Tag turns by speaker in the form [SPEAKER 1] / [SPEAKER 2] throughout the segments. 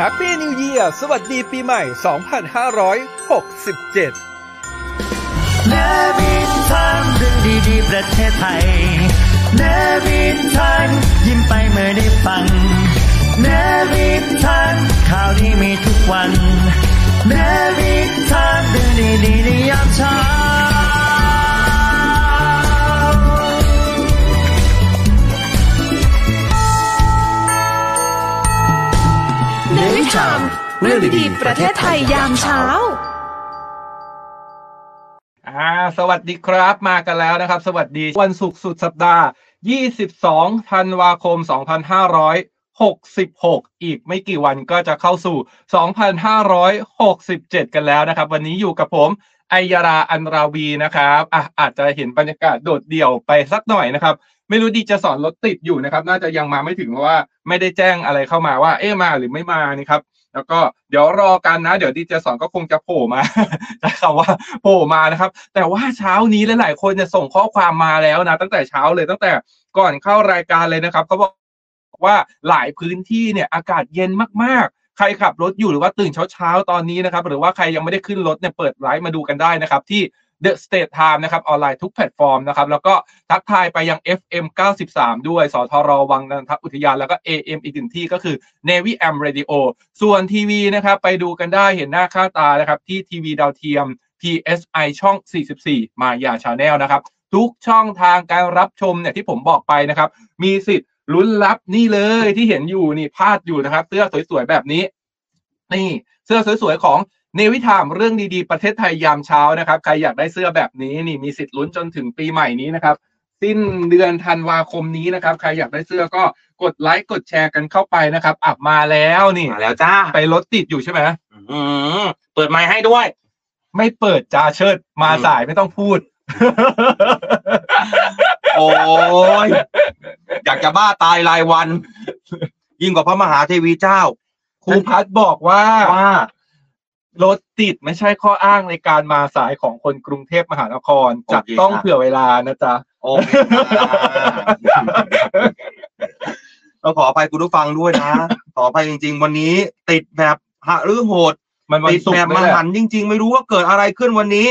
[SPEAKER 1] Happy New Year สวัสดีปีใหม่ 2567
[SPEAKER 2] เนวินทันเรื่องดีๆ ประเทศไทยเนวินทันยิ้มไปเมื่อได้ฟังเนวินทันข่าวดีมีทุกวันเนวินทันเรื่องดีๆในยามเช้า
[SPEAKER 3] เนวิชามเรื่องดีๆ ประเทศไทยยามเช้า
[SPEAKER 1] อ่า สวัสดีครับ มากันแล้วนะครับ สวัสดีวันศุกร์สุดสัปดาห์ 22 ธันวาคม 2566 อีกไม่กี่วันก็จะเข้าสู่ 2567 กันแล้วนะครับ วันนี้อยู่กับผม ไอยาราอันราวีนะครับอ่ะอาจจะเห็นบรรยากาศโดดเดี่ยวไปสักหน่อยนะครับ ไม่รู้ดีจะสอนรถติดอยู่นะครับ น่าจะยังมาไม่ถึงเพราะว่าไม่ได้แจ้งอะไรเข้ามาว่า เอ๊ะมาหรือไม่มานี่ครับ แล้วก็เดี๋ยวรอกันนะ เดี๋ยวดีเจสอนก็คงจะโผล่มา ใช้คำว่าโผล่มานะครับ แต่ว่าเช้านี้หลายๆคนเนี่ยส่งข้อความมาแล้วนะ ตั้งแต่เช้าเลยตั้งแต่ก่อนเข้ารายการเลยนะครับเขาบอกว่าหลายพื้นที่เนี่ยอากาศเย็นมากๆ ใครขับรถอยู่หรือว่าตื่นเช้าๆตอนนี้นะครับ หรือว่าใครยังไม่ได้ขึ้นรถเนี่ยเปิดไลฟ์มาดูกันได้นะครับ ที่ The State Time นะครับ ออนไลน์ทุกแพลตฟอร์มนะครับ แล้วก็ทักทายไปยัง FM 93 ด้วยสทรวังนันทอุทยาน แล้วก็ AM อีกหนึ่งที่ก็คือ Navy AM Radio ส่วนทีวีนะครับ ไปดูกันได้เห็นหน้าค่าตานะครับ ที่ทีวีดาวเทียม PSI ช่อง 44 มายาชาแนลนะครับ ทุกช่องทางการรับชมเนี่ยที่ผมบอกไปนะครับ มีสิทธิ์ลุ้นรับนี่เลยที่เห็นอยู่นี่พาดอยู่นะครับ เสื้อสวยๆแบบนี้ นี่เสื้อสวยๆของเนวิทามเรื่องดีๆ ประเทศไทยยามเช้านะครับ ใครอยากได้เสื้อแบบนี้นี่มีสิทธิ์ลุ้นจนถึงปีใหม่นี้นะครับ สิ้นเดือนธันวาคมนี้นะครับ ใครอยากได้เสื้อก็กดไลค์กดแชร์กันเข้าไปนะครับอับมาแล้วนี่
[SPEAKER 4] มาแล้วจ้า
[SPEAKER 1] ไปรถติดอยู่ใช่ไหม
[SPEAKER 4] อืมเปิดไมค์ให้ด้วย
[SPEAKER 1] ไม่เปิดจาเชิดมา
[SPEAKER 4] อืม
[SPEAKER 1] สายไม่ต้องพูด
[SPEAKER 4] โอ้ยอยากจะบ้าตายรายวัน ยิ่งกว่าพระมหาเทวีเจ้า
[SPEAKER 1] ครูพัดบอกว่า
[SPEAKER 4] ว่าร
[SPEAKER 1] ถติดไม่ใช่ข้ออ้างในการมาสายของคนกรุงเทพมหานครจะต้องเผื่อเวลานะจ๊ะ
[SPEAKER 4] โอเคจ้าต้องขออภัยคุณผู้ฟังด้วยนะ ขออภัยจริง ๆ วันนี้ ติดแบบหะหรือโหด
[SPEAKER 1] มันวัน
[SPEAKER 4] ติด
[SPEAKER 1] ศุก
[SPEAKER 4] แบบ
[SPEAKER 1] ร์ด้
[SPEAKER 4] มั
[SPEAKER 1] วน ยแห
[SPEAKER 4] หั
[SPEAKER 1] ละ
[SPEAKER 4] นจริง ๆ ไม่รู้ว่าเกิดอะไรขึ้นวันนี้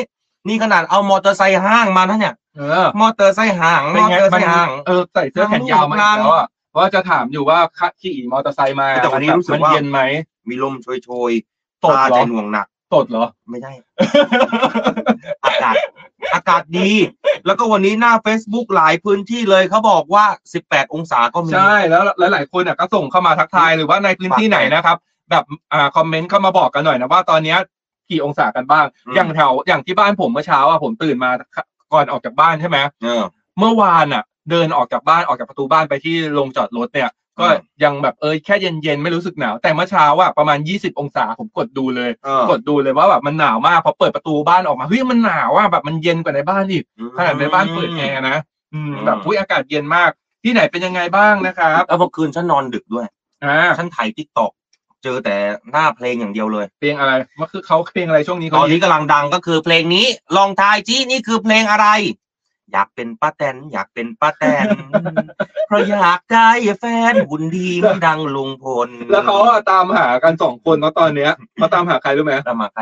[SPEAKER 4] นี่ขนาดเอามอเตอร์ไซค์ห้างมานะเนี่ย
[SPEAKER 1] เออ
[SPEAKER 4] มอเตอร์ไซค์ห้าง
[SPEAKER 1] เป็
[SPEAKER 4] ม
[SPEAKER 1] น
[SPEAKER 4] อ
[SPEAKER 1] ไง
[SPEAKER 4] เตอร์ไซ
[SPEAKER 1] มัน
[SPEAKER 4] ค์ห้าง
[SPEAKER 1] เออใส่เสื้อแขนยาวมาอีกแล้วอะว่าจะถามอยู่ว่าขี่มอเตอร์ไซค์มา
[SPEAKER 4] แต่วันนี้รู้สึกว่ามั
[SPEAKER 1] นเย็นไหม
[SPEAKER 4] มีลมโชยๆ
[SPEAKER 1] ตด
[SPEAKER 4] ตา
[SPEAKER 1] เหร
[SPEAKER 4] ใจ
[SPEAKER 1] อ
[SPEAKER 4] หน่วงหนัก
[SPEAKER 1] ตดเหรอ
[SPEAKER 4] ไม่ใช่ อากาศอากาศดี แล้วก็วันนี้หน้า Facebook หลายพื้นที่เลยเขาบอกว่า 18 องศาก็มี
[SPEAKER 1] ใช่แล้วหลายๆคนอ่ะก็ส่งเข้ามาทักทายหรือว่าในพื้นที่ไหนนะครับ แบบอ่าคอมเมนต์เข้ามาบอกกันหน่อยนะว่าตอนเนี้ยกี่องศากันบ้าง
[SPEAKER 4] อืม
[SPEAKER 1] อย่างแถวอย่างที่บ้านผมเมื่อเช้าอ่ะผมตื่นมาก่อนออกจากบ้านใช่ไหม
[SPEAKER 4] เออ
[SPEAKER 1] เมื่อวานอ่ะ เดินออกจากบ้านออกจากประตูบ้านไปที่โรงจอดรถเนี่ย ก็
[SPEAKER 4] อืม
[SPEAKER 1] ยังแบบเออแค่เย็นๆไม่รู้สึกหนาว แต่เมื่อเช้าอ่ะประมาณ 20 องศาผมกดดูเลย
[SPEAKER 4] เออก
[SPEAKER 1] ดดูเลยว่าแบบมันหนาวมากพอเปิดประตูบ้านออกมาเฮ้ยมันหนาวอ่ะแบบมันเย็นกว่าในบ้านอีกขนาดในบ้านเปิดแอร์นะอืมแบบอุ้ยอากาศเย็นมาก ที่ไหนเป็นยังไงบ้างนะครับ
[SPEAKER 4] แล้วเมื่อคืนฉันนอนดึกด้วย
[SPEAKER 1] อ่า
[SPEAKER 4] ฉันถ่ายทิกตอกเจอแต่หน้าเพลงอย่างเดียวเลย
[SPEAKER 1] เพลงอะไรมันคือเขาเพลงอะไรช่วงนี้
[SPEAKER 4] ต
[SPEAKER 1] เขา
[SPEAKER 4] อนนี้กำลังดังก็คือเพลงนี้ ลองทายจีนี่คือเพลงอะไร อยากเป็นป้าแตน อยากเป็นป้าแต น เพราะอยากได้แฟนหุ่นดีเหมันดังลุงพล
[SPEAKER 1] แล้วเขาอะตามหากันสองคนเนาะตอนเนี้ยเขาตามหาใครรู้ไหม
[SPEAKER 4] ตามมาใคร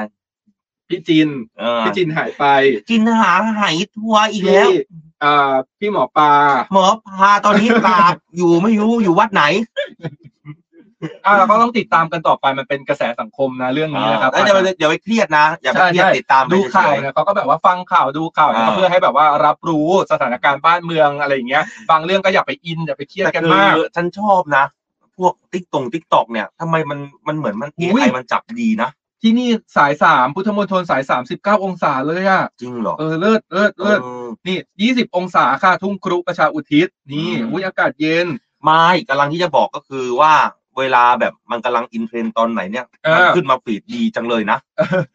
[SPEAKER 1] พี่จิน
[SPEAKER 4] เออ
[SPEAKER 1] พี่จินหายไป
[SPEAKER 4] จินหาหายทัวร์อีกแล้ว
[SPEAKER 1] พี่อ่าพี่หมอปลา
[SPEAKER 4] หมอพาตอนนี้ปราบ อยู่ไม่รู้อยู่วัดไหน
[SPEAKER 1] อ่าเราก็ต้องติดตามกันต่อไปมันเป็นกระแสสังคมนะเรื่องนี้นะครับ
[SPEAKER 4] เอ้ยเดี๋ยวเดี๋ยวไปเครียดนะ อย่าไปเครียดติดตามไป
[SPEAKER 1] ดูข่าว
[SPEAKER 4] เฉย
[SPEAKER 1] เนี่ยเขาก็แบบว่าฟังข่าวดูข่าว
[SPEAKER 4] อ่า
[SPEAKER 1] เพื่อให้แบบว่ารับรู้สถานการณ์บ้านเมืองอะไรอย่างเงี้ย บางเรื่องก็อย่าไปอินอย่าไปเค
[SPEAKER 4] ๆ
[SPEAKER 1] รียด
[SPEAKER 4] แต่
[SPEAKER 1] กัน
[SPEAKER 4] คือ
[SPEAKER 1] มาก
[SPEAKER 4] ฉันชอบนะ พวกติ๊กตงติ๊กตอกเนี่ยทำไมมันมันเหมือนมัน
[SPEAKER 1] อุ๊
[SPEAKER 4] เอย ไอมันจับดีนะ
[SPEAKER 1] ที่นี่สายสามพุทธมณฑลสายสามสิบเก้าองศาเลยอะ
[SPEAKER 4] จริงเหรอ
[SPEAKER 1] เออเลิศเลิศเลิศ
[SPEAKER 4] เออ
[SPEAKER 1] นี่ยี่สิบองศาค่ะทุ่งครุประชาอุทิศนี่
[SPEAKER 4] อืม
[SPEAKER 1] อุ้ยอากาศเย็น
[SPEAKER 4] ไม่กำลังที่จะบอกก็คือว่าเวลาแบบมันกำลังอินเทรนด์ตอนไหนเนี่ย
[SPEAKER 1] เออ
[SPEAKER 4] มันขึ้นมาฟีดดีจังเลยนะ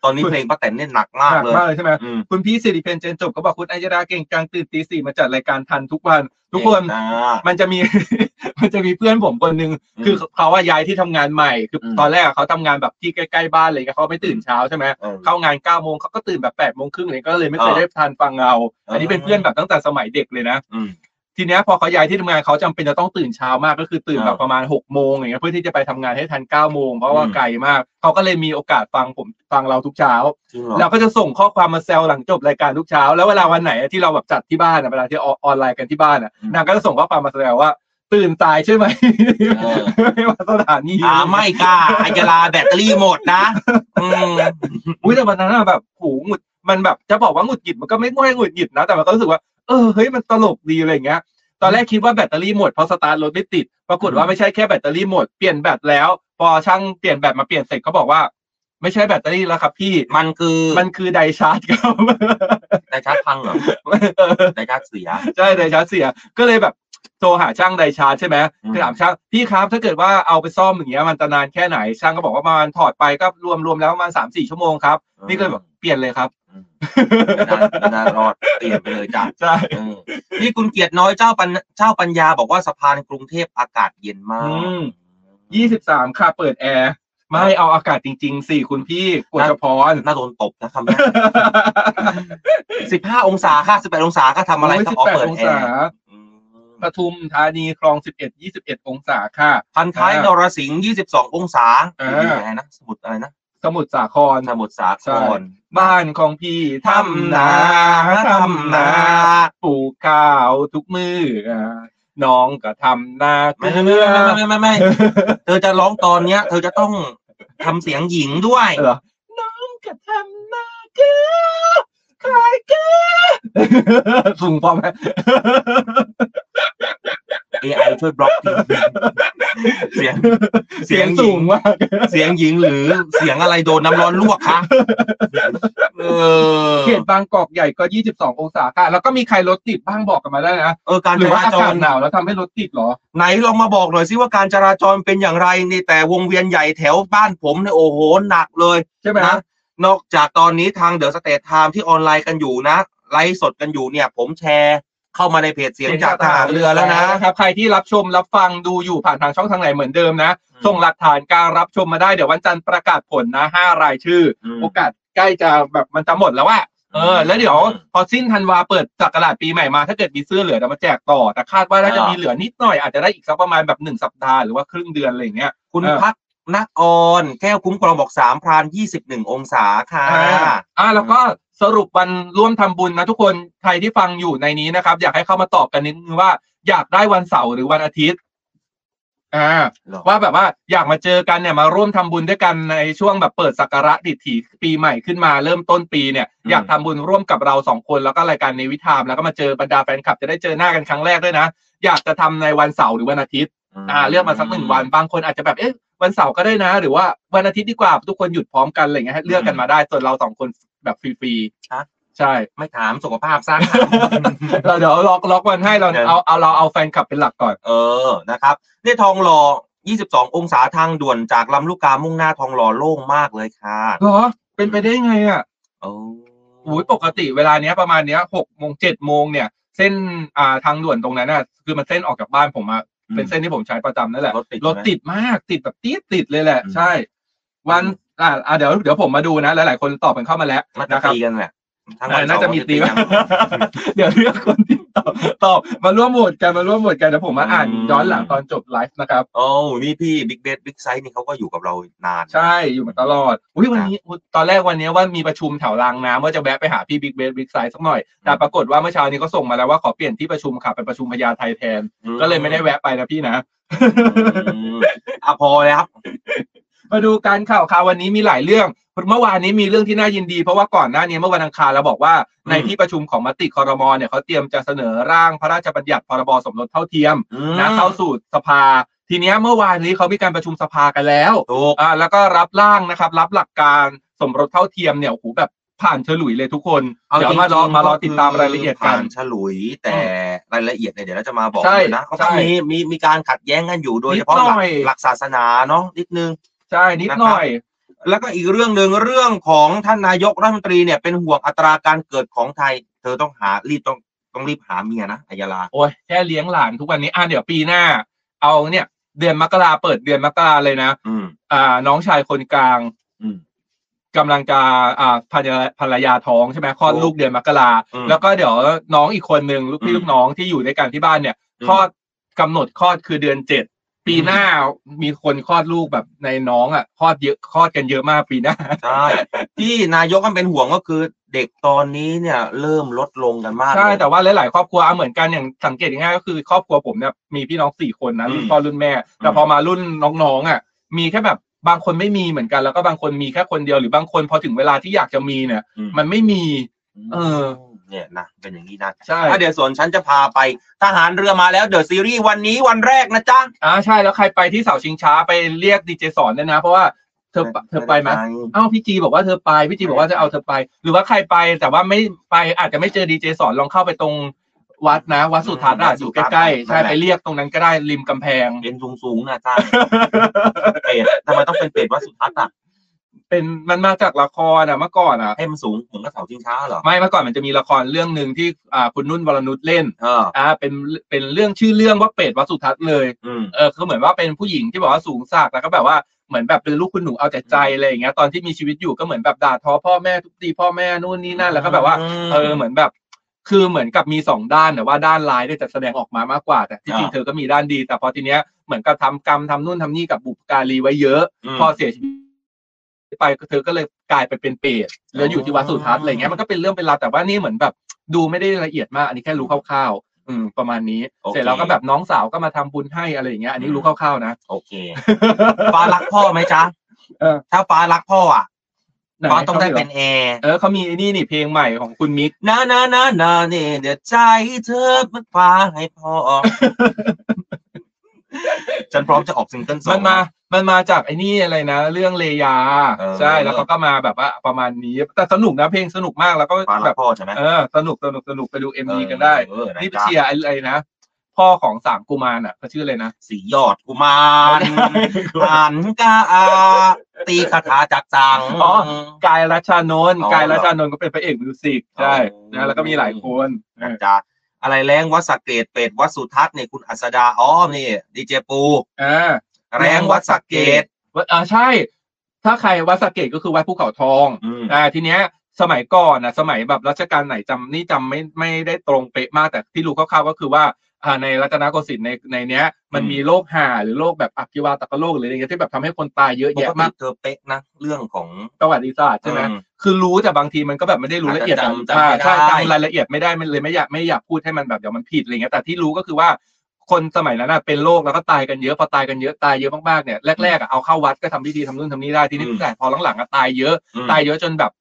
[SPEAKER 4] ตอนนี้เพลงป้าแตนเนี่ยหนัก
[SPEAKER 1] ห
[SPEAKER 4] มาก
[SPEAKER 1] นัก
[SPEAKER 4] เลย
[SPEAKER 1] มากเลยใช่ไหม
[SPEAKER 4] อืม
[SPEAKER 1] คุณพี่สิริเพนเจนจบก็บอกคุณอัยราเก่งจังตื่นตีสี่มาจัดรายการทันทุกวัน ทุกคน
[SPEAKER 4] อ่า
[SPEAKER 1] มันจะมี มันจะมีเพื่อนผมคนหนึ่ง
[SPEAKER 4] อืม
[SPEAKER 1] คือเขาว่าย้ายที่ทำงานใหม่คืออ
[SPEAKER 4] ม
[SPEAKER 1] ตอนแรกอะเขาทำงานแบบที่ใกล้ๆบ้านเลยเขาไม่ตื่นเช้าใช่ไหม
[SPEAKER 4] เออ
[SPEAKER 1] เข้างานเก้าโมงเขาก็ตื่นแบบแปดโมงครึ่งเลยก็เลยไม่เคย
[SPEAKER 4] อ่า
[SPEAKER 1] ได้ทานฟังเรา อันนี้
[SPEAKER 4] อ่า
[SPEAKER 1] เป็นเพื่อนแบบตั้งแต่สมัยเด็กเลยนะ
[SPEAKER 4] อืม
[SPEAKER 1] ทีเนี้ยพอเขาย้ายที่ทำงานเขาจำเป็นจะต้องตื่นเช้ามากก็คือตื่นแบบ
[SPEAKER 4] อ่า
[SPEAKER 1] ประมาณหกโมงอย่างเงี้ยเพื่อที่จะไปทำงานให้ทันเก้าโมงเพราะว่า
[SPEAKER 4] อืม
[SPEAKER 1] ไกลมากเขาก็เลยมีโอกาสฟังผมฟังเราทุกเช้า
[SPEAKER 4] จริงเหรอ
[SPEAKER 1] เราก็จะส่งข้อความมาแซวหลังจบรายการทุกเช้า แล้วเวลาวันไหนที่เราแบบจัดที่บ้านอะเวลาที่ออนไลน์กันที่บ้านอะ
[SPEAKER 4] อืม
[SPEAKER 1] นางก็จะส่งข้อความมาแซวว่า ตื่นสายใช่ไหม
[SPEAKER 4] เออ
[SPEAKER 1] ไม่มาสถานี
[SPEAKER 4] อ่าไม่กล้าไอยาลาแบตเตอรี่หมดนะ อืม
[SPEAKER 1] อุ้ยแต่วันนั้นอะแบบโหูหงุดมันแบบจะบอกว่าหงุดหงิดมันก็ไม่ไม่หงุดหงิดนะแต่มันก็รู้สึกว่าเออเฮ้ยมันตลกดีอะไรอย่างเงี้ย ตอนแรกคิดว่าแบตเตอรี่หมดเพราะสตาร์ทรถไม่ติด ปรากฏว่าไม่ใช่แค่แบตเตอรี่หมดเปลี่ยนแบตแล้ว พอช่างเปลี่ยนแบตมาเปลี่ยนเสร็จเขาบอกว่า ไม่ใช่แบตเตอรี่แล้วครับพี่
[SPEAKER 4] มันคือ
[SPEAKER 1] มันคือไดชาร์จครับ
[SPEAKER 4] ไดชาร์จพังเหรอไดชาร์จเสีย
[SPEAKER 1] ใช่ไดชาร์จเสียก็เลยแบบโทรหาช่างไดชาร์จใช่ไหม
[SPEAKER 4] อืม
[SPEAKER 1] คือถามช่างพี่ครับถ้าเกิดว่าเอาไปซ่อมอย่างเงี้ยมันจะนานแค่ไหนช่างก็บอกว่าประมาณถอดไปก็รวมรวมแล้วประมาณสามสี่ชั่วโมงครับนี่ก็เลยบอกเปลี่ยนเลยครับ
[SPEAKER 4] อืมไม่น่าไม่น่ารอดเปลี่ยนไปเลยจ้ะ
[SPEAKER 1] ใช่
[SPEAKER 4] เออนี่คุณเกียรติน้อยเจ้าปัญเจ้าปัญญาบอกว่าสะพานกรุงเทพอากาศเย็นมาก
[SPEAKER 1] ยี่สิบสามค่ะเปิดแอร์ไม่เอาอากาศจริงๆสี่คุณพี่กวดชพร
[SPEAKER 4] น่าโดนตบนะคำ นี้สิบห้าองศาค่ะสิบแปดองศาค่ะทำอะไรครับ
[SPEAKER 1] สิบ
[SPEAKER 4] อ๋อ
[SPEAKER 1] แปด
[SPEAKER 4] เปิด
[SPEAKER 1] อง
[SPEAKER 4] แอ
[SPEAKER 1] ศา
[SPEAKER 4] ร์อืม
[SPEAKER 1] ปทุมธานีคลองสิบเอ็ดยี่สิบเอ็ดองศาค่ะ
[SPEAKER 4] พันท้าย
[SPEAKER 1] อ่าน
[SPEAKER 4] รสิงห์ยี่สิบสององศา
[SPEAKER 1] อ่า
[SPEAKER 4] อยู่ไหนนะสมุดอะไรนะ
[SPEAKER 1] สมุทรสาคร
[SPEAKER 4] สมุดสาค
[SPEAKER 1] ใช่
[SPEAKER 4] ร
[SPEAKER 1] บ้านของพี่ทำนาทำนา ปลูกข้าวทุกมืออ่าน้องก็ทำนาเก
[SPEAKER 4] ไม่ไม่
[SPEAKER 1] ลื
[SPEAKER 4] ไม่
[SPEAKER 1] อ
[SPEAKER 4] ไม่ไม่ไม่ไม่เธอจะร้องตอนเนี้ย เธอจะต้องทำเสียงหญิงด้วย
[SPEAKER 1] เหรอน้องก็ทำนาเกลือขายเกลือสูงพอไหม
[SPEAKER 4] AI ช่วยบล็อกทีเสียง
[SPEAKER 1] เสียงสูงมาก
[SPEAKER 4] เสียงหญิงหรือเสียงอะไรโดนน้ำร้อนลวกคะเออ
[SPEAKER 1] เขตบางกอกใหญ่ก็ 22 องศาค่ะ แล้วก็มีใครรถติดบ้างบอกกันมาได้นะ
[SPEAKER 4] เออการ
[SPEAKER 1] ห
[SPEAKER 4] จ
[SPEAKER 1] รือว่า
[SPEAKER 4] รา
[SPEAKER 1] อา
[SPEAKER 4] จ
[SPEAKER 1] กาศ
[SPEAKER 4] ร
[SPEAKER 1] หนาวแล้วทำให้รถติดเหรอ
[SPEAKER 4] ไหนลองมาบอกหน่อยซิว่าการจราจรเป็นอย่างไรนี่แต่วงเวียนใหญ่แถวบ้านผมเนี่ยโอ้โหหนักเลย
[SPEAKER 1] ใช่ไหม
[SPEAKER 4] นะนอกจากตอนนี้ทางเดอะสเตทไทม์ที่ออนไลน์กันอยู่นะไลฟ์สดกันอยู่เนี่ย ผมแชร์เข้ามาในเพจเสียงจากทหารเรือแล้วนะ
[SPEAKER 1] ครับ ใครที่รับชมรับฟังดูอยู่ผ่านทางช่องทางไหนเหมือนเดิมนะ
[SPEAKER 4] อืม
[SPEAKER 1] ส่งหลักฐานการรับชมมาได้เดี๋ยววันจันทร์ประกาศผลนะห้ารายชื่ออ
[SPEAKER 4] ม
[SPEAKER 1] โอกาสใกล้จะแบบมันจะหมดแล้วอะเออ
[SPEAKER 4] อืม
[SPEAKER 1] แล้วเดี๋ยว พอสิ้นธันวาเปิดสักราชปีใหม่มา ถ้าเกิดมีเสื้อเหลือจะมาแจกต่อ แต่คาดว่าน่าจะ
[SPEAKER 4] อ่ามี
[SPEAKER 1] มีเหลือนิดหน่อยอาจจะได้อีกสักประมาณแบบหนึ่งสัปดาห์หรือว่าครึ่งเดือนอะไรอย่างเงี้ย
[SPEAKER 4] คุณ
[SPEAKER 1] เออ
[SPEAKER 4] พักนักออนแก้วคุ้มกรองบอกสามพรานยี่สิบหนึ่งองศาค่ะ
[SPEAKER 1] อ่าอ่าแล้วก็สรุปวันร่วมทำบุญนะทุกคนใครที่ฟังอยู่ในนี้นะครับ อยากให้เข้ามาตอบกันนิดนึงว่าอยากได้วันเสาร์หรือวันอาทิตย์อ่า
[SPEAKER 4] หรอ
[SPEAKER 1] ว่าแบบว่าอยากมาเจอกันเนี่ยมาร่วมทำบุญด้วยกันในช่วงแบบเปิดสักการะดิถีปีใหม่ขึ้นมาเริ่มต้นปีเนี่ยอยากทำบุญร่วมกับเราสองคนแล้วก็รายการในวิธามแล้วก็มาเจอบรรดาแฟนคลับจะได้เจอหน้ากันครั้งแรกด้วยนะ อยากจะทำในวันเสาร์หรือวันอาทิตย์ อ่าเลือกมาสักหนึ่งวันบางคนอาจจะแบบเอ๊ะวันเสาร์ก็ได้นะ หรือว่าวันอาทิตย์ดีกว่าทุกคนหยุดพร้อมกันอะไรเงี้ยให้เลือกกันมาได้ส่วนเราสองคนแบบฟรี
[SPEAKER 4] ฮะ
[SPEAKER 1] ๆใช่
[SPEAKER 4] ไม่ถามสุขภาพซะ
[SPEAKER 1] เราเดี๋ยวล็อกล็อกวันให้เรา
[SPEAKER 4] เดี๋ยว
[SPEAKER 1] เอาเอาเราเอาแฟนคลับเป็นหลักก่อน
[SPEAKER 4] เออ นะครับเนี่ยทองหล่อ 22 องศาทางด่วนจากลำลูกกามุ่งหน้าทองหล่อโล่งมากเลยค่ะ
[SPEAKER 1] เหรอ เป็นไปได้ไงอ่ะ
[SPEAKER 4] โอ้
[SPEAKER 1] โอ้ยปกติเวลาเนี้ยประมาณเนี้ยหกโมงเจ็ดโมงเนี่ย เส้นอ่าทางด่วนตรงนั้นน่ะคือมันเส้นออกจากบ้านผมอะเป็นเส้นที่ผมใช้ประจำนั่นแหละ
[SPEAKER 4] รถติด
[SPEAKER 1] รถ
[SPEAKER 4] ไหม
[SPEAKER 1] ติดมากติดแบบตีดติดเลยแหละ
[SPEAKER 4] อืม
[SPEAKER 1] ใช่ วันอ่าอ่าเดี๋ยวเดี๋ยวผมมาดูนะหลายๆคนตอบกันเข้ามาแล้ว
[SPEAKER 4] มันจะ
[SPEAKER 1] นะครับ
[SPEAKER 4] ตีกันแหละทั้งวั
[SPEAKER 1] อ่าน น่าจะมีตี
[SPEAKER 4] เส
[SPEAKER 1] บ้าง
[SPEAKER 4] ร์วัน อาทิตย์กัน
[SPEAKER 1] เดี๋ยวเลือกคนที่ตอบตอบมาร่วมโหวตกันมาร่วมโหวตกันเดี๋ยวผมมาอ่าน
[SPEAKER 4] อืม
[SPEAKER 1] ย้อนหลังตอนจบไลฟ์นะครับ
[SPEAKER 4] โอ้นี่พี่บิ๊กเบสบิ๊กไซส์นี่เขาก็อยู่กับเรานาน
[SPEAKER 1] ใช่อยู่มาตลอดอุ้ยวันนี้อุ๊ยตอนแรกวันนี้ว่ามีประชุมแถวรางน้ำว่าจะแวะไปหาพี่บิ๊กเบสบิ๊กไซส์สักหน่อย แต่ปรากฏว่าเมื่อเช้านี้ก็ส่งมาแล้วว่าขอเปลี่ยนที่ประชุมค่ะเป็นประชุมพญาไทแทน
[SPEAKER 4] อื
[SPEAKER 1] ก็เลยไม่ได้แวะไปนะพี่นะ
[SPEAKER 4] อืมอ่ะพอแล้วครับ
[SPEAKER 1] มาดูการข่าวค่ะวันนี้มีหลายเรื่อง เมื่อวานนี้มีเรื่องที่น่ายินดี เพราะว่าก่อนหน้านี้เมื่อวันอังคารเราบอกว่าใน
[SPEAKER 4] อืม
[SPEAKER 1] ที่ประชุมของมติคอรมอเนี่ยเขาเตรียมจะเสนอร่างพระราชบัญญัติพรบสมรสเท่าเทียม
[SPEAKER 4] อืม
[SPEAKER 1] นะเข้าสู่สภา ทีเนี้ยเมื่อวานนี้เขามีการประชุมสภากันแล้ว
[SPEAKER 4] ถูก
[SPEAKER 1] อ่าแล้วก็รับร่างนะครับ รับหลักการสมรสเท่าเทียมเนี่ยโอ้โหแบบผ่านฉลุยเลยทุกคนเดี๋ยวมารอมารอติดตามรายละเอียดกัน
[SPEAKER 4] ผ่าฉลุยแต่รายละเอียดเนี่ยเดี๋ยวเราจะมาบอก
[SPEAKER 1] ใช่
[SPEAKER 4] นะเขาก็มีมีมีการขัดแย้งกันอยู่โดย
[SPEAKER 1] นิ
[SPEAKER 4] เฉ
[SPEAKER 1] ด
[SPEAKER 4] พาะหลั
[SPEAKER 1] หน่
[SPEAKER 4] ก
[SPEAKER 1] อย
[SPEAKER 4] หลักศาสนาเนาะนิดนึง
[SPEAKER 1] ใช่นิดหน่อย
[SPEAKER 4] แล้วก็อีกเรื่องหนึ่งเรื่องของท่านนายกรัฐมนตรีเนี่ยเป็นห่วงอัตราการเกิดของไทย เธอต้องหารีบต้องต้องรีบหาเมียนะอัยยาลา
[SPEAKER 1] โอ้ยแค่เลี้ยงหลานทุกวันนี้อ่าเดี๋ยวปีหน้า เอาเนี่ย เดือนมกราเปิดเดือนมกราเลยนะ
[SPEAKER 4] อืม
[SPEAKER 1] อ่า น้องชายคนกลาง
[SPEAKER 4] อืม
[SPEAKER 1] กำลังจะอ่าภรรยาภรรยาท้องใช่ไหมคลอด
[SPEAKER 4] โอ้
[SPEAKER 1] ลูกเดือนมกรา
[SPEAKER 4] อืม
[SPEAKER 1] แล้วก็เดี๋ยวน้องอีกคนหนึ่งลูกพี่
[SPEAKER 4] อืม
[SPEAKER 1] ลูกน้องที่อยู่ด้วยกันที่บ้านเนี่ย
[SPEAKER 4] อืม
[SPEAKER 1] คลอดกำหนดคลอดคือเดือนเจ็ดปีหน้ามีคนคลอดลูกแบบในน้องอ่ะคลอดเยอะคลอดกันเยอะมากปีหน้า
[SPEAKER 4] ใช่ที่นายกก็เป็นห่วงก็คือเด็กตอนนี้เนี่ยเริ่มลดลงกันมาก
[SPEAKER 1] ใช่
[SPEAKER 4] เลย
[SPEAKER 1] แต่ว่าหลาย ๆ ครอบครัวเหมือนกันอย่างสังเกตง่ายๆก็คือครอบครัวผมเนี่ยมีพี่น้องสี่คนนะ
[SPEAKER 4] อืม
[SPEAKER 1] รุ่นพ่อรุ่นแม่ แต่
[SPEAKER 4] อืม
[SPEAKER 1] พอมารุ่นน้องๆอ่ะมีแค่แบบบางคนไม่มีเหมือนกันแล้วก็บางคนมีแค่คนเดียวหรือบางคนพอถึงเวลาที่อยากจะมีเนี่ย
[SPEAKER 4] อืม
[SPEAKER 1] มันไม่มี เออ
[SPEAKER 4] เนี่ยนะเป็นอย่างนี้นะ
[SPEAKER 1] ใช่
[SPEAKER 4] ถ้าเดี๋ยวสวนฉันจะพาไปทหารเรือมาแล้วเดอะซีรีส์วันนี้วันแรกนะจ๊ะ
[SPEAKER 1] อ่าใช่แล้วใครไปที่เสาชิงช้าไปเรียกดีเจสอนด้วยนะ เพราะว่าเธอเธอไปไหมเอ้าวพี่จีบอกว่าเธอไปพี่จีบอกว่าจะเอาเธอไป หรือว่าใครไปแต่ว่าไม่ไปอาจจะไม่เจอดีเจสอนลองเข้าไปตรงวัดนะวัดสุทัศน์อะอยู่ใกล้ๆใช่ไปเรียกตรงนั้นก็ได้ริมกำแพง
[SPEAKER 4] เป็นสูงสูงๆนะจ๊ะเป็ดทำไมต้องเป็นเป็ดวัดสุทัศน์อ่ะ
[SPEAKER 1] เป็นมันมาจากละครอ่ะเมื่อก่อนอ่ะ
[SPEAKER 4] ให้มันสูงเหมือนกับเสาชิงช้าเหรอ
[SPEAKER 1] ไม่เมื่อก่อนมันจะมีละครเรื่องหนึ่งที่อ่าคุณนุ่นวรนุชเล่น
[SPEAKER 4] เออ
[SPEAKER 1] อ่าเป็นเป็นเรื่องชื่อเรื่องว่าเป็ดวัดสุทัศน์เลย
[SPEAKER 4] อืม
[SPEAKER 1] เออคือเหมือนว่าเป็นผู้หญิงที่บอกว่าสูงสากแล้วก็แบบว่าเหมือนแบบเป็นลูกคุณหนูเอาแต่ใจอะไรอย่างเงี้ยตอนที่มีชีวิตอยู่ก็เหมือนแบบด่าทอพ่อแม่ทุบตีพ่อแม่นู่นนี่นั่นแล้วก็แบบว่า
[SPEAKER 4] อืม
[SPEAKER 1] เออเหมือนแบบ คือเหมือนกับมีสองด้านแต่ว่าด้านร้ายเนี่ยจะแสดงออกมามากกว่า แต่ที่จริง
[SPEAKER 4] อ่า
[SPEAKER 1] เธอก็มีด้านดี แต่พอทีเนี้ยเหมือนกับทำกรรมทำนู่นทำนี่กับบุปการีไว้เยอะ
[SPEAKER 4] ม
[SPEAKER 1] พอเสียชีวิตไปเธอก็เลยกลายไปเป็นเปรตแล้วอยู่ที่วัดสุทัศน์อะไรเงี้ยมันก็เป็นเรื่องเป็นราวแต่ว่านี่เหมือนแบบ ดูไม่ได้ละเอียดมากอันนี้แค่รู้คร่าวๆอืมประมาณนี้
[SPEAKER 4] โอเค
[SPEAKER 1] เสร็จแล้วก็แบบน้องสาวก็มาทำบุญให้อะไรอย่างเงี้ยอันนี้รู้คร่าวๆนะ
[SPEAKER 4] โอเค ฟ้ารักพ่อไหมจ๊ะ
[SPEAKER 1] เออ
[SPEAKER 4] ถ้าฟ้ารักพ่ออ่ะ
[SPEAKER 1] หน
[SPEAKER 4] ฟ้าต้องได้เป็นแอร์
[SPEAKER 1] เออเขามีไอ้นี่นี่เพลงใหม่ของคุณมิก
[SPEAKER 4] นานานานาเนี่ยเดี๋ยวใจเธอมันฟ้าให้พอ ฉันพร้อมจะออกซิงเกิลสอง
[SPEAKER 1] มันมา มันมาจากไอ้นี่อะไรนะ เรื่องเลยา
[SPEAKER 4] เออ
[SPEAKER 1] ใช่แล้วเขาก็มาแบบว่าประมาณนี้ แต่สนุกนะเพลงสนุกมากแล้วก็
[SPEAKER 4] ฟ้า
[SPEAKER 1] แบ
[SPEAKER 4] รัก
[SPEAKER 1] บ
[SPEAKER 4] พ่อใช่ไหม
[SPEAKER 1] เออสนุกสนุกสนุกไปดูเอ็มดีกันได้
[SPEAKER 4] เออนะ
[SPEAKER 1] นี่
[SPEAKER 4] จ๊ะ
[SPEAKER 1] เชียร์ไอ้ไอ้นะพ่อของสามกุมารอ่ะเขาชื่ออะไรนะ
[SPEAKER 4] สียอดกุ มารหันกาอาตีคาถาจากจัง
[SPEAKER 1] อ๋อ กายรัชชานน
[SPEAKER 4] อ๋อก
[SPEAKER 1] ท์ายรัชชานนท์ก็เป็นพระเอกมิวสิกใช่
[SPEAKER 4] อ๋อ
[SPEAKER 1] นะแล้วก็มีหลายคนเออ
[SPEAKER 4] จากอะไรแรงวัดสะเกตเป็ดวัดสุทัศน์เนี่ยคุณอัสดาอ้อมนี่ดีเจปู
[SPEAKER 1] อ่า
[SPEAKER 4] แรงวัดสะเกต
[SPEAKER 1] วัดอ่าใช่ ถ้าใครวัดสะเกตก็คือวัดภูเขาทอง
[SPEAKER 4] อืม
[SPEAKER 1] อ่าทีเนี้ยสมัยก่อนนะสมัยแบบรัชกาลไหนจำนี่จำไม่ไม่ได้ตรงเป๊ะมากแต่ที่รู้คร่าวๆก็คือว่าอ่าในรัตนโกสินทร์ในในเนี้ย มัน
[SPEAKER 4] อืม
[SPEAKER 1] มีโรคห่าหรือโรคแบบอักขิวาตกโรคหรืออะไรเงี้ยที่แบบทำให้คนตายเยอะ
[SPEAKER 4] ปก
[SPEAKER 1] แยะ
[SPEAKER 4] ติ
[SPEAKER 1] มาก
[SPEAKER 4] เธอเป๊ะนะ เรื่องของ
[SPEAKER 1] ประวัติศาสตร์ใช่ไหม
[SPEAKER 4] อื
[SPEAKER 1] คือรู้แต่บางทีมันก็แบบไม่ได้รู้ละเอียด
[SPEAKER 4] อาจจะจำจำ
[SPEAKER 1] อ่า
[SPEAKER 4] ไม่ได้
[SPEAKER 1] ใช่จำรายละเอียดไม่ได้มันเลยไม่อยากไม่อยากพูดให้มันแบบเดี๋ยวมันผิดอะไรเงี้ยแต่ที่รู้ก็คือว่าคนสมัยนั้นน่ะเป็นโรคแล้วก็ตายกันเยอะพอตายกันเยอะตายเยอะมากๆเนี่ยแรกๆอ่ะเอาเข้าวัดก็ทำพิธีทำนู่นทำนี่ได้ทีนี้แต่พอหลังๆอ่ะตายเยอะ
[SPEAKER 4] อืม
[SPEAKER 1] ตายเยอะจนแบบ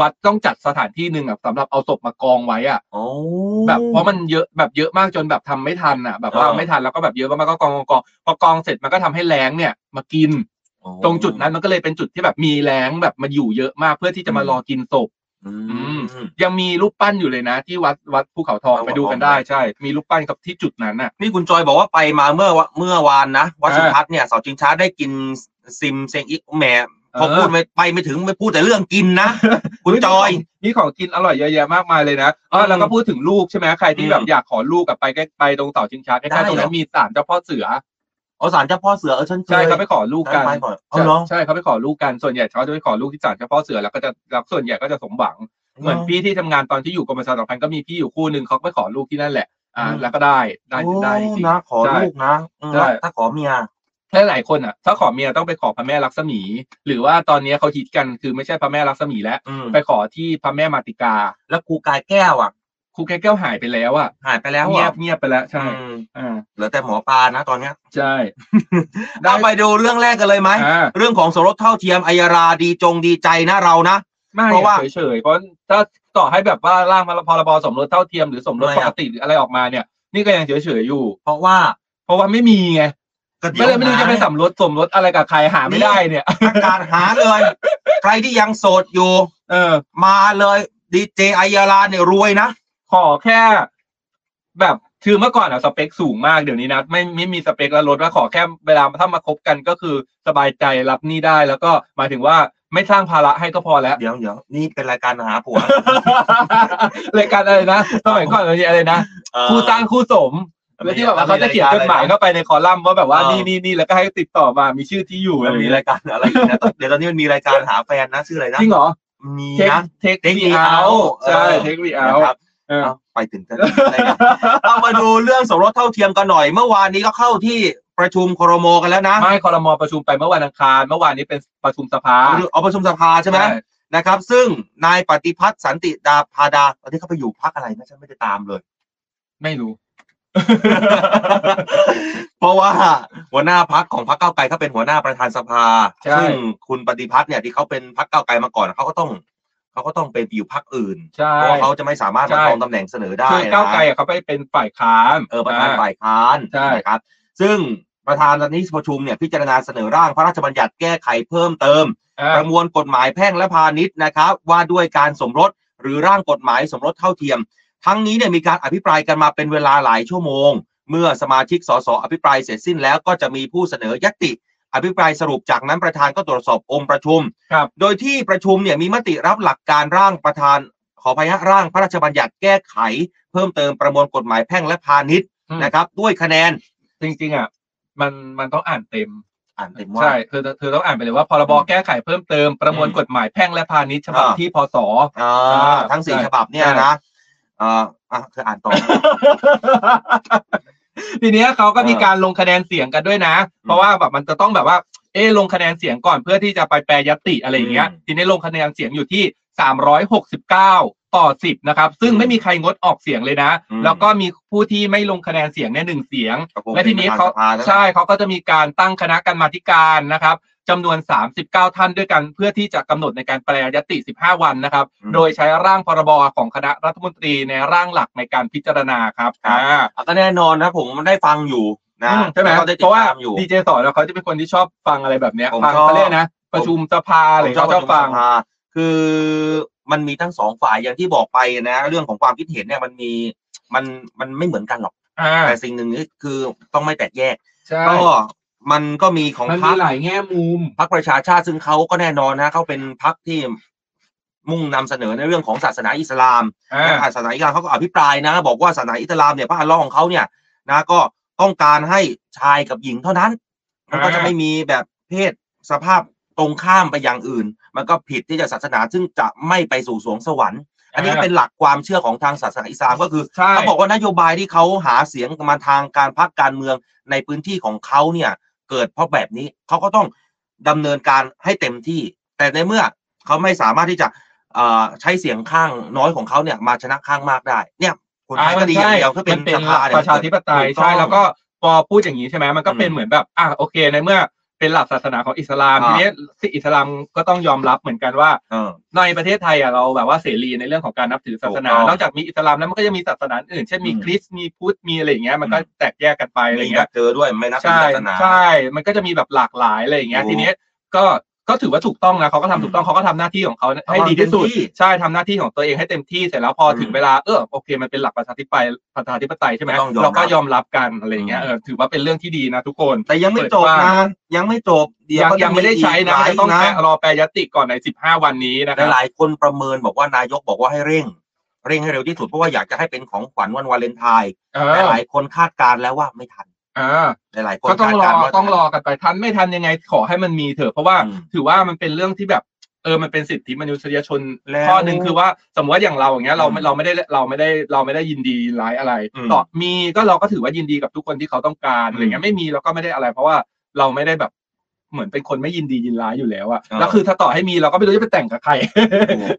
[SPEAKER 1] วัดต้องจัดสถานที่หนึ่งอ่ะสำหรับเอาศพมากองไว้อ่ะ
[SPEAKER 4] โอ้
[SPEAKER 1] แบบเพราะมันเยอะแบบเยอะมากจนแบบทำไม่ทันอ่ะ แบบว่า
[SPEAKER 4] อ่า
[SPEAKER 1] ไม่ทันแล้วก็แบบเยอะมากๆก็กองกองกองพอกองเสร็จมันก็ทำให้แรงเนี่ยมากิน
[SPEAKER 4] โอ้
[SPEAKER 1] ตรงจุดนั้นมันก็เลยเป็นจุดที่แบบมีแรงแบบมาอยู่เยอะมากเพื่อที่จะมารอกินศพ
[SPEAKER 4] อืม
[SPEAKER 1] ยังมีรูปปั้นอยู่เลยนะ ที่วัดวัดภูเขาทอง
[SPEAKER 4] วัดภู
[SPEAKER 1] ไป
[SPEAKER 4] เขาทอง
[SPEAKER 1] ดูกันได้ใช่ มีรูปปั้นกับที่จุดนั้นน่ะ
[SPEAKER 4] นี่คุณจอยบอกว่าไปมาเมื่อวะเมื่อวานนะวัด
[SPEAKER 1] อ่า
[SPEAKER 4] สุทัศน์เนี่ยเสาชิงช้าได้กินซิมเซงอีกแหมพอ
[SPEAKER 1] เออ
[SPEAKER 4] พูดไปไปไม่ถึงไม่พูดแต่เรื่องกินนะ คุณจอย
[SPEAKER 1] มีของกินอร่อยเยอะแยะมากมายเลยนะอ๋อแล้วก็พูดถึงลูกใช่ไหมใครที่
[SPEAKER 4] อืม
[SPEAKER 1] แบบอยากขอลูกกับไปใกล้ไปตรงเสาชิงช้าใก
[SPEAKER 4] ได้
[SPEAKER 1] ล้ๆตรงนั้น
[SPEAKER 4] เหรอ
[SPEAKER 1] มีศาลเจ้าพ่อเสือ
[SPEAKER 4] อ๋อสารเจ้าพ่อเสือเออฉันเคย
[SPEAKER 1] ใช่เขาไปขอลูกกัน
[SPEAKER 4] ไปก่อนเอา
[SPEAKER 1] ใช่
[SPEAKER 4] เหรอ
[SPEAKER 1] ใช่เขาไปขอลูกกันส่วนใหญ่เขาจะไปขอลูกที่ศาลเจ้าพ่อเสือแล้วก็จะแล้วส่วนใหญ่ก็จะสมหวัง เหมือนพี่ที่ทำงานตอนที่อยู่กรมประชาสัมพันธ์ก็มีพี่อยู่คู่หนึ่งเขาก็ไปขอลูกที่นั่นแหละอ่า
[SPEAKER 4] อืม
[SPEAKER 1] แล้วก็ได้ได้ได้จริง
[SPEAKER 4] โอ้นะขอลูกนะอืม
[SPEAKER 1] ใช่
[SPEAKER 4] ถ้าขอเมีย
[SPEAKER 1] และหลายคนอ่ะ ถ้าขอเมียต้องไปขอพระแม่ลักษมี หรือว่าตอนนี้เขาฮิตกันคือไม่ใช่พระแม่ลักษมีแล้ว
[SPEAKER 4] อืม
[SPEAKER 1] ไปขอที่พระแม่มาติกา
[SPEAKER 4] แล้วครูกายแก้วอ่ะ
[SPEAKER 1] ครูแก้วหายไปแล้วอ่ะ
[SPEAKER 4] หายไปแล้ว
[SPEAKER 1] เงีย
[SPEAKER 4] อ่ะ
[SPEAKER 1] บเงียบไปแล้วใช่
[SPEAKER 4] อืม
[SPEAKER 1] อ่า
[SPEAKER 4] เหลือแต่หมอปลานะตอนเนี้ย
[SPEAKER 1] ใช่ ได้
[SPEAKER 4] เราไปดูเรื่องแรกกันเลยไหม
[SPEAKER 1] อ่า
[SPEAKER 4] เรื่องของสมรสเท่าเทียมอัยราดีจงดีใจนะเรานะ
[SPEAKER 1] ไม่
[SPEAKER 4] เพราะว่า
[SPEAKER 1] เฉยๆเพราะถ้าต่อให้แบบว่าร่างพรบสมรสเท่าเทียมหรือสมรส
[SPEAKER 4] ไม่
[SPEAKER 1] ป
[SPEAKER 4] อะ
[SPEAKER 1] กติหรืออะไรออกมาเนี่ย นี่ก็ยังเฉยๆอยู่
[SPEAKER 4] เพราะว่า
[SPEAKER 1] เพราะว่าไม่มีไง
[SPEAKER 4] ก็
[SPEAKER 1] ไม่
[SPEAKER 4] เดี๋ยว
[SPEAKER 1] เลยไม่รู้จะไป
[SPEAKER 4] หา
[SPEAKER 1] สมรสสมรสอะไรกับใครหาไม่ได้เนี่ย
[SPEAKER 4] ประกาศหาเลย ใครที่ยังโสดอยู่
[SPEAKER 1] เออ
[SPEAKER 4] มาเลยดีเจไอยาลาเนี่ยรวยนะ
[SPEAKER 1] ขอแค่ แบบคือเมื่อก่อนอะสเปคสูงมากเดี๋ยวนี้นะไม่ไม่มีสเปคแล้วลดว่าขอแค่เวลาถ้ามาคบกันก็คือสบายใจรับหนี่ได้ แล้วก็หมายถึงว่าไม่สร้างภาระให้ก็พอแล้ว
[SPEAKER 4] เดี๋ยวเดี๋ยวนี่เป็นรายการหาผัว
[SPEAKER 1] รายการอะไรนะสมัยก่อนมันมีอะไรนะ
[SPEAKER 4] เอ่อ
[SPEAKER 1] คู่สร้างคู่สม แล้วที่แบบว่าเขาจะเขียนจดหมายเข้าไปในคอลัมน์ว่าแบบว่านี่นี่นี่แล้วก็ให้ติดต่อมามีชื่อที่อยู่
[SPEAKER 4] มั
[SPEAKER 1] อะไร
[SPEAKER 4] น
[SPEAKER 1] อย่าง
[SPEAKER 4] มี
[SPEAKER 1] เงี้ย
[SPEAKER 4] รายการอะไรอีกนะ เดี๋ยวตอนนี้มันมีรายการหาแฟนนะชื่ออะไรนะ
[SPEAKER 1] จริงเหรอ
[SPEAKER 4] มี
[SPEAKER 1] เทค
[SPEAKER 4] นะ
[SPEAKER 1] เทค
[SPEAKER 4] Take
[SPEAKER 1] วี
[SPEAKER 4] me
[SPEAKER 1] เอา
[SPEAKER 4] out
[SPEAKER 1] ใช่
[SPEAKER 4] เออ
[SPEAKER 1] เทควีเอา
[SPEAKER 4] นะครับ
[SPEAKER 1] เออ
[SPEAKER 4] เอ้าไปถึงกันเลยนะ เอามาดูเรื่องสมรสเท่าเทียมกันหน่อย เมื่อวานนี้ก็เข้าที่ประชุมครมกันแล้วนะ
[SPEAKER 1] ไม่คอรมอประชุมไปเมื่อวันอังคาร เมื่อวานนี้เป็นประชุมสภา
[SPEAKER 4] เอาประชุมสภาใช่ไหม นะครับ ซึ่งนายปฏิพัฒน์สันติดาพาดาตอนนี้เขาไปอยู่พักอะไรนะฉันไม่ได้ตามเลย
[SPEAKER 1] ไม่รู้
[SPEAKER 4] เพราะว่าหัวหน้าพักของพักเก้าวไกลเขาเป็นหัวหน้าประธานสภา
[SPEAKER 1] ใช่
[SPEAKER 4] ซึ่งคุณปฏิพัฒน์เนี่ยที่เขาเป็นพักเก้าวไกลมาก่อนเขาก็ต้องเขาก็ต้องไปอยู่พักอื่น
[SPEAKER 1] ใช่
[SPEAKER 4] เพราะว่าเขาจะไม่สามารถมา
[SPEAKER 1] ใช่
[SPEAKER 4] ครองตำแหน่งเสนอได้
[SPEAKER 1] คือก้าวไกล
[SPEAKER 4] นะ
[SPEAKER 1] อะเขาไปเป็นฝ่ายค้าน
[SPEAKER 4] เออประธาน
[SPEAKER 1] อ่
[SPEAKER 4] ฝ่ายค้าน
[SPEAKER 1] ใช่
[SPEAKER 4] นะครับ ซึ่งประธานในที่ประชุมเนี่ยพิจารณาเสนอร่างพระราชบัญญัติแก้ไขเพิ่มเติม
[SPEAKER 1] อ่า
[SPEAKER 4] ประมวลกฎหมายแพ่งและพาณิชย์นะครับ ว่าด้วยการสมรสหรือร่างกฎหมายสมรสเท่าเทียม ทั้งนี้เนี่ยมีการอภิปรายกันมาเป็นเวลาหลายชั่วโมง เมื่อสมาชิกสสอภิปรายเสร็จสิ้นแล้วก็จะมีผู้เสนอยติ อภิปรายสรุปจากนั้นประธานก็ตรวจสอบองค์ประชุม
[SPEAKER 1] ครับ
[SPEAKER 4] โดยที่ประชุมเนี่ยมีมติรับหลักการร่างประธาน ขอพยะร่างพระราชบัญญัติแก้ไข เพิ่มเติมประมวลกฎหมายแพ่งและพาณิชย์นะครับ ด้วยคะแนน
[SPEAKER 1] จริงๆอ่ะมันมันต้องอ่านเต็ม
[SPEAKER 4] อ่านเต็มว่า
[SPEAKER 1] ใช่เธอเธอต้องอ่านไปเลยว่าพรบแก้ไขเพิ่มเติมประมวลกฎหมายแพ่งและพาณิชย์ฉบับ
[SPEAKER 4] อ่า
[SPEAKER 1] ที่พศ
[SPEAKER 4] อ่าทั้งสี่
[SPEAKER 1] ใช่
[SPEAKER 4] ฉบับเนี่ย
[SPEAKER 1] ใช่
[SPEAKER 4] นะอ่าอ่ะเธออ่านต่อ
[SPEAKER 1] ทีเนี้ยเขาก็มี
[SPEAKER 4] เออ
[SPEAKER 1] การลงคะแนนเสียงกันด้วยนะ เพราะว่าแบบมันจะต้องแบบว่า เออลงคะแนนเสียงก่อนเพื่อที่จะไปแปรยตติอะไรอย่างเงี้ย
[SPEAKER 4] อืม
[SPEAKER 1] ทีนี้ลงคะแนนเสียงอยู่ที่ 369 ต่อ 10 นะครับ ซึ่ง
[SPEAKER 4] อืม
[SPEAKER 1] ไม่มีใครงดออกเสียงเลยนะ
[SPEAKER 4] อืม
[SPEAKER 1] แล้วก็มีผู้ที่ไม่ลงคะแนนเสียงเนี่ยหนึ่งเสียง
[SPEAKER 4] กับผม
[SPEAKER 1] และทีนี้
[SPEAKER 4] ป็
[SPEAKER 1] เขา
[SPEAKER 4] ประธนสภ
[SPEAKER 1] ใช่เขาก็จะมีการตั้งคณะกรรมาธิการนะครับจำนวน 39 ท่านด้วยกันเพื่อที่จะกำหนดในการแปรยตติ 15 วันนะครับ โดยใช้ร่างพรบของคณะรัฐมนตรีในร่างหลักในการพิจารณาครับอ่า
[SPEAKER 4] อ่ะก็แน่นอนนะผมได้ฟังอยู่นะ
[SPEAKER 1] อืมใช่ไหม
[SPEAKER 4] แล้วก็ได้ติ
[SPEAKER 1] เพ
[SPEAKER 4] ด
[SPEAKER 1] ราะว่า
[SPEAKER 4] ตามอยู่
[SPEAKER 1] ดีเจสอนเขาจะเป็นคนที่ชอบฟังอะไรแบบเนี้ย
[SPEAKER 4] ผม
[SPEAKER 1] ฟัง
[SPEAKER 4] ชอบ
[SPEAKER 1] เขาเรียกนะ ประชุมสภา
[SPEAKER 4] ผม
[SPEAKER 1] หรือเขาชอบ
[SPEAKER 4] ประชุม
[SPEAKER 1] ฟัง
[SPEAKER 4] สภาคือมันมีทั้งสองฝ่ายอย่างที่บอกไปนะ เรื่องของความคิดเห็นเนี่ยมันมีมันมันไม่เหมือนกันหรอก
[SPEAKER 1] อ่า
[SPEAKER 4] แต่สิ่งหนึ่งนี่คือต้องไม่แตกแยก
[SPEAKER 1] ใช่
[SPEAKER 4] ก็มันก็มีของ
[SPEAKER 1] มัน
[SPEAKER 4] พรร
[SPEAKER 1] มี
[SPEAKER 4] ค
[SPEAKER 1] หลายแง่มุม
[SPEAKER 4] พรรคประชาชาติซึ่งเขาก็แน่นอนนะเขาเป็นพรรคที่มุ่งนำเสนอในเรื่องของศาสนาอิสลาม
[SPEAKER 1] อ่า
[SPEAKER 4] นะศาสนาอิสลามเขาก็อภิปรายนะ บอกว่าศาสนาอิสลามเนี่ยพระอัลเลอฮ์ของเขาเนี่ยนะก็ต้องการให้ชายกับหญิงเท่านั้น มันก็
[SPEAKER 1] อ่า
[SPEAKER 4] จะไม่มีแบบเพศสภาพตรงข้ามไปอย่างอื่น มันก็ผิดที่จะศาสนาซึ่งจะไม่ไปสู่สวงสวรรค์ อันนี้ก็เป็นหลักความเชื่อของทางศาสนาอิสลามก็คือ
[SPEAKER 1] ใช่
[SPEAKER 4] เขาบอกว่านโยบายที่เขาหาเสียงมาทางการพักการเมืองในพื้นที่ของเขาเนี่ยเกิดเพราะแบบนี้เขาก็ต้องดำเนินการให้เต็มที่ แต่ในเมื่อเขาไม่สามารถที่จะ เอ่อใช้เสียงข้างน้อยของเขาเนี่ยมาชนะข้างมากได้ เนี่ยคนไทยก็ดีอย่างเดียวถ้าเป็
[SPEAKER 1] มันนเป็น
[SPEAKER 4] ส
[SPEAKER 1] หลั
[SPEAKER 4] ภากเนี่ย
[SPEAKER 1] ประชาธิปไตย
[SPEAKER 4] ถู
[SPEAKER 1] ใช่
[SPEAKER 4] อง
[SPEAKER 1] แล้วก็พอพูดอย่างนี้ใช่ไหมมันก็เป็น
[SPEAKER 4] อืม
[SPEAKER 1] เหมือนแบบอ่ะโอเคในเมื่อเป็นหลักศาสนาของอิสลาม
[SPEAKER 4] อ่า
[SPEAKER 1] ทีนี้อิสลามก็ต้องยอมรับเหมือนกันว่า
[SPEAKER 4] เออ
[SPEAKER 1] ในประเทศไทยอ่ะเราแบบว่าเสรีในเรื่องของการนับถือศาสนา
[SPEAKER 4] ถูกต้อง
[SPEAKER 1] นอกจากมีอิสลามแล้วมันก็จะมีศาสนาอื่น เช่นมี
[SPEAKER 4] อืม
[SPEAKER 1] คริสต์มีพุทธมีอะไรอย่างเงี้ยมันก็
[SPEAKER 4] อืม
[SPEAKER 1] แตกแยกกันไปอะไรอ
[SPEAKER 4] มี
[SPEAKER 1] ย่าง
[SPEAKER 4] แบ
[SPEAKER 1] เงี้ย
[SPEAKER 4] บเจอด้วยไม่นับถือ
[SPEAKER 1] ใช่
[SPEAKER 4] ศาสนา
[SPEAKER 1] ใช่ มันก็จะมีแบบหลากหลายอะไรอย่างเงี้ย
[SPEAKER 4] โอ้
[SPEAKER 1] ทีเนี้ยก็ก็ถือว่าถูกต้องนะเขาก็ทำถูกต้องเขาก็ทำหน้าที่ของเขาให้ดีที่สุด
[SPEAKER 4] ทำเต็มที่
[SPEAKER 1] ใช่ทำหน้าที่ของตัวเองให้เต็มที่เสร็จแล้วพออ
[SPEAKER 4] ม
[SPEAKER 1] ถึงเวลาเออโอเคมันเป็นหลักประชาธิปไตยประชาธิปไตยใช่ไหม
[SPEAKER 4] ต้องยอมรับ
[SPEAKER 1] เราก็ยอมรับกันอะไรอย่างเงี้ยเออถือว่าเป็นเรื่องที่ดีนะทุกคน
[SPEAKER 4] แต่ยังไม่จบ
[SPEAKER 1] เปิด
[SPEAKER 4] นะ
[SPEAKER 1] บ้าง
[SPEAKER 4] ยังไม่จบเดี๋ยว
[SPEAKER 1] ยัง
[SPEAKER 4] ก็
[SPEAKER 1] ยังไม่ได้ใช้นะ
[SPEAKER 4] หลาย
[SPEAKER 1] จะต้อง
[SPEAKER 4] นะ
[SPEAKER 1] แปะรอแปรยตติก่อนใน 15 วันนี้นะค
[SPEAKER 4] แต่
[SPEAKER 1] รับ
[SPEAKER 4] หลายคนประเมินบอกว่านายกบอกว่าให้เร่ง เร่งให้เร็วที่สุดเพราะว่าอยากจะให้เป็นของขวัญวันวาเลนไทน์
[SPEAKER 1] เอ
[SPEAKER 4] แต่
[SPEAKER 1] อ
[SPEAKER 4] หลายคนคาดการณ์แล้วว่าไม่ทัน
[SPEAKER 1] เออ
[SPEAKER 4] แต่หลายคน
[SPEAKER 1] ก็ต้องร
[SPEAKER 4] คา
[SPEAKER 1] อ
[SPEAKER 4] ดการณ์ว่า
[SPEAKER 1] ต้องรอกันไปทันไม่ทันยังไงขอให้มันมีเถอะเพราะว่า
[SPEAKER 4] อืม
[SPEAKER 1] ถือว่ามันเป็นเรื่องที่แบบเออมันเป็นสิทธิมนุษยชน
[SPEAKER 4] แล้ว
[SPEAKER 1] ข้อหนึ่งคือว่าสมมติว่าอย่างเราอย่างเงี้ยเราไม่
[SPEAKER 4] อืม
[SPEAKER 1] เราไม่ได้เราไม่ได้เราไม่ได้ยินดีร้ายอะไร
[SPEAKER 4] อืม
[SPEAKER 1] ต่อมีก็เราก็ถือว่ายินดีกับทุกคนที่เขาต้องการ
[SPEAKER 4] อืม
[SPEAKER 1] อะไรเงี้ยไม่มีเราก็ไม่ได้อะไร เพราะว่าเราไม่ได้แบบเหมือนเป็นคนไม่ยินดียินร้ายอยู่แล้วอะ
[SPEAKER 4] อ่า
[SPEAKER 1] แล้วคือถ้าต่อให้มีเราก็ไม่รู้จะไปแต่งกับใคร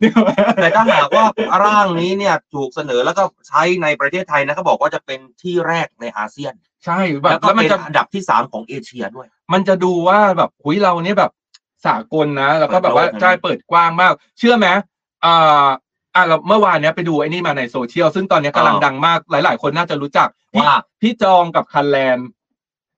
[SPEAKER 1] นึกออกไหม
[SPEAKER 4] แต่ถ้าหากว่าร่างนี้เนี่ยถูกเสนอแล้วก็ใช้ในประเทศไทยนะเขาบอกว่าจะเป็นที่แรกในอาเซียน
[SPEAKER 1] ใช่แบ
[SPEAKER 4] แบบ บแล้ว
[SPEAKER 1] มั
[SPEAKER 4] มัน น
[SPEAKER 1] จะ
[SPEAKER 4] จะอันดับที่สามของเอเชียด้วย
[SPEAKER 1] มันจะดูว่าแบบคุยเราเนี่ยแบบสากลนะ แล้วก็แบบว่า
[SPEAKER 4] เปิดโลกนะ
[SPEAKER 1] ใช่เปิดกว้างมาก เชื่อไหมอ่าอ่ะเราเมื่อวานเนี้ยไปดูไอ้นี่มาในโซเชียล ซึ่งตอนเนี้ยกำลัง
[SPEAKER 4] อ่า
[SPEAKER 1] ดังมากหลาย ๆ คนน่าจะรู้จักพี่
[SPEAKER 4] ว่า
[SPEAKER 1] พี่จองกับคันแลน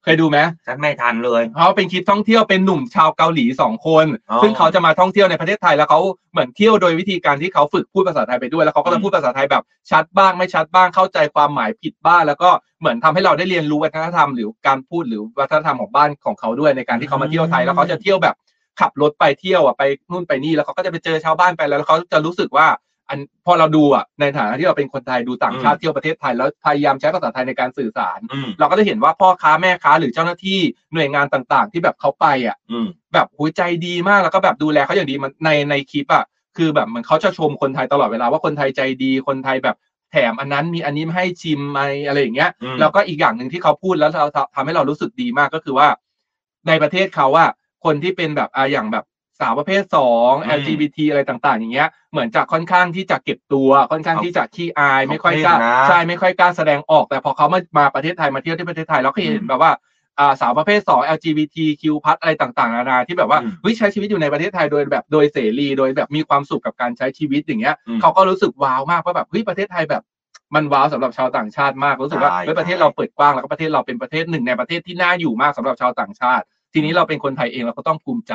[SPEAKER 1] เคยดูไหม
[SPEAKER 4] ฉันไม่ทันเลย
[SPEAKER 1] เขาเป็นคลิปท่องเที่ยวเป็นหนุ่มชาวเกาหลีสองคน
[SPEAKER 4] อ๋อ
[SPEAKER 1] ซึ่งเขาจะมาท่องเที่ยวในประเทศไทยแล้วเขาเหมือนเที่ยวโดยวิธีการที่เขาฝึกพูดภาษาไทยไปด้วยแล้วเขาก็จะ
[SPEAKER 4] อืม
[SPEAKER 1] พูดภาษาไทยแบบชัดบ้างไม่ชัดบ้างเข้าใจความหมายผิดบ้างแล้วก็เหมือนทำให้เราได้เรียนรู้วัฒนธรรมหรือการพูดหรือวัฒนธรรมของบ้านของเขาด้วยในการที่เขามาเที่ยวไทยแล้วเขาจะเที่ยวแบบขับรถไปเที่ยวอ่ะไปนู่นไปนี่แล้วเขาก็จะไปเจอชาวบ้านไปแล้วแล้วเขาจะรู้สึกว่า อันพอเราดูอ่ะในฐานะที่เราเป็นคนไทยดูต่างชาติเที่ยวประเทศไทยแล้วพยายามใช้ภาษาไทยในการสื่อสาร
[SPEAKER 4] อืม
[SPEAKER 1] เราก็จะเห็นว่าพ่อค้าแม่ค้าหรือเจ้าหน้าที่หน่วยงานต่าง ๆ ที่แบบเขาไปอ่ะ
[SPEAKER 4] อืม
[SPEAKER 1] แบบหัวใจดีมากแล้วก็แบบดูแลเขาอย่างดีมันในในคลิปอ่ะคือแบบเหมันเขาจะชมคนไทยตลอดเวลาว่าคนไทยใจดีคนไทยแบบแถมอันนั้นมีอันนี้ให้ชิมไหมอะไรอย่างเงี้ย
[SPEAKER 4] อืม
[SPEAKER 1] แล้วก็อีกอย่างหนึ่งที่เขาพูดแล้วเราทำให้เรารู้สึกดีมากก็คือว่า ในประเทศเขาอ่ะคนที่เป็นแบบอะอย่างแบบสาวประเภทสอง LGBT อะไรต่าง ๆ อย่างเงี้ยเหมือนจะค่อนข้างที่จะเก็บตัวค่อนข้างที่จะขี้อาย ไม่ค่อยกล้า
[SPEAKER 4] เขาเครียดนะ
[SPEAKER 1] ใช่ไม่ค่อยกล้าแสดงออกแต่พอเขามามาประเทศไทยมาเที่ยวที่ประเทศไทยเราก็เห็
[SPEAKER 4] อื
[SPEAKER 1] น
[SPEAKER 4] ม
[SPEAKER 1] แบบว่าอ่าสาวประเภทสอง LGBTQ+ อะไรต่างๆนานาที่แบบว่า
[SPEAKER 4] อืม
[SPEAKER 1] เฮ้ยใช้ชีวิตอยู่ในประเทศไทยโดยแบบโดยเสรีโดยแบบมีความสุขกับการใช้ชีวิตอย่างเงี้ย
[SPEAKER 4] อืม
[SPEAKER 1] เขาก็รู้สึกว้าวมากว่าแบบเฮ้ยประเทศไทยแบบ มันว้าวสำหรับชาวต่างชาติมากรู้สึกว่า
[SPEAKER 4] ใช่
[SPEAKER 1] เฮ้ยประเทศ
[SPEAKER 4] ใช่
[SPEAKER 1] เราเปิดกว้างแล้วก็ประเทศเราเป็นประเทศหนึ่งในประเทศที่น่าอยู่มากสำหรับชาวต่างชาติ ทีนี้เราเป็นคนไทยเองเราก็ต้องภูมิใจ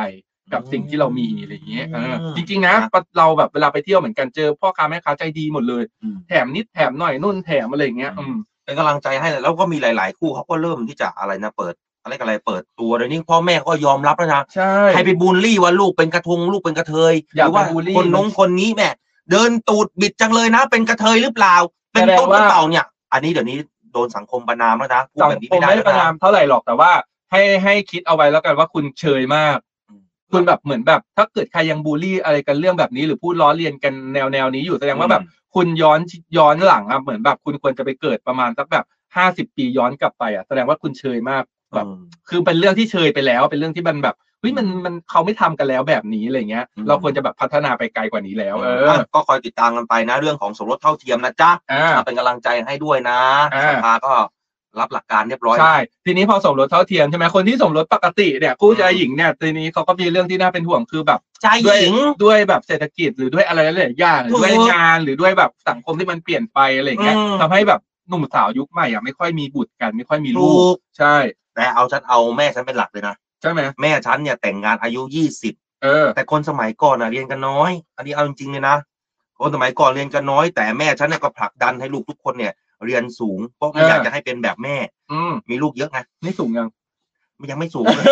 [SPEAKER 1] กับสิ่งที่เรามีอะไรอย่างเงี้ยเออจริงๆนะปะเราแบบเวลาไปเที่ยวเหมือนกันเจอพ่อค้าแม่ค้าใจดีหมดเลย
[SPEAKER 4] อืม
[SPEAKER 1] แถมนิดแถมหน่อยนู่นแถมอะไรอย่างเงี้ยอืม
[SPEAKER 4] เป็นกำลังใจให้เลยแล้วก็มีหลาย ๆ คู่เขาก็เริ่มที่จะอะไรนะเปิด อะไรกันอะไรเปิดตัวเดี๋ยวนี้พ่อแม่ก็ยอมรับแล้วนะ
[SPEAKER 1] ใช่
[SPEAKER 4] ใครไปบูลลี่ว่าลูกเป็นกระทงลูกเป็นกระเทยห
[SPEAKER 1] อย่า
[SPEAKER 4] รืว่า
[SPEAKER 1] ไปบูลลี่
[SPEAKER 4] คนน้องคนนี้แหม่เดินตูดบิดจังเลยนะ เป็นกระเทยหรือเปล่า เป็น
[SPEAKER 1] แสดง
[SPEAKER 4] ตุ๊ดห
[SPEAKER 1] ว่า
[SPEAKER 4] รือเปล่าเนี่ย อันนี้เดี๋ยวนี้โดนสังคมประนามแล้วนะพูด
[SPEAKER 1] สัง
[SPEAKER 4] แบบนี้
[SPEAKER 1] คม
[SPEAKER 4] ไม่
[SPEAKER 1] ไม่ได้
[SPEAKER 4] ได้แล้ว
[SPEAKER 1] ประนาม
[SPEAKER 4] นะ
[SPEAKER 1] เท่าไหร่หรอกแต่ว่า ให้ให้คิดเอาไว้แล้วกันว่าคุณเชยมาก
[SPEAKER 4] อืม
[SPEAKER 1] คุณแบบเหมือนแบบ ถ้าเกิดใครยังบูลลี่อะไรกันเรื่องแบบนี้ หรือพูดล้อเลียนกันแนวแนวนี้อยู่แสดงว่าแบบ คุณย้อนย้อนหลังอ่ะเหมือนแบบคุณควรจะไปเกิดประมาณสักแบบห้าสิบปีย้อนกลับไปอ่ะแสดงว่าคุณเชยมากแบบ คือเป็นเรื่องที่เชยไปแล้ว เป็นเรื่องที่มันแบบเฮ้ยมันมันเขาไม่ทำกันแล้วแบบนี้อะไรเงี้ย
[SPEAKER 4] อืม
[SPEAKER 1] เราควรจะแบบพัฒนาไปไกลกว่านี้แล้ว เออ
[SPEAKER 4] อ่ะก็คอยติดตามกันไปนะ เรื่องของสมรสเท่าเทียมนะจ๊ะ
[SPEAKER 1] อ่า
[SPEAKER 4] เป็นกำลังใจให้ด้วยนะ
[SPEAKER 1] อ่า
[SPEAKER 4] สภาก็รับหลักการเรียบร้อย
[SPEAKER 1] ใช่ ทีนี้พอสมรสเท่าเทียมใช่ไหมคนที่สมรสปกติเนี่ยคู่ชาย
[SPEAKER 4] อืม
[SPEAKER 1] หญิงเนี่ยทีนี้เขาก็มีเรื่องที่น่าเป็นห่วงคือแบบ
[SPEAKER 4] ชายห
[SPEAKER 1] ด้วย
[SPEAKER 4] ญิง
[SPEAKER 1] ด้วยแบบเศรษฐกิจหรือด้วยอะไรหลายๆอย่างหรือด้วย
[SPEAKER 4] ถูก
[SPEAKER 1] งานหรือด้วยแบบสังคมที่มันเปลี่ยนไปอะไรอย่างเงี้ย
[SPEAKER 4] อืม
[SPEAKER 1] ทำให้แบบหนุ่มสาวยุคใหม่อะไม่ค่อยมีบุตรกันไม่ค่อยมี
[SPEAKER 4] ถู
[SPEAKER 1] ลู
[SPEAKER 4] ก
[SPEAKER 1] กใช่
[SPEAKER 4] แต่เอาฉันเอาแม่ฉันเป็นหลักเลยนะ
[SPEAKER 1] ใช่ไหม
[SPEAKER 4] แม่ฉันเนี่ยแต่งงานอายุยี่สิบ
[SPEAKER 1] เออ
[SPEAKER 4] แต่คนสมัยก่อนน่ะเรียนกันน้อย อันนี้เอาจริงๆเลยนะ คนสมัยก่อนเรียนกันน้อย แต่แม่ฉันเนี่ยก็ผลักดันให้ลูกทุกคนเนี่ย เรียนสูงเพราะไม่
[SPEAKER 1] เออ
[SPEAKER 4] อ
[SPEAKER 1] อ
[SPEAKER 4] ยากจะให้เป็นแบบแม่
[SPEAKER 1] อืม
[SPEAKER 4] มีลูกเยอะไง
[SPEAKER 1] นี่สูงยัง
[SPEAKER 4] มันยังไม่สูง เลย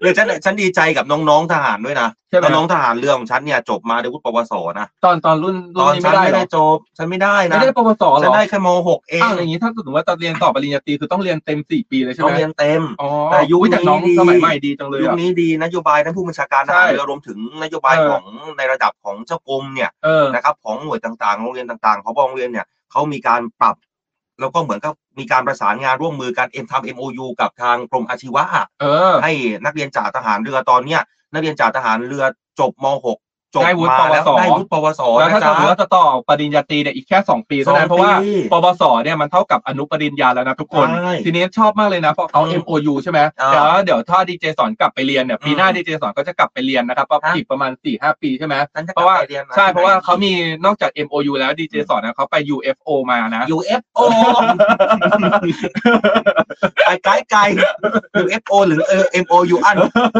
[SPEAKER 4] เดี๋ยวฉันฉันดีใจกับน้องๆทหารด้วยนะ
[SPEAKER 1] ใช่ไหม
[SPEAKER 4] น้องๆทหารเรือของฉันเนี่ยจบมาด้วยวุฒิปวสนะ
[SPEAKER 1] ตอนตอนรุ่น
[SPEAKER 4] ต
[SPEAKER 1] รุ่น
[SPEAKER 4] อน
[SPEAKER 1] นี้
[SPEAKER 4] ฉั
[SPEAKER 1] ไม่
[SPEAKER 4] น
[SPEAKER 1] ได้เหร
[SPEAKER 4] ไม่ได้
[SPEAKER 1] อ
[SPEAKER 4] จบ ฉันไม่ได้
[SPEAKER 1] ไม่
[SPEAKER 4] นะ
[SPEAKER 1] ได้ปวสเหร
[SPEAKER 4] ฉัน
[SPEAKER 1] อ
[SPEAKER 4] ได้แค่ม .6 เอง
[SPEAKER 1] อ้าวอย่างนี้ถ้าสมมติว่าตอนเรียนต่อปริญญาตรีคือต้องเรียนเต็มสี่ปีเลยใช่
[SPEAKER 4] ต้
[SPEAKER 1] ไห
[SPEAKER 4] อ
[SPEAKER 1] ม
[SPEAKER 4] งเรียนเต็ม
[SPEAKER 1] อ๋อ
[SPEAKER 4] แต่ยุค
[SPEAKER 1] อุ๊แต่น้อง
[SPEAKER 4] นี้
[SPEAKER 1] สมัยใหม่ดีจังเลย
[SPEAKER 4] ยุค
[SPEAKER 1] อะ
[SPEAKER 4] นี้ดีนโยบายท่านผู้บัญชาการท
[SPEAKER 1] ใช่
[SPEAKER 4] หารเรือรวมถึงนโยบาย
[SPEAKER 1] เออ
[SPEAKER 4] ของในระดับของเจ้ากรมเนี่ย
[SPEAKER 1] เออ
[SPEAKER 4] นะครับของหน่วยต่างๆ โรงเรียนต่างๆของโรงเรียนเนี่ยเขามีการปรับ แล้วก็เหมือนกับมีการประสานงานร่วมมือกันเอ็มทำเอ็มโอกับทางกรมอาชีวะอะ
[SPEAKER 1] เออ
[SPEAKER 4] ให้นักเรียนจ่าทหารเรือตอนเนี้ยนักเรียนจ่าทหารเรือจบม .6 จบ
[SPEAKER 1] ได้วุฒิ
[SPEAKER 4] มาแล้ว
[SPEAKER 1] ปวส
[SPEAKER 4] ได้วุฒิปวส
[SPEAKER 1] แล้วถ้า
[SPEAKER 4] นะ
[SPEAKER 1] สมมติว่า
[SPEAKER 4] จ๊ะ
[SPEAKER 1] จะต่อปริญญาตรีเนี่ยอีกแค่ 2 ปีเท่านั้
[SPEAKER 4] สอน ง
[SPEAKER 1] เพราะว่า
[SPEAKER 4] ปี
[SPEAKER 1] ปวสเนี่ยมันเท่ากับอนุปริญญาแล้วนะทุกคน
[SPEAKER 4] ใช่
[SPEAKER 1] ทีนี้ชอบมากเลยนะเพราะเขา
[SPEAKER 4] อืม
[SPEAKER 1] MOU ใช่ไหม
[SPEAKER 4] อ่า
[SPEAKER 1] แล้วเดี๋ยวถ้าดีเจสอนกลับไปเรียนเนี่ยปีหน้า
[SPEAKER 4] อืม
[SPEAKER 1] ดีเจสอนก็จะกลับไปเรียนนะครับ
[SPEAKER 4] ครับ
[SPEAKER 1] อีกประมาณ4ี่ห้าปีใช่ไหม
[SPEAKER 4] ฉันจก
[SPEAKER 1] เพ
[SPEAKER 4] ลับ
[SPEAKER 1] ราะว่า
[SPEAKER 4] ไปยนน
[SPEAKER 1] ใช่เพราะว่าเขามีนอกจาก MOU แล้วดีเจสอนนะเขาไป UFO มานะ
[SPEAKER 4] อยู่ UFO ไกลไกลๆ UFO หรือเออ MOU อัน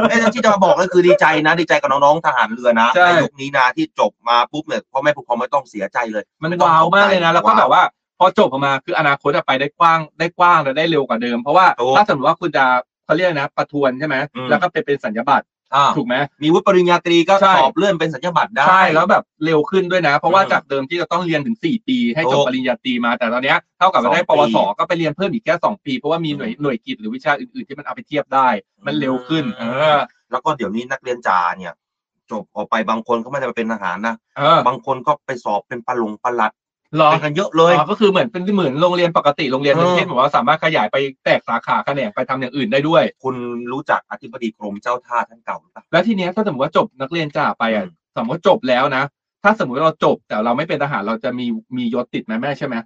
[SPEAKER 4] ไอ้ยที่จะมาบอกก็คือดีใจนะดีใจกับน้องๆทหารเรือนะ
[SPEAKER 1] ใช่
[SPEAKER 4] ในยุคนี้นะที่จบมาปุ๊บเนี่ยพ่อแม่ผู้ปกครองไม่ต้องเสียใจเลย
[SPEAKER 1] มันว้าวมากเลยนะ แล้วก็
[SPEAKER 4] ว้าว
[SPEAKER 1] แบบว่า พอจบออกมาคืออนาคตอะไปได้กว้างได้กว้างและได้เร็วกว่าเดิม เพราะว่า
[SPEAKER 4] ถูก
[SPEAKER 1] ถ้าสมมติว่าคุณจะเขาเรียกนะประทวนใช่ไหม
[SPEAKER 4] อืม
[SPEAKER 1] แล้วก็ไปเป็นสัญญาบัตร
[SPEAKER 4] อ่า
[SPEAKER 1] ถูกไหม
[SPEAKER 4] มีวุฒิปริญญาตรีก็
[SPEAKER 1] ใช่
[SPEAKER 4] สอบเลื่อนเป็นสัญญาบัตรได้
[SPEAKER 1] ใช่แล้วแบบเร็วขึ้นด้วยนะ เพราะว่า
[SPEAKER 4] อืม
[SPEAKER 1] จากเดิมที่จะต้องเรียนถึง 4 ปีให้จบ
[SPEAKER 4] โอ้
[SPEAKER 1] ปริญญาตรีมาแต่ตอนเนี้ยเท่ากับว่าได้
[SPEAKER 4] สองปี
[SPEAKER 1] ปวสก็ไปเรียนเพิ่มอีกแค่2 ปี เพราะว่ามีหน่วยหน่วยกิจหรือวิชาอื่นๆ ที่มันเอาไปเทียบได้ มันเร็วขึ้น
[SPEAKER 4] อื
[SPEAKER 1] เอ
[SPEAKER 4] ม
[SPEAKER 1] อ
[SPEAKER 4] แล้วก็เดี๋ยวนี้นักเรียนจ่าเนี่ย จบออกไปบางคนก็ไม่ได้ไปเป็นทหารนะ
[SPEAKER 1] เออบ
[SPEAKER 4] างคนก็ไปสอบเป็นปลงปลัด
[SPEAKER 1] เหรอ
[SPEAKER 4] เป็นกันเยอะเลย
[SPEAKER 1] อ๋อก็คือเหมือนเป็นเหมือนโรงเรียนปกติโรงเรียนหนึ่ง
[SPEAKER 4] เออ
[SPEAKER 1] ที่แบบว่าสามารถขยายไปแตกสาขาแขนงไปทำอย่างอื่นได้ด้วย
[SPEAKER 4] คุณรู้จักอธิบดีกรมเจ้าท่าท่านเก่าหรือเปล่า
[SPEAKER 1] แล้วทีเนี้ยถ้าสมมติว่าจบนักเรียนจ่าไปอ่ะ
[SPEAKER 4] อืม
[SPEAKER 1] สมมติว่าจบแล้วนะ ถ้าสมมติว่าเราจบแต่เราไม่เป็นทหารเราจะมีมียศติดไหมแม่ใช่ไหม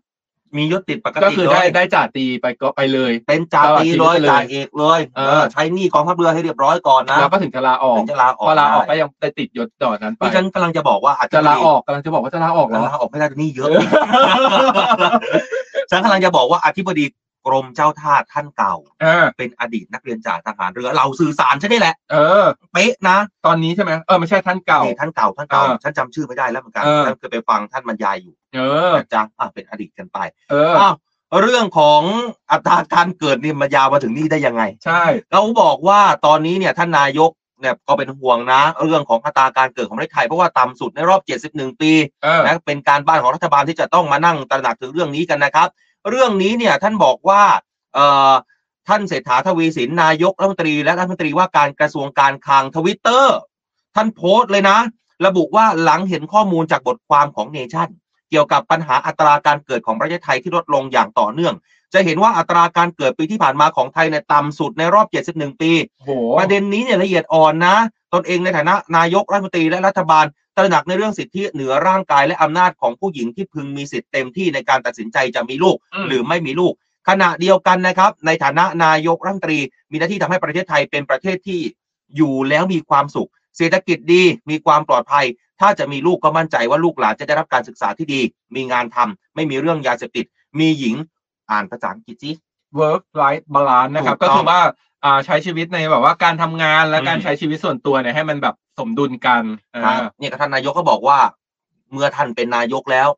[SPEAKER 4] มียศติดปกติ
[SPEAKER 1] ก็คือได้
[SPEAKER 4] เลย
[SPEAKER 1] ได้จ่าตรีไปก็ไปเลย
[SPEAKER 4] เป็นจ่าตรีเลยจ่าเอกเลย
[SPEAKER 1] เออ
[SPEAKER 4] เออใช้หนี้กองทัพเรือให้เรียบร้อยก่อนนะ
[SPEAKER 1] แล้วก็ถึงจะลาออ
[SPEAKER 4] ถึ
[SPEAKER 1] ก
[SPEAKER 4] งจะลาออก
[SPEAKER 1] พอลาออกก็
[SPEAKER 4] ได้
[SPEAKER 1] ยังได้ติดยศดอดนั้นไป
[SPEAKER 4] ที่ฉันกำลังจะบอกว่าอาจ
[SPEAKER 1] จะลาออกกำลังจะบอกว่าจะลาออกเหรอ
[SPEAKER 4] ลาออกไม่ได้หนี้เย อะ
[SPEAKER 1] เออ
[SPEAKER 4] ฉันกำลังจะบอกว่าอธิบดีกรมเจ้าท่าท่านเก่า
[SPEAKER 1] เออ
[SPEAKER 4] เป็นอดีตนักเรียนจ่าทหารเรือเราสื่อสารใช่ไหมแหละ
[SPEAKER 1] เออ
[SPEAKER 4] เป๊ะนะ
[SPEAKER 1] ตอนนี้ใช่ไหมเออไม่ใช่ท่านเก่า
[SPEAKER 4] นี่ท่านเก่าท่านเก่า
[SPEAKER 1] เออ
[SPEAKER 4] ฉันจำชื่อไม่ได้แล้วเหมือนกัน
[SPEAKER 1] เออ
[SPEAKER 4] ฉันเคยไปฟังท่านบรรยายอยู่
[SPEAKER 1] เออ
[SPEAKER 4] นะจ้าอ่ะเป็นอดีตกันไป
[SPEAKER 1] เออ
[SPEAKER 4] อ้าวเรื่องของอัตราการเกิดเนี่ยมายาวมาถึงนี่ได้ยังไง
[SPEAKER 1] ใช่
[SPEAKER 4] เขาบอกว่าตอนนี้เนี่ยท่านนายก เนี่ยก็เป็นห่วงนะ เรื่องของอัตราการเกิดของประเทศไทยเพราะว่าต่ำสุดในรอบ 71 ปี
[SPEAKER 1] เออ
[SPEAKER 4] นะเป็นการบ้านของรัฐบาลที่จะต้องมานั่งตระหนักถึงเรื่องนี้กันนะครับ เรื่องนี้เนี่ยท่านบอกว่าเอ่อท่านเศรษฐาทวีสินนายกรัฐมนตรี และรัฐมนตรีว่าการกระทรวงการคลังทวิตเตอร์ ท่านโพสต์เลยนะ ระบุว่าหลังเห็นข้อมูลจากบทความของเนชั่น เกี่ยวกับปัญหาอัตราการเกิดของประเทศไทยที่ลดลงอย่างต่อเนื่อง จะเห็นว่าอัตราการเกิดปีที่ผ่านมาของไทยเนี่ยต่ำสุดในรอบ 71 ปี
[SPEAKER 1] โห
[SPEAKER 4] ประเด็นนี้เนี่ยละเอียดอ่อนนะ ตนเองในฐานะนายกรัฐมนตรีและรัฐบาล ตระหนักในเรื่องสิทธิเหนือร่างกายและอำนาจของผู้หญิงที่พึงมีสิทธิเต็มที่ในการตัดสินใจจะมีลูก
[SPEAKER 1] อืม
[SPEAKER 4] หรือไม่มีลูก ขณะเดียวกันนะครับ ในฐานะนายกรัฐมนตรี มีหน้าที่ทำให้ประเทศไทยเป็นประเทศที่อยู่แล้วมีความสุข เศรษฐกิจดีมีความปลอดภัย ถ้าจะมีลูกก็มั่นใจว่าลูกหลานจะได้รับการศึกษาที่ดี มีงานทำไม่มีเรื่องยาเสพติด มีหญิงอ่านภาษาอังกฤษสิ
[SPEAKER 1] work life balance นะครับ
[SPEAKER 4] ถู
[SPEAKER 1] ก็
[SPEAKER 4] กต้อง
[SPEAKER 1] คือว่าอ่าใช้ชีวิตในแบบว่าการทำงานและ
[SPEAKER 4] อืม
[SPEAKER 1] การใช้ชีวิตส่วนตัวเนี่ยให้มันแบบสมดุลกันเออ
[SPEAKER 4] ครับเนี่ยก็ท่านนายกก็บอกว่า เมื่อท่านเป็นนายกแล้ว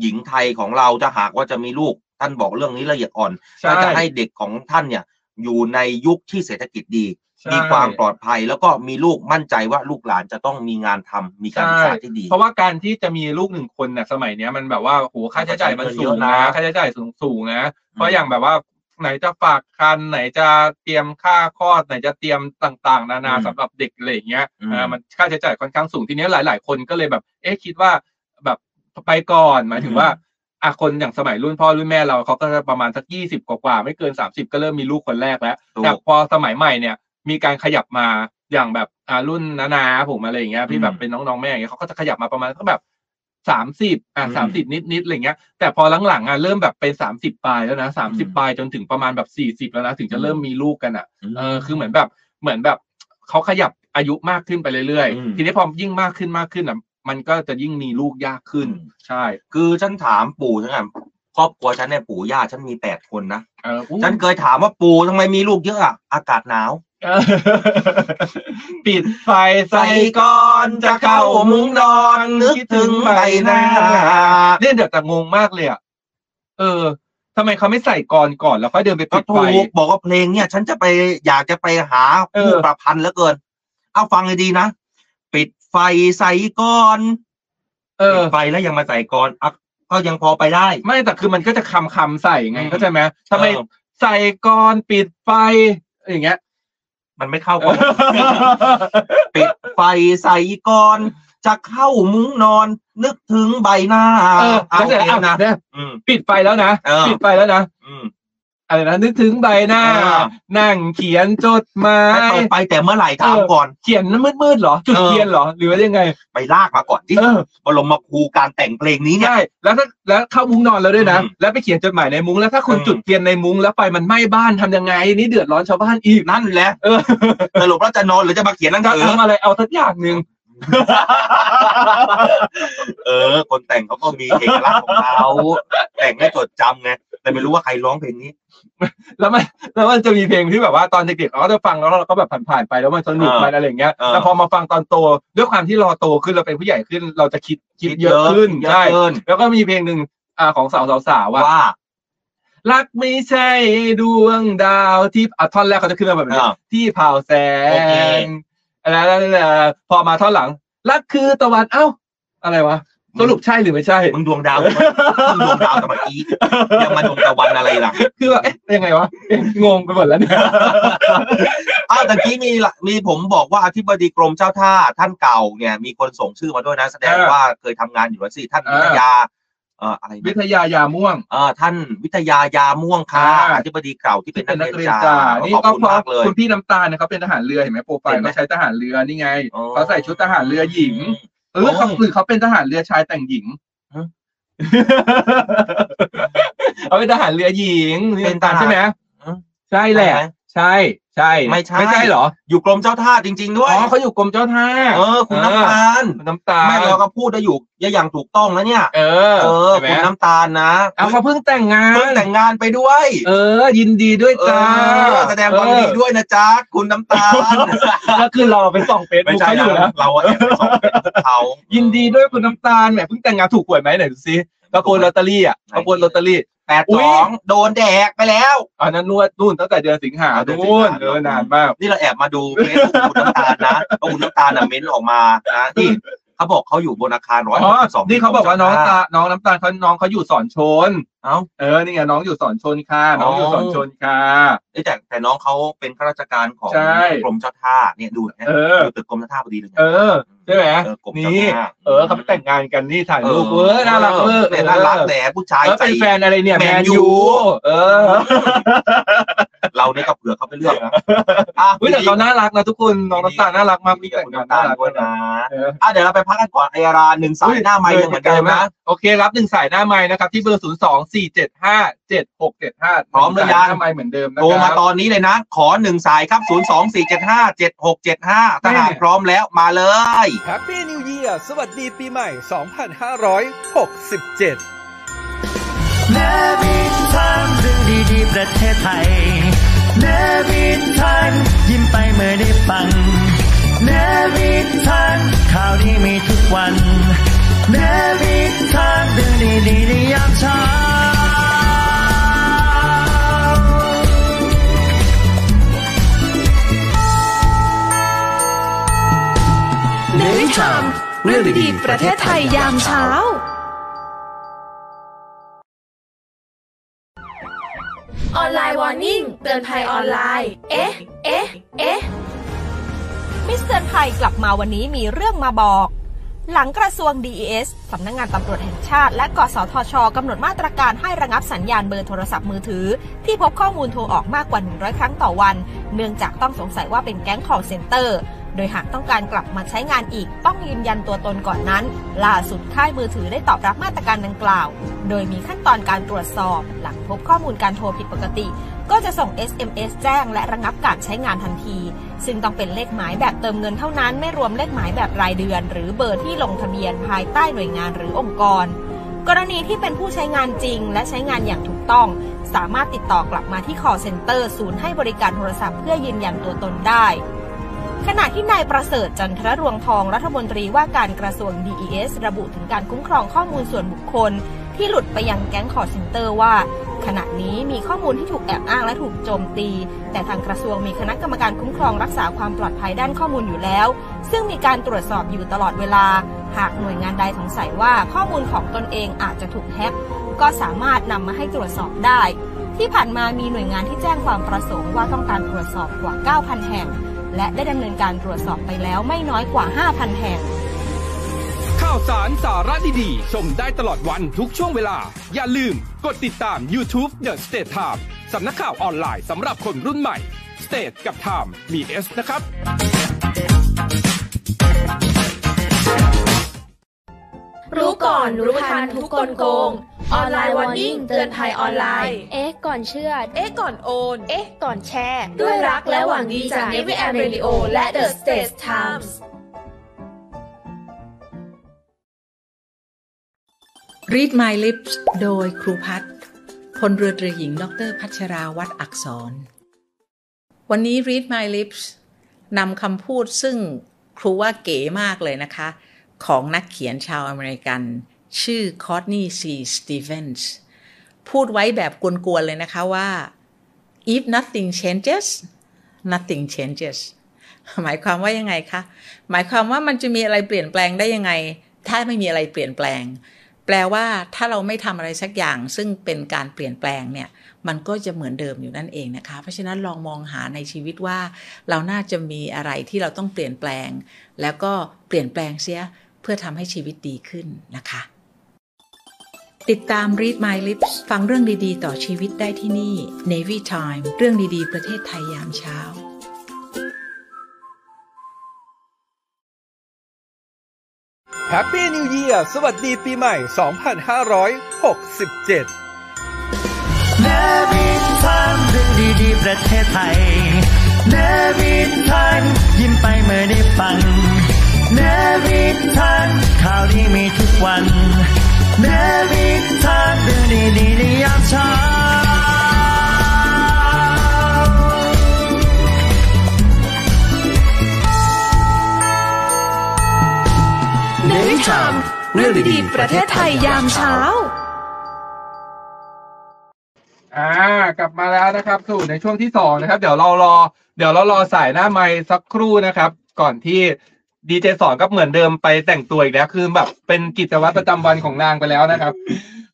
[SPEAKER 4] หญิงไทยของเราจะหากว่าจะมีลูก ท่านบอกเรื่องนี้ละเอียดอ่อน
[SPEAKER 1] ใช่
[SPEAKER 4] ถ้าจะให้เด็กของท่านเนี่ย อยู่ในยุคที่เศรษฐกิจดี
[SPEAKER 1] ใช่
[SPEAKER 4] มีความปลอดภัย แล้วก็มีลูกมั่นใจว่าลูกหลานจะต้องมีงานทำมีการศึกษาที่ดี
[SPEAKER 1] เพราะว่าการที่จะมีลูกหนึ่งคนเนี่ยสมัยเนี้ยมันแบบว่าโหค่าใช้จ่ายมันสูงนะค่าใช้จ่ายสูงสูงๆนะเพราะอย่างแบบว่าไหนจะฝากคันไหนจะเตรียมค่าคลอดไหนจะเตรียมต่างๆ นานา
[SPEAKER 4] อืม
[SPEAKER 1] สำหรับเด็กอะไรอย่างเงี้ย
[SPEAKER 4] อืม
[SPEAKER 1] เออมันค่าใช้จ่ายค่อนข้างสูงทีเนี้ยหลาย ๆ คนก็เลยแบบ เอ๊ะคิดว่าแบบไปก่อนหมายถึงว่าอ่ะคนอย่างสมัยรุ่นพ่อรุ่นแม่เราเขาก็จะประมาณสักยี่สิบกว่าๆไม่เกินสามสิบก็เริ่มมีลูกคนแรกแล้ว
[SPEAKER 4] ถูก
[SPEAKER 1] แต่พอสมัยใหม่เนี่ย มีการขยับมาอย่างแบบอ่ารุ่นนานาผมอะไรอย่างเงี้ยพี่
[SPEAKER 4] อืม
[SPEAKER 1] แบบเป็นน้องๆแม่อย่างเงี้ยเขาก็จะขยับมาประมาณก็แบบสามสิบอ่ะ
[SPEAKER 4] อื
[SPEAKER 1] สามสิบ
[SPEAKER 4] ม
[SPEAKER 1] นิดๆอะไรเงี้ยแต่พอหลังๆอ่ะเริ่มแบบเป็นสามสิบปลายแล้วนะสามสิบ
[SPEAKER 4] ม
[SPEAKER 1] ปลายจนถึงประมาณแบบสี่สิบแล้วนะถึงจะ
[SPEAKER 4] อืม
[SPEAKER 1] เริ่มมีลูกกันอ่ะ
[SPEAKER 4] ม
[SPEAKER 1] เออคือเหมือนแบบเหมือนแบบเขาขยับอายุมากขึ้นไปเรื่อย
[SPEAKER 4] อืม
[SPEAKER 1] ๆ ทีนี้พอยิ่งมากขึ้นมากขึ้นอ่ะมันก็จะยิ่งมีลูกยากขึ้น ใช่
[SPEAKER 4] คือฉันถามปู่ฉันอ่ะครอบครัวฉันเนี่ยปู่ย่าฉันมีแปดคนนะ
[SPEAKER 1] เอออุ๊ย
[SPEAKER 4] ฉันเคยถามว่าปู่ทำไมมีลูกเยอะอะอากาศหนาว
[SPEAKER 1] เออ ปิดไฟใส่
[SPEAKER 4] ใส่ก่อนจะเข้ามุ้งนอนนึกถึงใบหน้า
[SPEAKER 1] เนี่ยเดี๋ยวแต่งงมากเลยอ่ะ เออทำไมเขาไม่ใส่ก่อนก่อนแล้วค่อยเดินไป
[SPEAKER 4] ก็
[SPEAKER 1] ปิดไฟ
[SPEAKER 4] ถูกบอกว่าเพลงเนี่ย ฉันจะไปอยากจะไปหา
[SPEAKER 1] เออ
[SPEAKER 4] ผู้ประพันธ์เหลือเกิน เอาฟังให้ดีนะ ปิดไฟใส่ก้อน
[SPEAKER 1] เอ
[SPEAKER 4] ปิ
[SPEAKER 1] อ
[SPEAKER 4] ดไฟแล้วยังมาใส่ก้อนอ่ะก็ยังพอไปได้
[SPEAKER 1] ไม่แต่คือมันก็จะคำคำๆใส่ไง
[SPEAKER 4] อืม
[SPEAKER 1] เข้าใจไหมทำไม
[SPEAKER 4] เออ
[SPEAKER 1] ใส่ก่อนปิดไฟอย่างเงี้ย
[SPEAKER 4] มันไม่เข้า ก้อน ปิดไฟใส่ก้อน จะเข้ามุ้งนอน นึกถึงใบหน้า
[SPEAKER 1] เออ
[SPEAKER 4] เอา
[SPEAKER 1] แล้วเสร็จ
[SPEAKER 4] เพล
[SPEAKER 1] อ่ะ
[SPEAKER 4] งนะ
[SPEAKER 1] เนี่ย
[SPEAKER 4] อืม
[SPEAKER 1] ปิดไฟแล้วนะ
[SPEAKER 4] เออ
[SPEAKER 1] ปิดไฟแล้วนะ
[SPEAKER 4] อืม
[SPEAKER 1] อะไรนะนึกถึงใบหน้า
[SPEAKER 4] เออ
[SPEAKER 1] นั่งเขียนจดหมาย
[SPEAKER 4] เปิดไปแต่เมื่อไหร่ถาม
[SPEAKER 1] เออ
[SPEAKER 4] ก่อน
[SPEAKER 1] เขียนมืดๆเหรอ จุด
[SPEAKER 4] เออ
[SPEAKER 1] เทียนเหรอ หรือว่ายังไง
[SPEAKER 4] ไปลากมาก่อนที่
[SPEAKER 1] เออ
[SPEAKER 4] บรมครูการแต่งเพลงนี้เนี่ย
[SPEAKER 1] ใช่แล้วถ้าแล้วเข้ามุ้งนอนแล้วด้วยนะ
[SPEAKER 4] อืม
[SPEAKER 1] แล้วไปเขียนจดหมายในมุ้งแล้วถ้าคุณ
[SPEAKER 4] อืม
[SPEAKER 1] จุดเทียนในมุ้งแล้วไฟมันไหม้บ้านทำยังไง นี่เดือดร้อนชาวบ้านอีกนะ
[SPEAKER 4] นั่นแหละ
[SPEAKER 1] เออ
[SPEAKER 4] สรุปแล้วจะนอนหรือจะมาเขียนหนัง
[SPEAKER 1] ก็
[SPEAKER 4] สือ
[SPEAKER 1] ทำอะไรเอาสักอย่างหนึ่ง
[SPEAKER 4] เออ คนแต่งเขาก็มีเอกลักษณ์ของเขาแต่งให้จดจำไงแต่ไม่รู้ว่าใครร้องเพลงนี้
[SPEAKER 1] แล้วมันแล้วมันจะมีเพลงที่แบบว่าตอนเด็กๆเราก็จะฟังแล้วเราก็แบบผ่านๆไปแล้วมันสนุก
[SPEAKER 4] เออ
[SPEAKER 1] มันอะไรอย่างเงี้ย
[SPEAKER 4] เออ
[SPEAKER 1] แต่พอมาฟังตอนโตด้วยความที่เราโตขึ้นเราเป็นผู้ใหญ่ขึ้น เราจะคิดคิดเยอะขึ้น
[SPEAKER 4] เยอะ
[SPEAKER 1] ใช่
[SPEAKER 4] เกิน
[SPEAKER 1] แล้วก็มีเพลงหนึ่งอ่าของสาวสาวๆว่า
[SPEAKER 4] ว่า
[SPEAKER 1] รักไม่ใช่ดวงดาวที่อ่ะท่อนแรกเขาจะขึ้นมาแบบนี้
[SPEAKER 4] อ่า
[SPEAKER 1] ที่เผาแส
[SPEAKER 4] โอเค
[SPEAKER 1] งอะไรแล้วพอมาท่อนหลัง รักคือตะวันเอ้า อะไรวะ สรุปใช่หรือไม่ใช่
[SPEAKER 4] มึงดวงดาวมึงดวงดาวสมัยกี้ยังมาดวงตะวันอะไรล่ะ
[SPEAKER 1] คือแบบเอ๊ะยังไงวะเอ๊ะงงไปหมดแล้วเนี่ย
[SPEAKER 4] อ้าวตะกี้มีละมีผมบอกว่าอธิบดีกรมเจ้าท่าท่านเก่าเนี่ย มีคนส่งชื่อมาด้วยนะ แสดง
[SPEAKER 1] เออ
[SPEAKER 4] ว่าเคยทำงานอยู่แล้วสิท่าน
[SPEAKER 1] เออ
[SPEAKER 4] วิทยา เอ่ออะไร
[SPEAKER 1] วิ
[SPEAKER 4] นะ
[SPEAKER 1] ทยายาม่วง
[SPEAKER 4] เออท่านวิทยายาม่วงค่ะ
[SPEAKER 1] อ่า
[SPEAKER 4] อธิบดีเก่าที่เป็
[SPEAKER 1] ที่
[SPEAKER 4] นนั
[SPEAKER 1] เป็นนั
[SPEAKER 4] กเรี
[SPEAKER 1] ก
[SPEAKER 4] ยน
[SPEAKER 1] เรียน
[SPEAKER 4] จ่า
[SPEAKER 1] จ่า
[SPEAKER 4] ข
[SPEAKER 1] นี่
[SPEAKER 4] อบ
[SPEAKER 1] ก็
[SPEAKER 4] คุณ
[SPEAKER 1] เพราะ
[SPEAKER 4] มากเลย
[SPEAKER 1] คุณพี่น้ำตาลเนี่ยเขาเป็นทหารเรือเห็นไหมโปรไฟ
[SPEAKER 4] เห็
[SPEAKER 1] ล์
[SPEAKER 4] นไหม
[SPEAKER 1] เขาใช้ทหารเรือนี่ไง
[SPEAKER 4] อ๋อ
[SPEAKER 1] เขาใส่ชุดทหารเรือหญิงเออเขา
[SPEAKER 4] โอ้ย
[SPEAKER 1] หรือเขาเป็นทหารเรือชายแต่งหญิง
[SPEAKER 4] ฮะ
[SPEAKER 1] เขาเป็นทหารเรือหญิง
[SPEAKER 4] เป็นทหาร
[SPEAKER 1] ใช่ไหม
[SPEAKER 4] ฮะ
[SPEAKER 1] ใช่แหละ ใช่ ใช่
[SPEAKER 4] ไม่ใช่
[SPEAKER 1] ไม่ใช่เหรอ
[SPEAKER 4] อยู่กรมเจ้าท่าจริง ๆ ด้วย
[SPEAKER 1] อ๋อเขาอยู่กรมเจ้าท่า
[SPEAKER 4] เออ คุณ
[SPEAKER 1] เออ
[SPEAKER 4] น้ำตาล
[SPEAKER 1] น้ำตา
[SPEAKER 4] ไม่เราก็พูดได้อยู่อย่างถูกต้องนะเนี่ย
[SPEAKER 1] เออ
[SPEAKER 4] เออ
[SPEAKER 1] ใช่ไหม
[SPEAKER 4] คุณน้ำตาลนะ
[SPEAKER 1] เอาเขาเพิ่งแต่งงาน
[SPEAKER 4] เพิ่งแต่งงานไปด้วย
[SPEAKER 1] เออ ยินดีด้วยจ้า
[SPEAKER 4] เออแสดงความยินดีด้วยนะจ๊ะ คุณน้ำตาล
[SPEAKER 1] ก็คือเราไปส่องเฟซบุ๊กเขาอยู่
[SPEAKER 4] นะ
[SPEAKER 1] นะ
[SPEAKER 4] เราอะแอบไปส่องเขา
[SPEAKER 1] ยิ
[SPEAKER 4] ยิ
[SPEAKER 1] นดีด้วยคุณน้ำตาลแหมเพิ่งแต่งงานถูกหวยไหมไหนดูซิประโกนลอตเตอรี่อ่ะประโกนลอตเตอรี่
[SPEAKER 4] แปดสองโดนแดกไปแล้ว
[SPEAKER 1] อันนั้นนวดนู่นตั้งแต่เดือนสิงหา
[SPEAKER 4] เดือนสิง
[SPEAKER 1] นู่
[SPEAKER 4] หาน นู่
[SPEAKER 1] เออนานมาก
[SPEAKER 4] นี่เราแอบมาดูเฟซของคุณน้ำตาลนะเพราะคุณน้ำตาลน่ะเม้นต์ออกมานะที่เขาบอกเขาอยู่บนอาคารร้อย
[SPEAKER 1] อ๋อ
[SPEAKER 4] สอง
[SPEAKER 1] นี่เขาบอกว่าน้องตา น้องน้ำตาลเขาน้องเขาอยู่สอนชน
[SPEAKER 4] เอ้า
[SPEAKER 1] เออ นี่ไงน้องอยู่สอนชนค่ะ น้องอยู่สอนชนค่ะ
[SPEAKER 4] เอ้ยแต่แต่น้องเขาเป็นข้าราชการของ
[SPEAKER 1] ใช่
[SPEAKER 4] กรมเจ้าท่าเนี่ยดูนะ
[SPEAKER 1] เออ
[SPEAKER 4] ดูตึกกรมเจ้าท่าพอดีเลยไง
[SPEAKER 1] เออใช่ไหม
[SPEAKER 4] เออกรมเจ้า
[SPEAKER 1] นี่
[SPEAKER 4] ท่า
[SPEAKER 1] เออเขาไปแต่งงานกันนี่ถ่ายรูปเออน่ารักเออ
[SPEAKER 4] เนี่ยน่ารักแหละผู้ชาย
[SPEAKER 1] เออ
[SPEAKER 4] ใจ
[SPEAKER 1] เป็นแฟนอะไรเนี่ย
[SPEAKER 4] แม
[SPEAKER 1] แม
[SPEAKER 4] น
[SPEAKER 1] น
[SPEAKER 4] ยู
[SPEAKER 1] ยู เออ
[SPEAKER 4] เราเนี่ยก็เผื่อเขาไปเลือกนะอ่ะ
[SPEAKER 1] เฮ้ยแต่เขาน่ารักนะทุกคน น้องน้ำตาลน่ารักมากมี
[SPEAKER 4] แต่
[SPEAKER 1] แต่
[SPEAKER 4] ง
[SPEAKER 1] งา
[SPEAKER 4] งาง
[SPEAKER 1] น น
[SPEAKER 4] ตา
[SPEAKER 1] น่า
[SPEAKER 4] ล
[SPEAKER 1] รัก
[SPEAKER 4] ด้
[SPEAKER 1] ด้
[SPEAKER 4] ว
[SPEAKER 1] วย ยน
[SPEAKER 4] นะ
[SPEAKER 1] ะเออ
[SPEAKER 4] อ่ะเดี๋ยวเราไปพักกันก่อนไออาราหนึ่งสายหน้าไม้ยังเหมือนเดิมนะ
[SPEAKER 1] โอเค รับหนึ่งสายหน้าไม้นะครับ ที่เบอร์ 0 2 4 7 5 7 6 7 5หน้าไม้เหมือนเดิมนะ
[SPEAKER 4] โทร
[SPEAKER 1] ค
[SPEAKER 4] มา
[SPEAKER 1] รับ
[SPEAKER 4] ตอนนี้เลยนะ ขอหนึ่งสายครับ 0 2 4 7 5 7 6 7 5ถ้าหากพร้อมแล้วมาเลย
[SPEAKER 5] Happy New Year สวัสดีปีใหม่ 2567
[SPEAKER 2] เนวินทันเรื่องดีๆประเทศไทยเนวินทันยิ้มไปเมื่อได้ฟังเนวินทันข่าวดีมีทุกวันเนวินทันเรื่องดีๆในยามเช้า
[SPEAKER 3] เนวิทามเรื่องดีๆประเทศไทยยามเช้า ออนไลน์วอร์นิ่งเตือนภัยออนไลน์ เอ๊ะ เอ๊ะ เอ๊ะ
[SPEAKER 6] มิสเตอร์ไทยกลับมาวันนี้มีเรื่องมาบอก หลังกระทรวง DES สำนักงงานตำรวจแห่งชาติ และกสทชกำหนดมาตรการให้ระงับสัญญาณเบอร์โทรศัพท์มือถือ ที่พบข้อมูลโทรออกมากกว่า 100 ครั้งต่อวัน เนื่องจากต้องสงสัยว่าเป็นแก๊ง call center โดยหากต้องการกลับมาใช้งานอีก ต้องยืนยันตัวตนก่อนนั้น ล่าสุดค่ายมือถือได้ตอบรับมาตรการดังกล่าว โดยมีขั้นตอนการตรวจสอบ หลังพบข้อมูลการโทรผิดปกติ ก็จะส่ง SMS แจ้งและระงับการใช้งานทันที ซึ่งต้องเป็นเลขหมายแบบเติมเงินเท่านั้น ไม่รวมเลขหมายแบบรายเดือน หรือเบอร์ที่ลงทะเบียนภายใต้หน่วยงานหรือองค์กร กรณีที่เป็นผู้ใช้งานจริง และใช้งานอย่างถูกต้อง สามารถติดต่อกลับมาที่ call center ศูนย์ให้บริการโทรศัพท์เพื่อยืนยันตัวตนได้ ขณะที่นายประเสริฐจันทรรวงทองรัฐมนตรีว่าการกระทรวง DES ระบุถึงการคุ้มครองข้อมูลส่วนบุคคล ที่หลุดไปยังแก๊งคอร์เซนเตอร์ว่า ขณะนี้มีข้อมูลที่ถูกแอบอ้างและถูกโจมตี แต่ทางกระทรวงมีคณะกรรมการคุ้มครองรักษาความปลอดภัยด้านข้อมูลอยู่แล้ว ซึ่งมีการตรวจสอบอยู่ตลอดเวลา หากหน่วยงานใดสงสัยว่าข้อมูลของตนเองอาจจะถูกแฮ็กก็สามารถนำมาให้ตรวจสอบได้ ที่ผ่านมามีหน่วยงานที่แจ้งความประสงค์ว่าต้องการตรวจสอบกว่า 9,000 แห่ง และได้ดำเนินการตรวจสอบไปแล้วไม่น้อยกว่า 5,000 แห่ง
[SPEAKER 5] ข่าวสารสาระดีๆ ชมได้ตลอดวันทุกช่วงเวลา อย่าลืมกดติดตาม YouTube The State Time สำนักข่าวออนไลน์สำหรับคนรุ่นใหม่ State กับ Time มี S นะครับ
[SPEAKER 3] รู้ก่อนรู้ทันทุกกลโกง ออนไลน์วอร์นิ่งเตือนภัยออนไลน์
[SPEAKER 7] เอ๊ะก่อนเชื่อ
[SPEAKER 6] เอ๊ะก่อนโอน
[SPEAKER 7] เอ๊ะก่อนแชร์
[SPEAKER 3] ด้วยรักและหวังดีจาก Navy a m Radio และ The States Times
[SPEAKER 8] รีด My Lips โดยครูพัฒน์พลเรือตรีหญิง ดรพัชราวัตรอักษร วันนี้ Read My Lips นำคำพูดซึ่งครูว่าเก๋มากเลยนะคะ ของนักเขียนชาวอเมริกัน ชื่อคอตนีย์ซีสตีเวนส์พูดไว้แบบกวนๆเลยนะคะว่า if nothing changes nothing changes หมายความว่ายังไงคะ หมายความว่ามันจะมีอะไรเปลี่ยนแปลงได้ยังไง ถ้าไม่มีอะไรเปลี่ยนแปลง แปลว่าถ้าเราไม่ทำอะไรสักอย่าง ซึ่งเป็นการเปลี่ยนแปลงเนี่ย มันก็จะเหมือนเดิมอยู่นั่นเองนะคะ เพราะฉะนั้นลองมองหาในชีวิตว่า เราน่าจะมีอะไรที่เราต้องเปลี่ยนแปลง แล้วก็เปลี่ยนแปลงเสียเพื่อทำให้ชีวิตดีขึ้นนะคะ ติดตาม Read My Lips ฟังเรื่องดีๆ ต่อชีวิตได้ที่นี่ Navy Time เรื่องดีๆ ประเทศไทยยามเช้า
[SPEAKER 5] Happy New Year สวัสดีปีใหม่ 2567
[SPEAKER 2] เนวินทันเรื่องดีๆประเทศไทยเนวินทันยิ้มไปเมื่อได้ฟังเนวินทันข่าวดีมีทุกวันเนวินทันเรื่องดีๆในยามเช้า
[SPEAKER 3] เนวิทามเรื่องดีๆประเทศไทยยามเช้า
[SPEAKER 1] อ่ากลับมาแล้วนะครับสู่ในช่วงที่สองนะครับ เดี๋ยวเรารอ เดี๋ยวเรารอสายหน้าไมค์สักครู่นะครับ ก่อนที่ดีเจสอนก็เหมือนเดิมไปแต่งตัวอีกแล้วคือแบบเป็นกิจวัตรประจำวันของนางไปแล้วนะครับ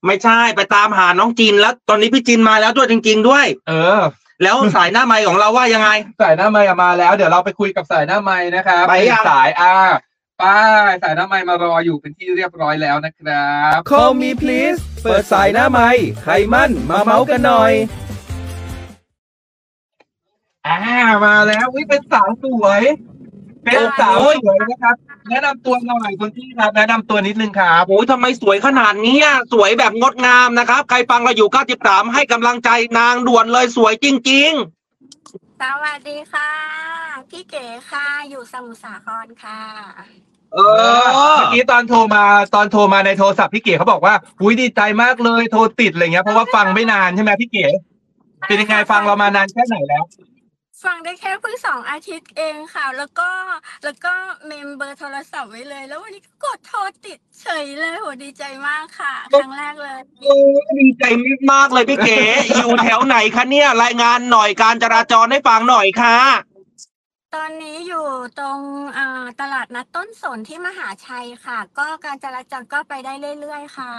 [SPEAKER 4] ไม่ใช่ไปตามหาน้องจีนแล้ว ตอนนี้พี่จีนมาแล้วด้วยจริง ๆ ด้วย
[SPEAKER 1] เออ
[SPEAKER 4] แล้วสายหน้าไมค์ของเราว่ายังไง
[SPEAKER 1] สายหน้าไมค์อะมาแล้ว เดี๋ยวเราไปคุยกับสายหน้าไมค์นะครับ
[SPEAKER 4] ไปยัง
[SPEAKER 1] สายอ่าไป้าสายหน้าไมค์มารออยู่เป็นที่เรียบร้อยแล้วนะครับ
[SPEAKER 5] Call me please เปิดสายหน้าไม้ใครมั่นมาเมาส์กันหน่อย
[SPEAKER 1] อ่ามาแล้ววิเป็นสาวสวย เป็นสาวสวยนะครับ แนะนำตัวหน่อยคุณพี่ครับ แนะนำตัวนิดนึงครับ
[SPEAKER 4] โอ้ยทำไมสวยขนาดนี้อะสวยแบบงดงามนะครับ ใครฟังเราอยู่93ให้กำลังใจนางด่วนเลยสวยจริง
[SPEAKER 6] สวัสดีค่ะ พี่เก๋ค่ะ อยู่สมุทรสาครค่ะ
[SPEAKER 4] ๆ เอ
[SPEAKER 1] เอ
[SPEAKER 4] อ
[SPEAKER 1] เมื่อกี้ตอนโทรมาตอนโทรมาในโทรศัพท์พี่เก๋เขาบอกว่าอุ้ยดีใจมากเลยโทรติดอะไรเงี้ยเพราะว่าฟังไม่นานใช่ไหมพี่เก๋เป็นยังไงฟังเรามานานแค่ไหนแล้ว
[SPEAKER 6] ฟังได้แค่เพิ่งสองอาทิตย์เองค่ะ แล้วก็แล้วก็เมมเบอร์โทรศัพท์ไว้เลย แล้ววันนี้ก็กดโทรติดเฉยเลยโหดีใจมากค่ะ ครั้งแรกเลย
[SPEAKER 4] โอ้ยดีใจมากๆเลยพี่เก๋ อยู่แถวไหนคะเนี่ย รายงานหน่อยการจราจรให้ฟังหน่อยค่ะ
[SPEAKER 6] ตอนนี้อยู่ตรงเอ่อตลาดนัดต้นสนที่มหาชัยค่ะ ก็การจราจรก็ไปได้เรื่อยๆค่ะ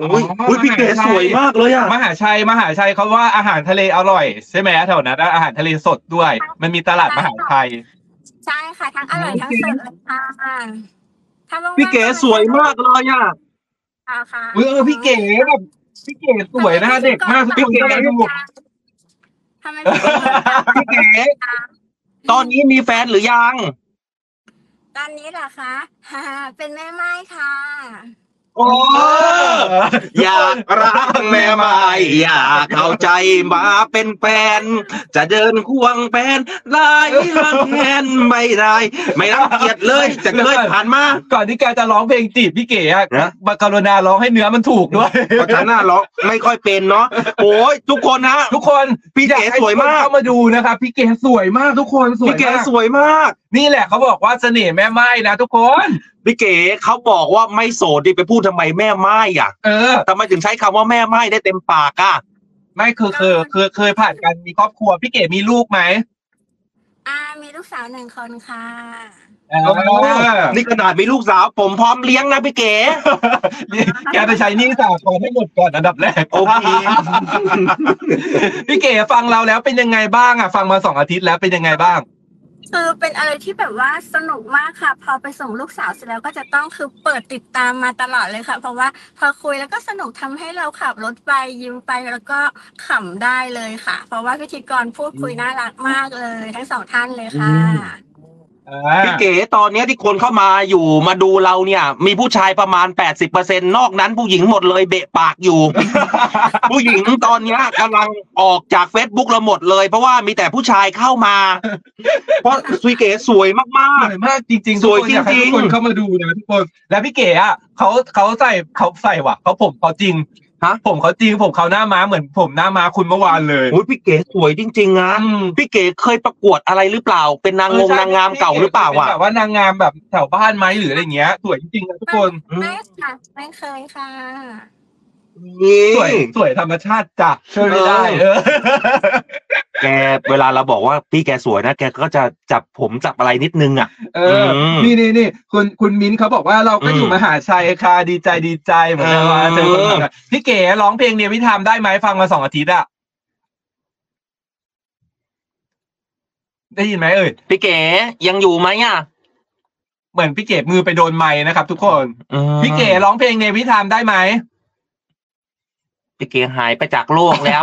[SPEAKER 4] อุ้ย
[SPEAKER 1] อ๋ออุ๊
[SPEAKER 4] อุ้ยพี่เก๋สวยมากเลยอะ
[SPEAKER 1] มหาชัยมหาชัยเขาว่าอาหารทะเลอร่อย ใช่ไหมแถวนั้นอะอาหารทะเลสดด้วย มันมีตลาดมหาชัย
[SPEAKER 6] ใช่ค่ะ ทั้งอร่อยทั้งสดเลยค่ะถ้าว่างๆ
[SPEAKER 4] พี่เก๋สวยมากเลยอะ
[SPEAKER 6] ค่ะค่ะ
[SPEAKER 1] เออพี่เก๋แบบพี่เก๋สวยนะเด็กมากทุกคนก็เลยดู
[SPEAKER 6] ทำไมไม่เปิด
[SPEAKER 4] พี่เก๋ ตอนนี้มีแฟนหรือยัง
[SPEAKER 6] ตอนนี้เหรอคะ ฮ่าเป็นแม่ไม้ค่ะ
[SPEAKER 4] โอ้อยากรักแม่ไม้อยากเข้าใจมาเป็นแฟน จะเดินควงแฟนได้รังแงนไม่ได้ ไม่รังเกียจเลยจะเคยผ่านมา
[SPEAKER 1] ก่อนที่แกจะร้องเพลงจีบพี่เก๋อะ
[SPEAKER 4] นะ
[SPEAKER 1] บาการนาร้องให้เนื้อมันถูกด้วย
[SPEAKER 4] เพราะฉันน่ะร้องไม่ค่อยเป็นเนาะโอ้ยทุกคนนะ
[SPEAKER 1] ทุกคน
[SPEAKER 4] พี่เก๋
[SPEAKER 1] อให้ทุ
[SPEAKER 4] สวยมา
[SPEAKER 1] ค
[SPEAKER 4] ก
[SPEAKER 1] นเข้ามาดูนะครับพี่เก๋สวยมากทุกคนสวย
[SPEAKER 4] พี่เก๋
[SPEAKER 1] มาก
[SPEAKER 4] สวยมาก
[SPEAKER 1] นี่แหละเขาบอกว่าเสน่ห์แม่ไม้นะทุกคน
[SPEAKER 4] พี่เก๋เขาบอกว่าไม่โสดดิไปพูดทำไมแม่ไม้อ่ะ
[SPEAKER 1] เออ
[SPEAKER 4] ทำไมถึงใช้คำว่าแม่ไม้ได้เต็มปากอ่ะ
[SPEAKER 1] ไม่คือคือคือเคยผ่านกันมีครอบครัวพี่เก๋มีลูกไหม
[SPEAKER 6] อ่า มีลูกสาวหนึ่งคนค่ะ
[SPEAKER 1] เออ
[SPEAKER 4] นี่ขนาดมีลูกสาว ผมพร้อมเลี้ยงนะพี่เก๋
[SPEAKER 1] แกไปใช้หนี่สาวขอให้หมดก่อนอันดับแรก
[SPEAKER 4] โอเค
[SPEAKER 1] พี่เก๋ฟังเราแล้วเป็นยังไงบ้างอ่ะฟังมาสองอาทิตย์แล้วเป็นยังไงบ้าง
[SPEAKER 6] คือเป็นอะไรที่แบบว่าสนุกมากค่ะ พอไปส่งลูกสาวเสร็จแล้วก็จะต้องคือเปิดติดตามมาตลอดเลยค่ะ เพราะว่าพอคุยแล้วก็สนุกทำให้เราขับรถไปยิ้มไปแล้วก็ขำได้เลยค่ะ เพราะว่าพิธีกรพูดคุยน่ารักมากเลย ทั้งสองท่านเลยค่ะ
[SPEAKER 1] อ่า
[SPEAKER 4] พี่เก๋ตอนเนี้ยที่คนเข้ามาอยู่มาดูเราเนี่ย มีผู้ชายประมาณ 80%นอกนั้นผู้หญิงหมดเลยเบะปาก อยู่ ผู้หญิงตอนเนี้ยกำลังออกจาก Facebook เราหมดเลย เพราะว่ามีแต่ผู้ชายเข้ามา เพราะสุยเก๋สวยมาก
[SPEAKER 1] สวยมากจริงๆ
[SPEAKER 4] สวย
[SPEAKER 1] ทุกคนอยากให้
[SPEAKER 4] จริ
[SPEAKER 1] ทุ
[SPEAKER 4] ง
[SPEAKER 1] ก
[SPEAKER 4] ๆ
[SPEAKER 1] คนเข้ามาดูนะทุกคนแล้วพี่เก๋อ่ะเขาเขาใส่เขาใส่ว่ะเขาผมเขาจริง
[SPEAKER 4] ฮะ
[SPEAKER 1] ผมเขาจริงผมเขาหน้าม้าเหมือนผมหน้าม้าคุณเมื่อวานเลย
[SPEAKER 4] ๆโอ้ยพี่เก๋สวยจริงๆนะ
[SPEAKER 1] อืม
[SPEAKER 4] พี่เก๋เคยประกวดอะไรหรือเปล่า เป็นนางงงนางงามเก่าหรือเปล่า
[SPEAKER 1] ป็น
[SPEAKER 4] อ่ะ
[SPEAKER 1] แบบว่านางงามแบบแถวบ้านไหมหรืออะไรเงี้ย สวยจริงๆนะทุกคน
[SPEAKER 6] ไม่ค่ะ ไม่เคยค่ะ
[SPEAKER 1] สวยสวยธรรมชาติจ้ะช่วยไม่ได้เออ
[SPEAKER 4] แกเวลาเราบอกว่าพี่แกสวยนะ แกก็จะจับผมจับอะไรนิดนึงอ่ะ
[SPEAKER 1] เอออ
[SPEAKER 4] ม
[SPEAKER 1] นี่นี่นี่คุณคุณมิ้นท์เขาบอกว่าเราก็อยู่
[SPEAKER 4] อืม
[SPEAKER 1] มหาชัยค่ะดีใจดีใจเหมือนกันว่า
[SPEAKER 4] เออ
[SPEAKER 1] เจอคนทำงานพี่เก๋ร้องเพลงเนวิธามได้ไหมฟังมาสองอาทิตย์อะได้ยินไหมเอ่ย
[SPEAKER 4] พี่เก๋ยังอยู่ไหมอ่ะ
[SPEAKER 1] เหมือนพี่เก๋มือไปโดนไม้นะครับทุกคนพี่เก๋ร้องเพลงเนวิธามได้ไหม
[SPEAKER 4] พี่เก๋หายไปจากโลก แล้ว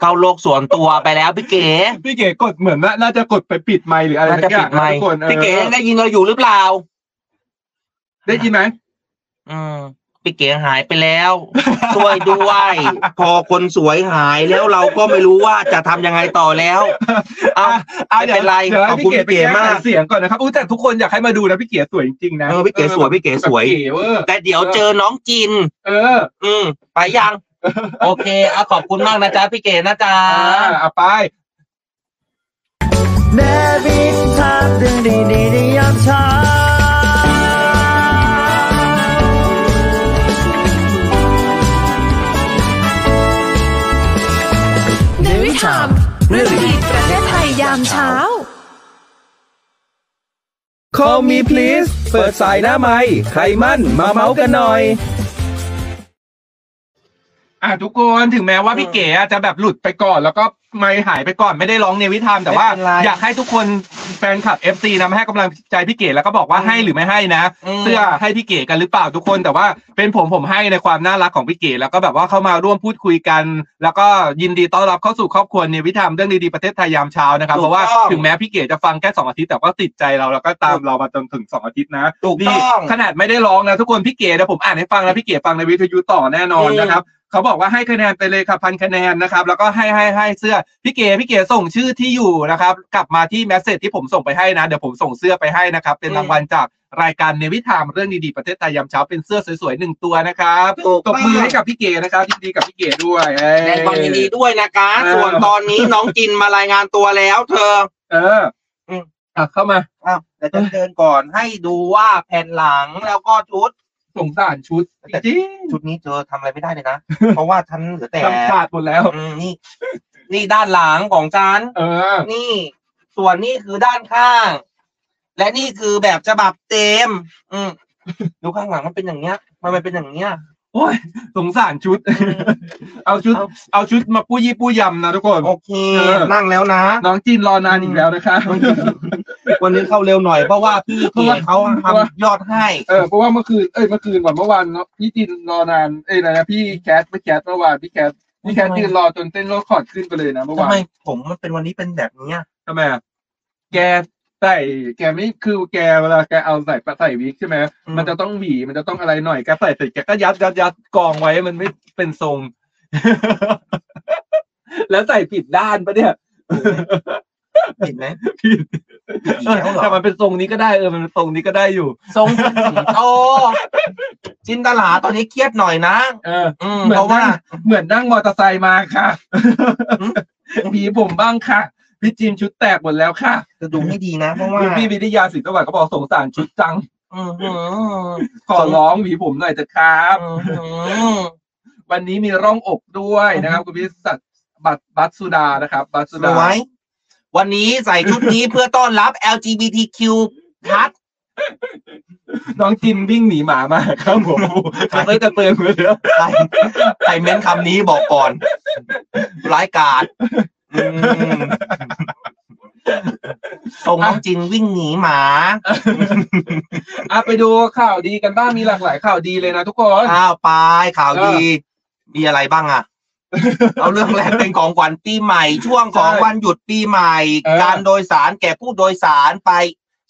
[SPEAKER 4] เข้าโลกส่วนตัวไปแล้วพี่เก๋
[SPEAKER 1] พี่เก๋กดเหมือนว่าน่าจะกดไปปิดไมค์หรืออะไร
[SPEAKER 4] น่า
[SPEAKER 1] สั
[SPEAKER 4] จะ
[SPEAKER 1] กอย่า
[SPEAKER 4] ปิด
[SPEAKER 1] ง
[SPEAKER 4] ไม
[SPEAKER 1] นะทุ
[SPEAKER 4] ค์
[SPEAKER 1] กคนออ
[SPEAKER 4] พี่เก๋ยังได้ยินเราอยู่หรือเปล่า
[SPEAKER 1] ได้ยินไหม
[SPEAKER 4] อืมพี่เก๋หายไปแล้วช่วยด้วย พอคนสวยหายแล้วเราก็ไม่รู้ว่าจะทำยังไงต่อ แล้วเอา
[SPEAKER 1] อ่ะ
[SPEAKER 4] ไม่เป็นไร
[SPEAKER 1] ดี๋ยว
[SPEAKER 4] ขอบคุณ
[SPEAKER 1] ให้
[SPEAKER 4] พี่เก๋
[SPEAKER 1] ไปแ
[SPEAKER 4] มาก
[SPEAKER 1] เสียงก่อนนะครับอู้แต่ทุกคนอยากให้มาดูนะพี่เก๋สวยจริงๆนะ
[SPEAKER 4] เออพี่เก๋สวยพี่เก๋สวย
[SPEAKER 1] เก๋เวอร์
[SPEAKER 4] แต่เดี๋ยวเจอน้องจิน
[SPEAKER 1] เออ
[SPEAKER 4] อืมไปยัง โอเคเอาขอบคุณมากนะจ๊ะ พี่เก๋นะจ๊ะ
[SPEAKER 1] อ่าอ่ะไป
[SPEAKER 2] เนวิดทามเรื่องดีๆในยามเช้า
[SPEAKER 1] เ
[SPEAKER 5] Call me please เปิดสายหน้าไม้ใครมั่นมาเมาส์กันหน่อย
[SPEAKER 1] อ่ะทุกคนถึงแม้ว่าพี่เก๋อ่ะจะแบบหลุดไปก่อน แล้วก็ไม่หายไปก่อนไม่ได้ร้องเนวิธามแต่ว่า
[SPEAKER 4] ไม่เป็นไร
[SPEAKER 1] อยากให้ทุกคนแฟนคลับ FC นะมาให้กำลังใจพี่เก๋แล้วก็บอกว่าให้หรือไม่ให้นะ
[SPEAKER 4] อืม
[SPEAKER 1] เสื้อให้พี่เก๋กันหรือเปล่าทุกคน แต่ว่าเป็นผมผมให้ในความน่ารักของพี่เก๋แล้วก็แบบว่าเข้ามาร่วมพูดคุยกัน แล้วก็ยินดีต้อนรับเข้าสู่ครอบครัวเนวิธามเรื่องดีๆประเทศไทยยามเช้านะครับเพราะว่าถึงแม้พี่เก๋จะฟังแค่สองอาทิตย์แต่ว่าติดใจเราแล้วก็ตามเรามาจนถึงสองอาทิตย์นะ
[SPEAKER 4] ถูก
[SPEAKER 1] นี่
[SPEAKER 4] ต้อง
[SPEAKER 1] ขนาดไม่ได้ร้องนะทุกคนพี่เก๋นะผมอ่านให้ฟังนะพี่เก๋ฟังในวิทยุต่อแน่นอน
[SPEAKER 4] อืม
[SPEAKER 1] นะครับเขาบอกว่าให้คะแนนไปเลยค่ะพันคะแนนนะครับ แล้วก็ให้ให้ให้เสื้อพี่เก๋พี่เก๋ส่งชื่อที่อยู่นะครับ กลับมาที่แมสเซจที่ผมส่งไปให้นะ เดี๋ยวผมส่งเสื้อไปให้นะครับ เป็นรางวัลจากรายการเนวิธามเรื่องดีๆประเทศไทยยามเช้าเป็นเสื้อสวยๆหนึ่งตัวนะครับ
[SPEAKER 4] ถูก
[SPEAKER 1] ตบมือให้กับพี่เก๋นะครับยินดีกับพี่เก๋ด้วยเอ้ย
[SPEAKER 4] แสดงความยินดีด้วยนะคะ
[SPEAKER 1] เออ
[SPEAKER 4] ส่วนตอนนี้น้องจินมารายงานตัวแล้ว เธอ
[SPEAKER 1] เอออ
[SPEAKER 4] ม
[SPEAKER 1] อ่ะเข้ามา
[SPEAKER 4] อ้าวแต่จะเดินก่อนให้ดูว่าแผ่นหลังแล้วก็ชุด
[SPEAKER 1] สงสารชุดจริง
[SPEAKER 4] ชุดนี้เธอทำอะไรไม่ได้เลยนะ เพราะว่าฉันเหลือแต่
[SPEAKER 1] ๆทำขาดหมดแล้ว
[SPEAKER 4] อืมนี่ นี่ด้านหลังของฉัน
[SPEAKER 1] เออ
[SPEAKER 4] นี่ ส่วนนี่คือด้านข้าง และนี่คือแบบฉบับเต็มอืมดูข้างหลังมันเป็นอย่างเงี้ย มันเป็นอย่างเงี้ย
[SPEAKER 1] โอ้ยสงสารชุด เอาชุด
[SPEAKER 4] เอา
[SPEAKER 1] เอาชุดมาปู้ยี่ปู้ยำนะทุกคน
[SPEAKER 4] โอเค
[SPEAKER 1] เออ
[SPEAKER 4] นั่งแล้วนะ
[SPEAKER 1] น้องจีนรอนานอีกแล้วนะคะ
[SPEAKER 4] วันนี้เข้าเร็วหน่อยเพราะว่าพี่เก๋เขาทำยอดให้
[SPEAKER 1] เออเพราะว่าเมื่อคืนเอ้ยเมื่อคืนก่อนเมื่อวานเนาะพี่จีนรอนานเอ้ยอะไรนะพี่แคทพี่แคทเมื่อวานพี่แคทพี่แคท
[SPEAKER 4] ทำไม
[SPEAKER 1] ยืนรอจนเต้นรถขอดขึ้นไปเลยนะเมื่อ
[SPEAKER 4] ทำ
[SPEAKER 1] วาน
[SPEAKER 4] ไมผมมันเป็นวันนี้เป็นแบบเนี้ย
[SPEAKER 1] ทำไมอะแกใส่แกไม่คือแกเวลาแกเอาใส่ใส่วิกใช่ไหม
[SPEAKER 4] อืม
[SPEAKER 1] มันจะต้องหวีมันจะต้องอะไรหน่อยแกใส่เสร็จแกก็ยัดยัดยัดกองไว้มันไม่เป็นทรง แล้วใส่ผิดด้านปะเนี่ย
[SPEAKER 4] เห็นไหม
[SPEAKER 1] ผิด
[SPEAKER 4] อีกแล้วเหรอ
[SPEAKER 1] แต่มันเป็นทรงนี้ก็ได้เออมันเป็นทรงนี้ก็ได้อยู่
[SPEAKER 4] ทรงเป็นสิงโตจินตลาตอนนี้เครียดหน่อยนะ
[SPEAKER 1] เออ
[SPEAKER 4] อืม
[SPEAKER 1] เหมือน
[SPEAKER 4] เพราะว่า
[SPEAKER 1] นั่งเหมือนนั่งมอเตอร์ไซค์มาค่ะ
[SPEAKER 4] อืม
[SPEAKER 1] ผีผมบ้างค่ะพี่จิมชุดแตกหมดแล้วค่ะ
[SPEAKER 4] จะดูให้ดีนะ เพราะว่า
[SPEAKER 1] คุณพี่วิทยาศิลป์สวัสดิ์เขาบอกสงสารชุดจัง
[SPEAKER 4] อืมหืม
[SPEAKER 1] ขอร้องหวีผมหน่อยเถอะครับ
[SPEAKER 4] อืมหืม
[SPEAKER 1] วันนี้มีร่องอกด้วยนะครับคุณพี่สัตว์บัตรบัตรสุดานะครับ บัตรสุดา
[SPEAKER 4] เอาไว้วันนี้ใส่ชุดนี้เพื่อต้อนรับ LGBTQ พัด
[SPEAKER 1] น้องจิมวิ่งหนีหมามาครับผมเขาก็จะเตือนเหมือนเดิม
[SPEAKER 4] ใครใครเม้นคำนี้บอกก่อน ร้ายกาจอืมทรงน้องจินวิ่งหนีหมา
[SPEAKER 1] อ่ะไปดูข่าวดีกันบ้างมีหลากหลายข่าวดีเลยนะทุกคน
[SPEAKER 4] อ้าวไปข่าวดี มีอะไรบ้าง อะ เอาเรื่องแรกเป็นของขวัญปีใหม่ ช่วงของ
[SPEAKER 1] ใช่
[SPEAKER 4] วันหยุดปีใหม่
[SPEAKER 1] เออ
[SPEAKER 4] การโดยสารแก่ผู้โดยสารไป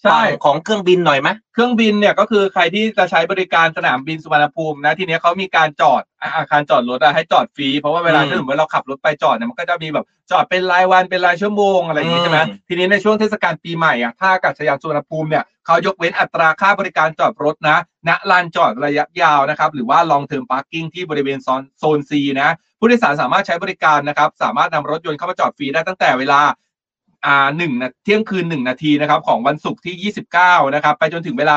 [SPEAKER 1] ใช่
[SPEAKER 4] ฝั่งของเครื่องบินหน่อยไหม
[SPEAKER 1] เครื่องบินเนี่ยก็คือใครที่จะใช้บริการสนามบินสุวรรณภูมินะทีเนี้ยเขามีการจอดอ่ะอาคารจอดรถอะให้จอดฟรีเพราะว่าเวลา
[SPEAKER 4] อืม
[SPEAKER 1] ถ้าสมมติเราขับรถไปจอดเนี่ยมันก็จะมีแบบจอดเป็นรายวันเป็นรายชั่วโมงอะไรอย่างงี้
[SPEAKER 4] อืม
[SPEAKER 1] ใช่ไหมทีนี้ในช่วงเทศกาลปีใหม่อ่ะท่าอากาศยานสุวรรณภูมิเนี่ยเขายกเว้นอัตราค่าบริการจอดรถนะณลานจอดระยะยาวนะครับหรือว่า long term parking ที่บริเวณโซนโซน C นะ ผู้โดยสารสามารถใช้บริการนะครับ สามารถนำรถยนต์เข้ามาจอดฟรีได้ตั้งแต่เวลา อ่าหนึ่งนะเที่ยงคืนหนึ่งนาทีนะครับ ของวันศุกร์ที่ 29 นะครับ ไปจนถึงเวลา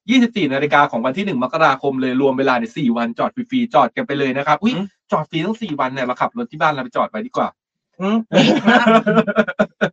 [SPEAKER 1] 24 นาฬิกาของวันที่ 1 มกราคมเลยรวมเวลาใน4วันจอดฟรีๆจอดกันไปเลยนะครับอุ้ย
[SPEAKER 4] อืม
[SPEAKER 1] จอดฟรีทั้ง 4 วันเนี่ยเราขับรถที่บ้านเราไปจอดไว้ดีกว่า
[SPEAKER 4] อืมปิดนะ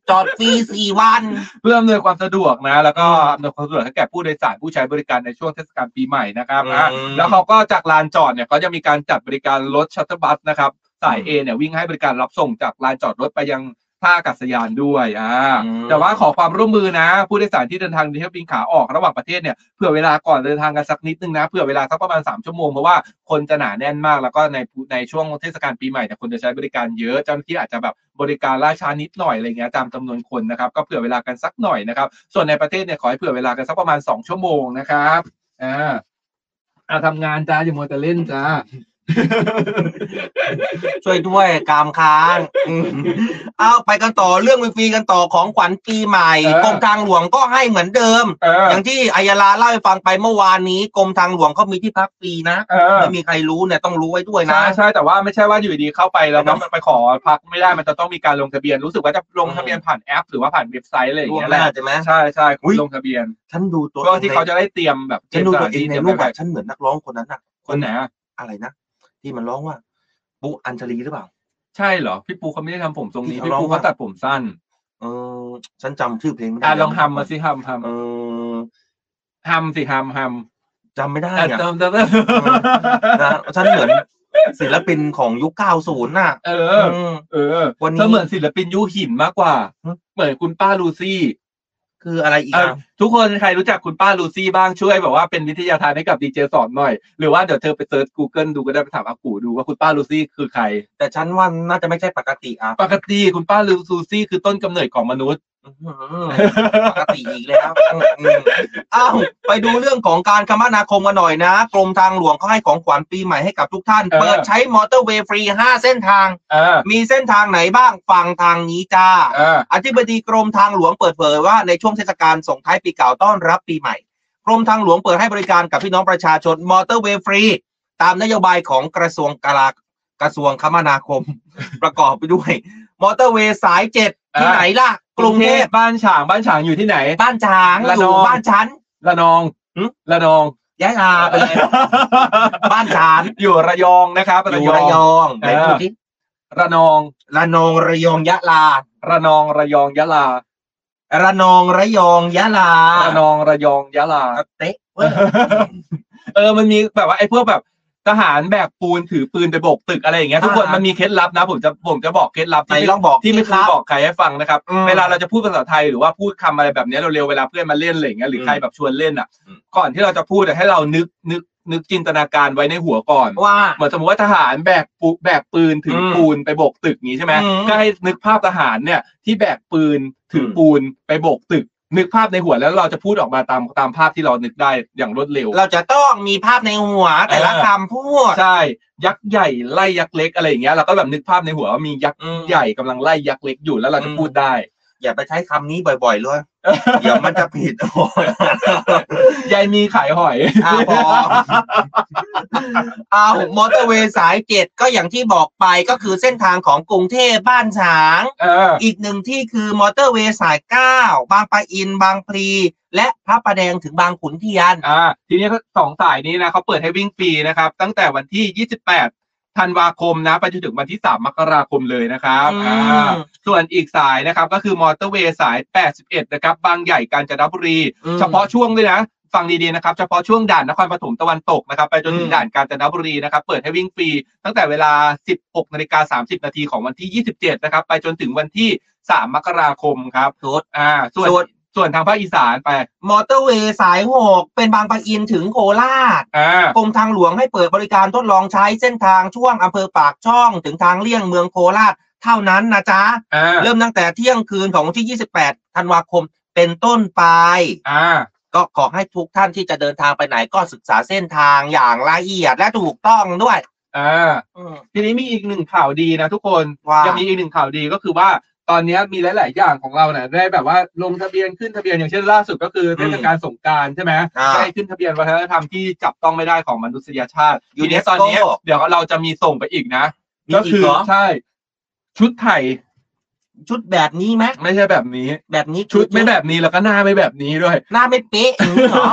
[SPEAKER 4] จอดฟรีสี่วัน
[SPEAKER 1] เพื่ออำนวยความสะดวกนะ แล้วก็อำนวยความสะดวกให้แก่ผู้โดยสารผู้ใช้บริการในช่วงเทศกาลปีใหม่นะครับอ่ะ
[SPEAKER 4] อืม
[SPEAKER 1] แล้วเขาก็จากลานจอดเนี่ยก็จะมีการจัดบริการรถชัตเตอร์บัสนะครับสาย A เนี่ยวิ่งให้บริการรับส่งจากลานจอดรถไปยังท่าอากาศยานด้วยอ่า
[SPEAKER 4] อืม
[SPEAKER 1] แต่ว่าขอความร่วมมือนะ ผู้โดยสารที่เดินทางในเที่ยวบินขาออกระหว่างประเทศเนี่ยเผื่อเวลาก่อนเดินทางกันสักนิดนึงนะเผื่อเวลาสักประมาณ3ชั่วโมงเพราะว่าคนจะหนาแน่นมากแล้วก็ในในช่วงเทศกาลปีใหม่เนี่ยคนจะใช้บริการเยอะเจ้าหน้าที่อาจจะแบบบริการล่าช้านิดหน่อยอะไรเงี้ยตามจำนวนคนนะครับก็เผื่อเวลากันสักหน่อยนะครับ ส่วนในประเทศเนี่ยขอให้เผื่อเวลากันสักประมาณ2ชั่วโมงนะครับอ่าอ่าทำงานจ้าอย่ามัวแต่เล่นจ้า
[SPEAKER 4] ช่วยด้วยกามค้างอืมเอาไปกันต่อเรื่องฟรีๆกันต่อของขวัญปีใหม่
[SPEAKER 1] เออ
[SPEAKER 4] กรมทางหลวงก็ให้เหมือนเดิม
[SPEAKER 1] เออ
[SPEAKER 4] อย่างที่อัยยาลาเล่าให้ฟังไปเมื่อวานนี้กรมทางหลวงเขามีที่พักฟรีนะ
[SPEAKER 1] เออ
[SPEAKER 4] ไม่มีใครรู้เนี่ยต้องรู้ไว้ด้วยนะ
[SPEAKER 1] ใช่ใช่แต่ว่าไม่ใช่ว่าอยู่ดีๆเข้าไปแล้วก็ไปขอพักไม่ได้มันจะต้องมีการลงทะเบียนรู้สึกว่าจะลงทะเบียนผ่านแอป หรือว่าผ่านเว็บไซต์อะไรอย่าง
[SPEAKER 4] ล่วง
[SPEAKER 1] เงี้ย
[SPEAKER 4] ห
[SPEAKER 1] แหละ
[SPEAKER 4] น้าใช่ไหม
[SPEAKER 1] ใช่ใช่
[SPEAKER 4] อุ๊ย
[SPEAKER 1] ลงทะเบียน
[SPEAKER 4] ฉันดูตัว
[SPEAKER 1] ก็ที่เขา
[SPEAKER 4] ใน
[SPEAKER 1] จะได้เตรียมแบบ
[SPEAKER 4] ฉันดูตัวเอง
[SPEAKER 1] ต
[SPEAKER 4] ใน
[SPEAKER 1] รียม
[SPEAKER 4] รูปแบ
[SPEAKER 1] แบบ
[SPEAKER 4] บฉันเหมือนนักร้องคนนั้นน่ะ
[SPEAKER 1] คนไหนอะ
[SPEAKER 4] อะไรนะ ที่มันร้องว่าปุ๊อัญชลีหรือเปล่า
[SPEAKER 1] ใช่เหรอพี่ปูเขาไม่ได้ทำผมทรงนี้
[SPEAKER 4] ที่
[SPEAKER 1] พี่
[SPEAKER 4] เขา
[SPEAKER 1] ปู
[SPEAKER 4] ร้
[SPEAKER 1] เขา
[SPEAKER 4] องว่า
[SPEAKER 1] ตัดผมสั้น
[SPEAKER 4] เออฉันจำชื่อเพลงไม่ได้
[SPEAKER 1] อ่ะลองทำมาสิทำท
[SPEAKER 4] เออ
[SPEAKER 1] ทำสิทำทำ
[SPEAKER 4] จำไม่ได้
[SPEAKER 1] แต่
[SPEAKER 4] อะ
[SPEAKER 1] เติมเติมเติม
[SPEAKER 4] นะฉันเหมือนศิลปินของยุค 90 น่ะ
[SPEAKER 1] เออ
[SPEAKER 4] ม
[SPEAKER 1] เออ
[SPEAKER 4] วันนี้
[SPEAKER 1] เธอเหมือนศิลปินยุคหินมากกว่า เหมือนคุณป้าลูซี่
[SPEAKER 4] คืออะไรอีก
[SPEAKER 1] เอ่อ
[SPEAKER 4] อ่ะ
[SPEAKER 1] ทุกคนใครรู้จักคุณป้าลูซี่บ้างช่วยแบบว่าเป็นวิทยาทานให้กับดีเจสอนหน่อย หรือว่าเดี๋ยวเธอไปเซิร์ช Google ดูก็ได้ไปถามอากูดูว่าคุณป้าลูซี่คือใคร
[SPEAKER 4] แต่ฉันว่าน่าจะไม่ใช่ปกติอ่ะ
[SPEAKER 1] ปกติคุณป้าลูซี่คือต้นกำเนิดของม นุษย์
[SPEAKER 4] อื้อหือปกติอีกแล้วอืมอืมอ้าวไปดูเรื่องของการคมนาคมกันหน่อยนะ กรมทางหลวงเขาให้ของขวัญปีใหม่ให้กับทุกท่าน
[SPEAKER 1] เออ
[SPEAKER 4] เปิดใช้มอเตอร์เวย์ฟรี 5 เส้นทาง
[SPEAKER 1] อ่า
[SPEAKER 4] มีเส้นทางไหนบ้างฟังทางนี้จ้า
[SPEAKER 1] อ่า
[SPEAKER 4] อธิบดีกรมทางหลวงเปิดเผยว่าในช่วงเทศกาลส่งท้ายปีเก่าต้อนรับปีใหม่ กรมทางหลวงเปิดให้บริการกับพี่น้องประชาชนมอเตอร์เวย์ฟรี ตามนโยบายของกระทรวงกลากระทรวงคมนาคม ประกอบไปด้วย มอเตอร์เวย์สายเจ็ด
[SPEAKER 1] อ่า
[SPEAKER 4] ที่ไหนล่ะ กรุงเทพ
[SPEAKER 1] บ้านฉางบ้านฉางอยู่ที่ไหน
[SPEAKER 4] บ้านจาง
[SPEAKER 1] ระ
[SPEAKER 4] อน
[SPEAKER 1] อง
[SPEAKER 4] ยู่บ้านฉัน
[SPEAKER 1] ระนอง
[SPEAKER 4] หึ
[SPEAKER 1] ระนอง
[SPEAKER 4] ยะลาไป เลยบ้านจาง
[SPEAKER 1] อยู่ระยองนะครับ
[SPEAKER 4] อ
[SPEAKER 1] ระย
[SPEAKER 4] ยู่
[SPEAKER 1] อ
[SPEAKER 4] ระย
[SPEAKER 1] ง
[SPEAKER 4] อง
[SPEAKER 1] เออ
[SPEAKER 4] ไหนพูดที่
[SPEAKER 1] ระนอง
[SPEAKER 4] ระนองระยองยะลา
[SPEAKER 1] ระนองระยองยะลา
[SPEAKER 4] ระนองระยองยะลา
[SPEAKER 1] ระนองระยองยะลา
[SPEAKER 4] เตะเว้
[SPEAKER 1] เอย อเออ มันมีแบบว่าไอ้พวกแบบทหารแบกปูนถือปืนไปโบกตึกอะไรอย่างเงี้ยทุกคน
[SPEAKER 4] อ่ามั
[SPEAKER 1] มันมีเคล็ดลับนะ ผมจะผมจะบอกเคล็ดลับ
[SPEAKER 4] ไหน
[SPEAKER 1] ที่
[SPEAKER 4] ลองบอก
[SPEAKER 1] ที่ไม่เคย
[SPEAKER 4] รับ
[SPEAKER 1] บอกใครให้ฟังนะครับ
[SPEAKER 4] อืม
[SPEAKER 1] เวลาเราจะพูดภาษาไทยหรือว่าพูดคำอะไรแบบเนี้ยเร็วๆเวลาเพื่อนมาเล่นอะไรอย่างเงี้ยหรือใครแบบชวนเล่นอ่ะ
[SPEAKER 4] อืม
[SPEAKER 1] ก่อนที่เราจะพูดอะให้เรานึกนึกนึกจินตนาการไว้ในหัวก่อน
[SPEAKER 4] ว่า
[SPEAKER 1] เหมือนสมมติว่าทหารแบกปูแบกปืนถืออ
[SPEAKER 4] ม
[SPEAKER 1] ปูนไปโบกตึกอย่างงี้ใช่ไหม
[SPEAKER 4] อืม
[SPEAKER 1] ก็ให้นึกภาพทหารเนี่ยที่แบกปืนถืออ
[SPEAKER 4] ม
[SPEAKER 1] ปูนไปโบกตึก นึกภาพในหัวแล้วเราจะพูดออกมาตามตามภาพที่เรานึกได้อย่างรวดเร็ว
[SPEAKER 4] เราจะต้องมีภาพในหัวแต่ละ
[SPEAKER 1] เออ
[SPEAKER 4] คำพูด
[SPEAKER 1] ใช่ยักษ์ใหญ่ไล่ยักษ์เล็กอะไรอย่างเงี้ยเราก็แบบนึกภาพในหัวว่ามียักษ์
[SPEAKER 4] อืม
[SPEAKER 1] ใหญ่กำลังไล่ยักษ์เล็กอยู่แล้วเราจะพูดได้
[SPEAKER 4] อย่าไปใช้คำนี้บ่อยๆเลยเดี๋ยวมันจะผิด โอ้ย
[SPEAKER 1] ยายมีขายหอย
[SPEAKER 4] อ่ะพอเอามอเตอร์เวย์สายเจ็ดก็อย่างที่บอกไปก็คือเส้นทางของกรุงเทพบ้านฉาง
[SPEAKER 1] เออ
[SPEAKER 4] อีกหนึ่งที่คือมอเตอร์เวย์สายเก้าบางปะอินบางพลี และพระประแดงถึงบางขุนเทียน
[SPEAKER 1] อ่าทีนี้ก็สองสายนี้นะเขาเปิดให้วิ่งฟรีนะครับ ตั้งแต่วันที่ 28ธันวาคมนะไปจนถึงวันที่ 3 มกราคมเลยนะครับ
[SPEAKER 4] อืม
[SPEAKER 1] อ่าส่วนอีกสายนะครับก็คือมอเตอร์เวย์สาย 81 นะครับ บางใหญ่กาญจนบุรี
[SPEAKER 4] อืม
[SPEAKER 1] เฉพาะช่วงด้วยนะฟังดีๆนะครับ เฉพาะช่วงด่านนครปฐมตะวันตกนะครับ ไปจนถึ
[SPEAKER 4] อื
[SPEAKER 1] ง
[SPEAKER 4] ม
[SPEAKER 1] ด่านกาญจนบุรีนะครับ เปิดให้วิ่งฟรี ตั้งแต่เวลา 16นาฬิกา30 นาทีของวันที่ 27 นะครับ ไปจนถึงวันที่ 3 มกราคมครับ
[SPEAKER 4] สุด
[SPEAKER 1] อ่าส่วน
[SPEAKER 4] ส่วน
[SPEAKER 1] ส่วนทางภาคอีสานไป
[SPEAKER 4] มอเตอร์เวย์สายหกเป็นบางปะอินถึงโคราช
[SPEAKER 1] อ่าก
[SPEAKER 4] รมทางหลวงให้เปิดบริการทดลองใช้เส้นทางช่วงอำเภอปากช่องถึงทางเลี่ยงเมืองโคราชเท่านั้นนะจ๊ะ
[SPEAKER 1] อ่า
[SPEAKER 4] เริ่มตั้งแต่เที่ยงคืนของวันที่ 28 ธันวาคมเป็นต้นไป
[SPEAKER 1] อ่า
[SPEAKER 4] ก็ขอให้ทุกท่านที่จะเดินทางไปไหนก็ศึกษาเส้นทางอย่างละเอียดและถูกต้องด้วย
[SPEAKER 1] อ่า
[SPEAKER 4] อืม
[SPEAKER 1] ทีนี้มีอีกหนึ่งข่าวดีนะทุกคน
[SPEAKER 4] ว่า
[SPEAKER 1] ยังมีอีกหนึ่งข่าวดีก็คือว่าตอนนี้มีหลาย ๆ อย่างของเราเนี่ยได้แบบว่าลงทะเบียนขึ้นทะเบียนอย่างเช่นล่าสุดก็คือเทศกาลสงกรารใช่ไหม
[SPEAKER 4] อ่า
[SPEAKER 1] ได้ขึ้นทะเบียนวัฒนธรรมที่จับต้องไม่ได้ของมนุษยชาติ
[SPEAKER 4] UNESCO
[SPEAKER 1] ทีเนี้ยตอนเนี้ยเดี๋ยวเราจะมีส่งไปอีกนะ
[SPEAKER 4] มี
[SPEAKER 1] ก็
[SPEAKER 4] อี
[SPEAKER 1] คื
[SPEAKER 4] กเหรอ
[SPEAKER 1] ใช่ ชุดไทย
[SPEAKER 4] ชุดแบบนี้ไหม
[SPEAKER 1] ไม่ใช่แบบนี้
[SPEAKER 4] แบบนี้
[SPEAKER 1] ชุดไม่แบบนี้แล้วก็หน้าไม่แบบนี้ด้วย
[SPEAKER 4] หน้าไม่ เป๊ะอย่างนี้เหรอ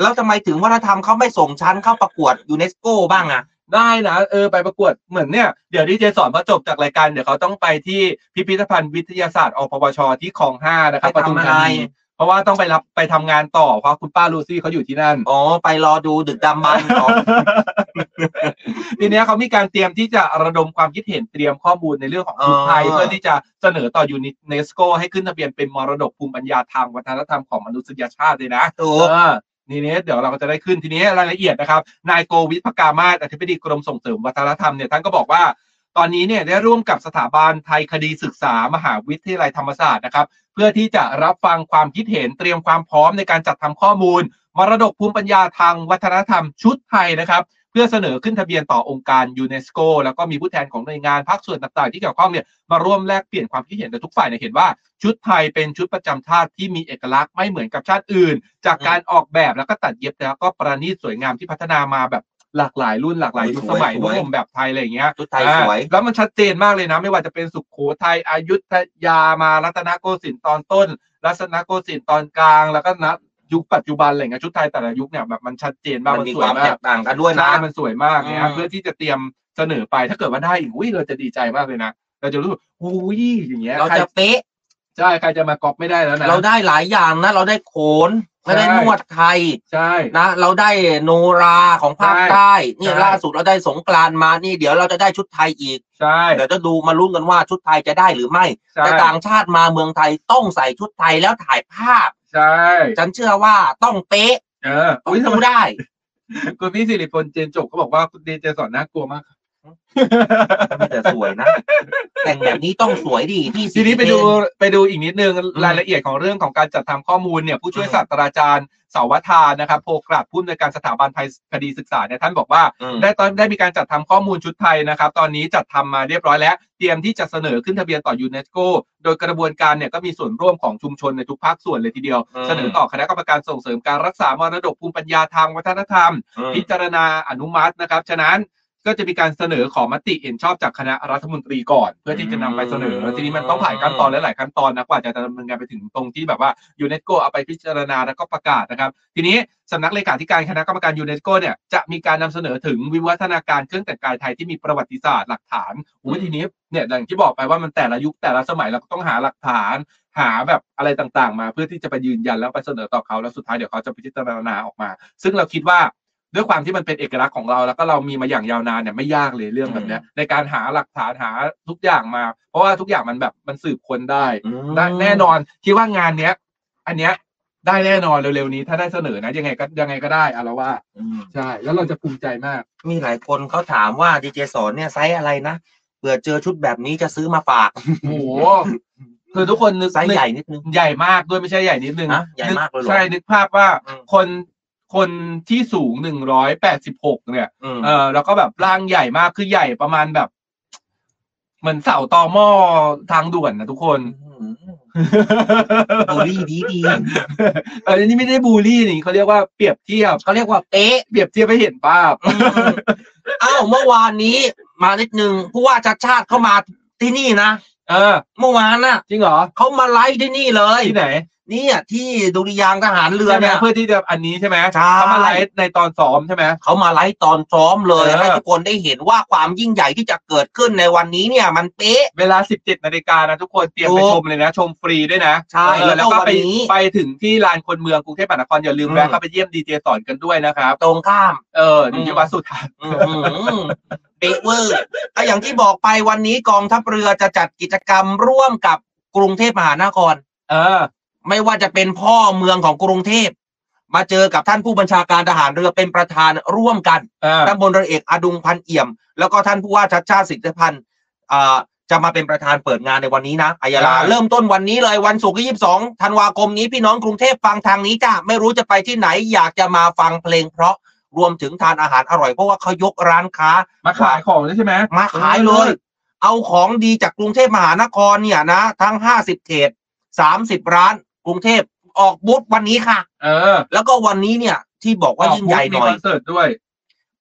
[SPEAKER 4] แล้วทำไมถึงวัฒนธรรมเขาไม่ส่งชั้นเข้าประกวดยูเนสโกบ้างอะ
[SPEAKER 1] ได้นะเออไปประกวดเหมือนเนี่ยเดี๋ยวดีเจสอนพอจบจากรายการเดี๋ยวเขาต้องไปที่พิพิธภัณฑ์วิทยาศาสตร์อปวชที่คลองห้านะครับป
[SPEAKER 4] ไป
[SPEAKER 1] ทุม
[SPEAKER 4] ทำอะไร
[SPEAKER 1] ธานีเพราะว่าต้องไปรับไปทำงานต่อเพราะคุณป้าลูซี่เขาอยู่ที่นั่น
[SPEAKER 4] อ๋อไปรอดูดึกดำบร รพ์ของ
[SPEAKER 1] ทีเนี้ยเขามีการเตรียมที่จะระดมความคิดเห็นเตรียมข้อมูลในเรื่องของชุดไทย
[SPEAKER 4] อ๋อ
[SPEAKER 1] เพื่อที่จะเสนอต่อยูเนสโกให้ขึ้นทะเบียนเป็นมรดกภูมิปัญญาทางวัฒนธรรมของมนุษยชาติเลยนะ
[SPEAKER 4] ถูก
[SPEAKER 1] เออทีนี้เดี๋ยวเราก็จะได้ขึ้นทีนี้รายละเอียดนะครับ นายโกวิทพกามาศอธิบดีกรมส่งเสริมวัฒนธรรมเนี่ยท่านก็บอกว่า ตอนนี้เนี่ยได้ร่วมกับสถาบันไทยคดีศึกษามหาวิทยาลัยธรรมศาสตร์นะครับ เพื่อที่จะรับฟังความคิดเห็นเตรียมความพร้อมในการจัดทำข้อมูล มรดกภูมิปัญญาทางวัฒนธรรมชุดไทยนะครับ เพื่อเสนอขึ้นทะเบียนต่อองค์การยูเนสโกแล้วก็มีผู้แทนของหน่วยงานภาคส่วนต่างๆ ที่เกี่ยวข้องเนี่ยมาร่วมแลกเปลี่ยนความคิดเห็นแต่ทุกฝ่ายเนี่ยเห็นว่าชุดไทยเป็นชุดประจำชาติที่มีเอกลักษณ์ไม่เหมือนกับชาติอื่น จากการออกแบบแล้วก็ตัดเย็บแล้วก็ประณีตสวยงามที่พัฒนามาแบบหลากหลายรุ่นหลากหลายยุคสมัย
[SPEAKER 4] สวยๆ
[SPEAKER 1] นุ่มแบบไทยอะไรอย่างเงี้ย
[SPEAKER 4] ชุดไทยสวย
[SPEAKER 1] อ่าแล้วมันชัดเจนมากเลยนะ ไม่ว่าจะเป็นสุขโขทัยอายุทยามารัตนโกสินทร์ตอนต้น รัตนโกสินทร์ตอนกลาง แล้วก็นะยุคปัจจุบันอะไรเงี้ยชุดไทยแต่ละยุคเนี่ยแบบมันชัดเจนมาก
[SPEAKER 4] มั
[SPEAKER 1] มัน น
[SPEAKER 4] มี
[SPEAKER 1] ส
[SPEAKER 4] ค
[SPEAKER 1] วย
[SPEAKER 4] วามแต
[SPEAKER 1] มาก
[SPEAKER 4] กต่างกันด้วยนะ
[SPEAKER 1] ใช่มันสวยมากเนี่ย
[SPEAKER 4] อืม
[SPEAKER 1] เพื่อที่จะเตรียมเสนอไปถ้าเกิดว่าได้อีกอุ้ยเราจะดีใจมากเลยนะเราจะรู้สึกอุ้ยอย่างเงี้ย
[SPEAKER 4] เรา
[SPEAKER 1] ใคร
[SPEAKER 4] จะเป๊ะ
[SPEAKER 1] ใช่ใครจะมาก๊อปไม่ได้แล้วนะ
[SPEAKER 4] เราได้หลายอย่างนะ เราได้โขนเราได้
[SPEAKER 1] ใช่
[SPEAKER 4] นวดไทย
[SPEAKER 1] ใช่
[SPEAKER 4] นะเราได้โนราของภาค
[SPEAKER 1] ใช่
[SPEAKER 4] ใต้เนี่ย
[SPEAKER 1] ใช่
[SPEAKER 4] ล่าสุดเราได้สงกรานต์มานี่เดี๋ยวเราจะได้ชุดไทยอีก
[SPEAKER 1] ใช่
[SPEAKER 4] เดี๋ยวจะดูมาลุ้นกันว่าชุดไทยจะได้หรือไม่
[SPEAKER 1] ใช่
[SPEAKER 4] แต่ต่างชาติมาเมืองไทยต้องใส่ชุดไทยแล้วถ่ายภาพ
[SPEAKER 1] ใช่
[SPEAKER 4] ฉันเชื่อว่าต้องเป๊ะ
[SPEAKER 1] เออ
[SPEAKER 4] ต้อ
[SPEAKER 1] อุ้ยทำ
[SPEAKER 4] ง
[SPEAKER 1] ไม
[SPEAKER 4] ดูได้
[SPEAKER 1] คุณพี่สิริพลเจนจบเขาบอกว่าคุณดีเจสอนน่ากลัวมากครับ
[SPEAKER 4] มีแต่สวยนะ แต่งแบบนี้ต้องสวยดีที่
[SPEAKER 1] ทีนี้ไปดู
[SPEAKER 4] CGN
[SPEAKER 1] ไปดูอีกนิดนึงรายละเอียดของเรื่องของการจัดทำข้อมูลเนี่ยผู้ช่วย
[SPEAKER 4] อืม
[SPEAKER 1] ศาสตราจารย์สาวทานนะครับโพกราบผู้อำนวยการสถาบันภัยคดีศึกษาเนี่ยท่านบอกว่า
[SPEAKER 4] อืม
[SPEAKER 1] ได้ตอนได้มีการจัดทำข้อมูลชุดไทยนะครับ ตอนนี้จัดทำมาเรียบร้อยแล้ว เตรียมที่จะเสนอขึ้นทะเบียนต่อยูเนสโกโดยกระบวนการเนี่ยก็มีส่วนร่วมของชุมชนในทุกภาคส่วนเลยทีเดียว
[SPEAKER 4] อืม
[SPEAKER 1] เสนอต่อคณะกรรมการส่งเสริมการรักษามรดกภูมิปัญญาทางวัฒนธรรม
[SPEAKER 4] อืม
[SPEAKER 1] พิจารณาอนุมัตินะครับ ฉะนั้นก็จะมีการเสนอขอมติเห็นชอบจากคณะรัฐมนตรีก่อน เพื่อที่จะนำไปเสนอ
[SPEAKER 4] อืม
[SPEAKER 1] ทีนี้มันต้องผ่านขั้นตอนหลายๆขั้นตอนนะกว่าจะดำเนินงานไปถึงตรงที่แบบว่ายูเนสโกเอาไปพิจารณาแล้วก็ประกาศนะครับ ทีนี้สำนักเลขาธิการคณะกรรมการยูเนสโกเนี่ยจะมีการนำเสนอถึงวิวัฒนาการเครื่องแต่งกายไทยที่มีประวัติศาสตร์หลักฐานอุ้ยทีนี้เนี่ยอย่างที่บอกไปว่ามันแต่ละยุคแต่ละสมัยเราก็ต้องหาหลักฐาน หาแบบอะไรต่างๆ มาเพื่อที่จะไปยืนยันแล้วไปเสนอต่อเขาแล้วสุดท้ายเดี๋ยวเขาจะพิจารณาออกมา ซึ่งเราคิดว่าด้วยความที่มันเป็นเอกลักษณ์ของเราแล้วก็เรามีมาอย่างยาวนานเนี่ยไม่ยากเลยเรื่องแบบเนี้ยในการหาหลักฐานหาทุกอย่างมา เพราะว่าทุกอย่างมันแบบมันสืบค้นได้
[SPEAKER 4] อืม
[SPEAKER 1] ได้แน่นอนคิดว่างานเนี้ย อันเนี้ยได้แน่นอนเร็วๆนี้ถ้าได้เสนอนะยังไงก็ยังไงก็ได้อะเราว่า
[SPEAKER 4] อืม
[SPEAKER 1] ใช่แล้วเราจะภูมิใจมาก
[SPEAKER 4] มีหลายคนเขาถามว่าดีเจสอนเนี่ยไซส์อะไรนะเผื่อเจอชุดแบบนี้จะซื้อมาฝาก
[SPEAKER 1] โอ้โหคือทุกคนนึก
[SPEAKER 4] ไซส์ใหญ่นิดนึง
[SPEAKER 1] ใหญ่มากด้วยไม่ใช่ใหญ่นิดนึง
[SPEAKER 4] ฮะใหญ่มากเลยเหรอ
[SPEAKER 1] ใช่นึกภาพว่า
[SPEAKER 4] อืม
[SPEAKER 1] คนคนที่สูงหนึ่งร้อยแปดสิบหกเนี่ย
[SPEAKER 4] อืม
[SPEAKER 1] เออแล้วก็แบบร่างใหญ่มากคือใหญ่ประมาณแบบ เหมือนเสาตอหม้อทางด่วนนะทุกคน
[SPEAKER 4] มบูลลี่ดีดี
[SPEAKER 1] เออนี่ไม่ได้บูลลี่นี่เขาเรียกว่าเปรียบเทียบ
[SPEAKER 4] เขาเรียกว่าเป๊ะ
[SPEAKER 1] เปรียบเทียบให้เห็นภาพ
[SPEAKER 4] อืมอ้าวเมื่อวานนี้มานิดนึงผู้ว่าชาติชาติเข้ามาที่นี่นะ
[SPEAKER 1] เออ
[SPEAKER 4] เมื่อวานน่ะ
[SPEAKER 1] จริงเหรอ
[SPEAKER 4] เขามาไลฟ์ที่นี่เลย
[SPEAKER 1] ที่ไหน
[SPEAKER 4] เนี่ยที่ดุริยางค์ทหารเรือ
[SPEAKER 1] ใช่ไหม
[SPEAKER 4] เนี่ย
[SPEAKER 1] เพื่อที่จะอันนี้ใช่ไหม
[SPEAKER 4] ใช่
[SPEAKER 1] เขามาไลฟ์ในตอนซ้อมใช่ไหม
[SPEAKER 4] เขามาไลฟ์ตอนซ้อมเลย
[SPEAKER 1] เออ
[SPEAKER 4] ให้ทุกคนได้เห็นว่าความยิ่งใหญ่ที่จะเกิดขึ้นในวันนี้เนี่ย มันเป๊ะ
[SPEAKER 1] เวลา 17 นาฬิกานะทุกคนเตรียมไป
[SPEAKER 4] ถูก
[SPEAKER 1] ชมเลยนะ ชมฟรีด้วยนะ
[SPEAKER 4] ใช่
[SPEAKER 1] เออ
[SPEAKER 4] แล้
[SPEAKER 1] แล้ว ว
[SPEAKER 4] ก็
[SPEAKER 1] ก็
[SPEAKER 4] วัน
[SPEAKER 1] ไป
[SPEAKER 4] นี้
[SPEAKER 1] ไปถึงที่ลานคนเมืองกรุงเทพมหานครอย่าลืม
[SPEAKER 4] อืม
[SPEAKER 1] แวะเข้าไปเยี่ยมดีเจสอนกันด้วยนะครับ
[SPEAKER 4] ตรงข้าม
[SPEAKER 1] เอออยู่ที่วัดสุทัศน์
[SPEAKER 4] อื้อหือเป๊ะเวอร์ก็อย่างที่บอกไปวันนี้กองทัพเรือจะจัดกิจกรรมร่วมกับกรุงเทพมหานคร
[SPEAKER 1] เออ
[SPEAKER 4] ไม่ว่าจะเป็นพ่อเมืองของกรุงเทพ มาเจอกับท่านผู้บัญชาการทหารเรือเป็นประธานร่วมกัน
[SPEAKER 1] เออ
[SPEAKER 4] ท่านบนเรือเอกอดุงพันเอี่ยม แล้วก็ท่านผู้ว่าชัดชาติสิทธิพันธ์อ่าจะมาเป็นประธานเปิดงานในวันนี้นะอายาลาเริ่มต้นวันนี้เลยวันศุกร์ที่22ธันวาคมนี้พี่น้องกรุงเทพฟังทางนี้จ้าไม่รู้จะไปที่ไหนอยากจะมาฟังเพลง เพราะรวมถึงทานอาหารอร่อยเพราะว่าเขายกร้านค้า
[SPEAKER 1] มาขายของด้วยใช่ไหม
[SPEAKER 4] มาขายเลย เอาของดีจากกรุงเทพมหานครเนี่ยนะ ทั้ง 50 เขต 30 ร้าน กรุงเทพออกบูธวันนี้ค่ะ
[SPEAKER 1] เออ
[SPEAKER 4] แล้วก็วันนี้เนี่ย ที่บอกว่ายิ่งใหญ่หน่อ
[SPEAKER 1] มี
[SPEAKER 4] ย
[SPEAKER 1] คอนเสิร์ตด้วย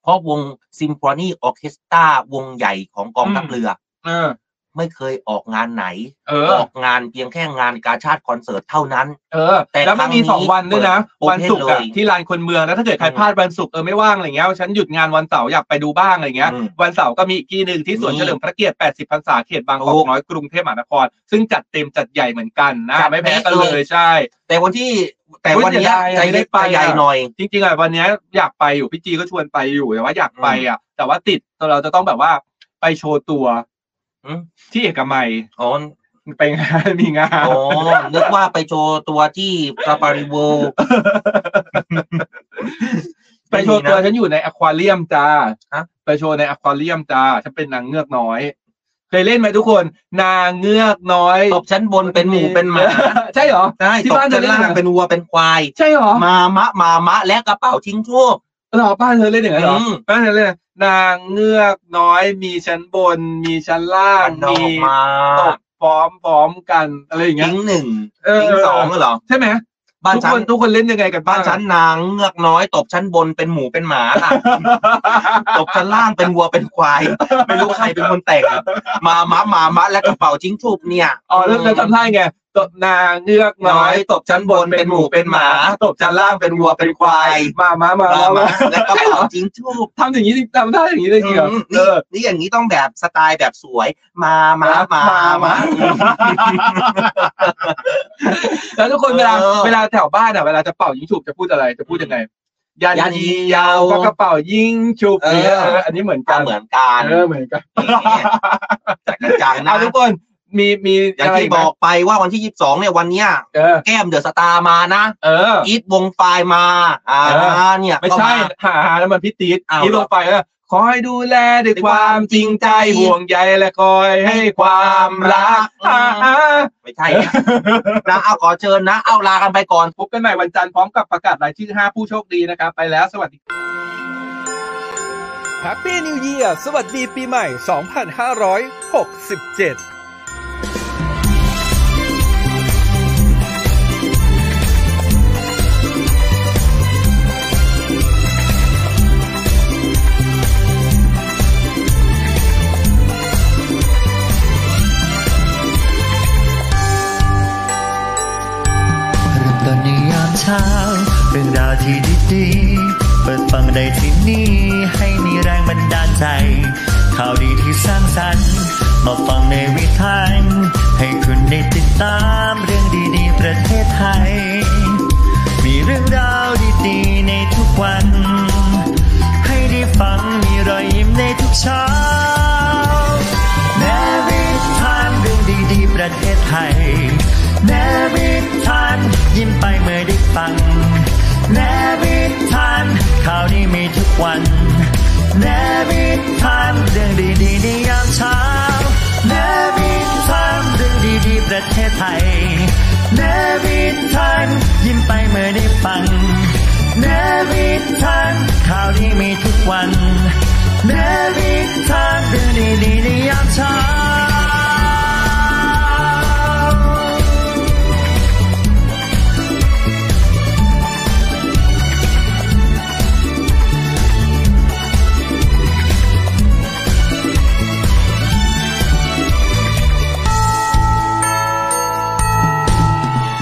[SPEAKER 4] เพราะวงซิมโฟนีออเคสตราวงใหญ่ของกองทัพ
[SPEAKER 1] อืม
[SPEAKER 4] เรือ
[SPEAKER 1] เออ
[SPEAKER 4] ไม่เคยออกงานไหน
[SPEAKER 1] เอ
[SPEAKER 4] อ
[SPEAKER 1] อ
[SPEAKER 4] อกงานเพียงแค่งานกาชาติคอนเสิร์ตเท่านั้น
[SPEAKER 1] เออ
[SPEAKER 4] แต่
[SPEAKER 1] แล้วมันมี
[SPEAKER 4] ครั้งนี้
[SPEAKER 1] สองวันด้วยนะ
[SPEAKER 4] เปิด
[SPEAKER 1] วันศุกร์อะ
[SPEAKER 4] โอเคเลย
[SPEAKER 1] ที่ลานคนเมืองแล้วถ้าเกิดใคร
[SPEAKER 4] อืม
[SPEAKER 1] พลาดวันศุกร์เออไม่ว่างอะไรเงี้ยฉันหยุดงานวันเสาร์อยากไปดูบ้างอะไรเงี้ย
[SPEAKER 4] อืม
[SPEAKER 1] วันเสาร์ก็มีอีกที่หนึ่งที่สวน
[SPEAKER 4] นี่
[SPEAKER 1] เฉลิมพระเกียรติ 80 พรรษาเขตบางกอ
[SPEAKER 4] ถู
[SPEAKER 1] ก
[SPEAKER 4] ก
[SPEAKER 1] น้อยกรุงเทพมหานคร ซึ่งจัดเต็มจัดใหญ่เหมือนกันนะ
[SPEAKER 4] จัด
[SPEAKER 1] ไม่แพ้
[SPEAKER 4] เป๊ะ
[SPEAKER 1] กันเล
[SPEAKER 4] เลย ย
[SPEAKER 1] ใช่
[SPEAKER 4] แต่วันที่แต่
[SPEAKER 1] อุ๊ย
[SPEAKER 4] วันเนี้ย
[SPEAKER 1] เสียดายอะ
[SPEAKER 4] ใจ
[SPEAKER 1] ไม่ได้
[SPEAKER 4] เล็ก
[SPEAKER 1] ไป
[SPEAKER 4] ใจใหญ่
[SPEAKER 1] อะ
[SPEAKER 4] หน่อย
[SPEAKER 1] จริงๆอะวันเนี้ยอยากไปอยู่พี่จีก็ชวนไปอยู่แต่ว่าอยากไปอ่ะ แต่ว่าติดเราจะต้องแบบว่าไปโชว์ตัว
[SPEAKER 4] อืม
[SPEAKER 1] ที่เอกมัย
[SPEAKER 4] อ๋อ
[SPEAKER 1] ไปงานมีงาน
[SPEAKER 4] อ๋อนึกว่าไปโชว์ตัวที่ซาปาริโว
[SPEAKER 1] ไปโชว์ตัวฉันอยู่ในอควาเรียมจ้า
[SPEAKER 4] ฮะ
[SPEAKER 1] ไปโชว์ในอควาเรียมจ้าฉันเป็นนางเงือกน้อย เคยเล่นไหมทุกคน นางเงือกน้อย
[SPEAKER 4] ตบชั้นบนเป็นหมูเป็นหมา
[SPEAKER 1] ใช่เหรอ
[SPEAKER 4] ใช่
[SPEAKER 1] ที่
[SPEAKER 4] ตก
[SPEAKER 1] บ้าน
[SPEAKER 4] ชั้นล่า
[SPEAKER 1] เธอเล่น
[SPEAKER 4] ง
[SPEAKER 1] อะไร
[SPEAKER 4] เป็นวัวเป็นควาย
[SPEAKER 1] ใช่เหรอ
[SPEAKER 4] มามะ มามะ และกระเป๋าทิ้งโชค
[SPEAKER 1] เหรอบ้านเธอเล่นอย่างนั้นเหรอ
[SPEAKER 4] อืม
[SPEAKER 1] บ้านเธอเล่นนางเงือกน้อยมีชั้นบน มีชั้นล่าง
[SPEAKER 4] มันอ
[SPEAKER 1] มี
[SPEAKER 4] อกมา
[SPEAKER 1] ตบพร้อมพร้อมๆกันอะไรอย่างเงี้ย
[SPEAKER 4] ทิ้งหนึ่ง
[SPEAKER 1] เออ
[SPEAKER 4] ทิ้งสองเหรอ
[SPEAKER 1] ใช่ไหม
[SPEAKER 4] บ้าน
[SPEAKER 1] ทุก
[SPEAKER 4] ชั้
[SPEAKER 1] คน นทุกคนเล่นยังไงกันบ้า
[SPEAKER 4] บ้าง น
[SPEAKER 1] อะ
[SPEAKER 4] ชั้นนางเงือกน้อย ตบชั้นบนเป็นหมูเป็นหมา ค่ะ ตบชั้นล่างเป็นวัวเป็นควาย ไม่รู้ใครเป็นคนแต่ง มามะ มามะ และกระเป๋าทิ้งชูบเนี่ย
[SPEAKER 1] อ๋อแล้วแล้วทำท่าไง ตบนางเงือกน้อย ตบชั้นบนเป็นหมูเป็นหมา ตบชั้นล่างเป็นวัวเป็นควาย มามามา
[SPEAKER 4] เอามา
[SPEAKER 1] มา
[SPEAKER 4] แล้วก็
[SPEAKER 1] ใช่
[SPEAKER 4] เป่า
[SPEAKER 1] เหรอ
[SPEAKER 4] จริงจูบ
[SPEAKER 1] ทำอย่างนี้ทำได้อย่างนี้เลยจริงเหรอ
[SPEAKER 4] อืม
[SPEAKER 1] เออ
[SPEAKER 4] นี่นี่อย่างนี้ต้องแบบสไตล์แบบสวย มามามา
[SPEAKER 1] มา แล้วทุกคนเวลา
[SPEAKER 4] เออ
[SPEAKER 1] เวลาแถวบ้านอ่ะเวลาจะเป่ายิงฉุบจะพูดอะไรจะพูดยังไงยาน
[SPEAKER 4] ยัน
[SPEAKER 1] ยี
[SPEAKER 4] ยียาว
[SPEAKER 1] ก็กระเป๋ายิงฉุบ
[SPEAKER 4] เออ
[SPEAKER 1] เอออันนี้เหมือน
[SPEAKER 4] ก็
[SPEAKER 1] กัน
[SPEAKER 4] เหมือนกัน
[SPEAKER 1] เออเหมือนกัน
[SPEAKER 4] จัดกันจังนะ
[SPEAKER 1] เอาทุกคนมีมี
[SPEAKER 4] อย่างที่
[SPEAKER 1] ะไรไหม
[SPEAKER 4] บอกไปว่าวันที่ 22 เนี่ยวันเนี้ย
[SPEAKER 1] เออ
[SPEAKER 4] แก้มเดอะสตาร์มานะ
[SPEAKER 1] เออ
[SPEAKER 4] อีทวงไฟล์มา อ่า
[SPEAKER 1] เออ
[SPEAKER 4] เนี่ย
[SPEAKER 1] ไม่
[SPEAKER 4] ก็
[SPEAKER 1] ใช่
[SPEAKER 4] มา
[SPEAKER 1] หาหาแล้วมันพิตีด
[SPEAKER 4] เอา
[SPEAKER 1] ที่ลงไปแล้วคอยดูแลด้วยความจริงใจ
[SPEAKER 4] ด้วยความ
[SPEAKER 1] ห่วงใยและคอยให้ความรัก
[SPEAKER 4] อ่า
[SPEAKER 1] อ่า
[SPEAKER 4] ไม่ใช่เนี่ยนะเอาขอเชิญนะ เอาลากันไปก่อน
[SPEAKER 1] พบกันใหม่วันจันทร์พร้อมกับประกาศรายชื่อ 5 ผู้โชคดีนะครับ ไปแล้วสวัสดี
[SPEAKER 5] แฮปปี้นิวเยียร์สวัสดีปีใหม่ 2567
[SPEAKER 2] เริ่มต้นในยามเช้า เรื่องราวที่ดีๆ เปิดฟังได้ที่นี่ ให้มีแรงบันดาลใจ ข่าวดีที่สร้างสรรค์มาฟังในวิถีให้คุณได้ติดตามเรื่องดีๆ ประเทศไทย มีเรื่องราวดีๆ ในทุกวัน ให้ได้ฟังมีรอยยิ้มในทุกเช้า เนวิทานเรื่องดีๆ ประเทศไทยเนวิทานยิ้มไปเมื่อได้ฟังเนวิทานข่าวดีมีทุกวันเนวิทานเรื่องดีๆในยามเช้าเนวิทานเรื่องดีๆ ประเทศไทยเนวิทานยิ้มไปเมื่อได้ฟังเนวิทานข่าวดีมีทุกวัน เนวิทานเรื่องดีๆในยามเช้า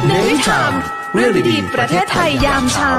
[SPEAKER 3] เนวิทามเรื่องดีๆประเทศไทยยามเช้า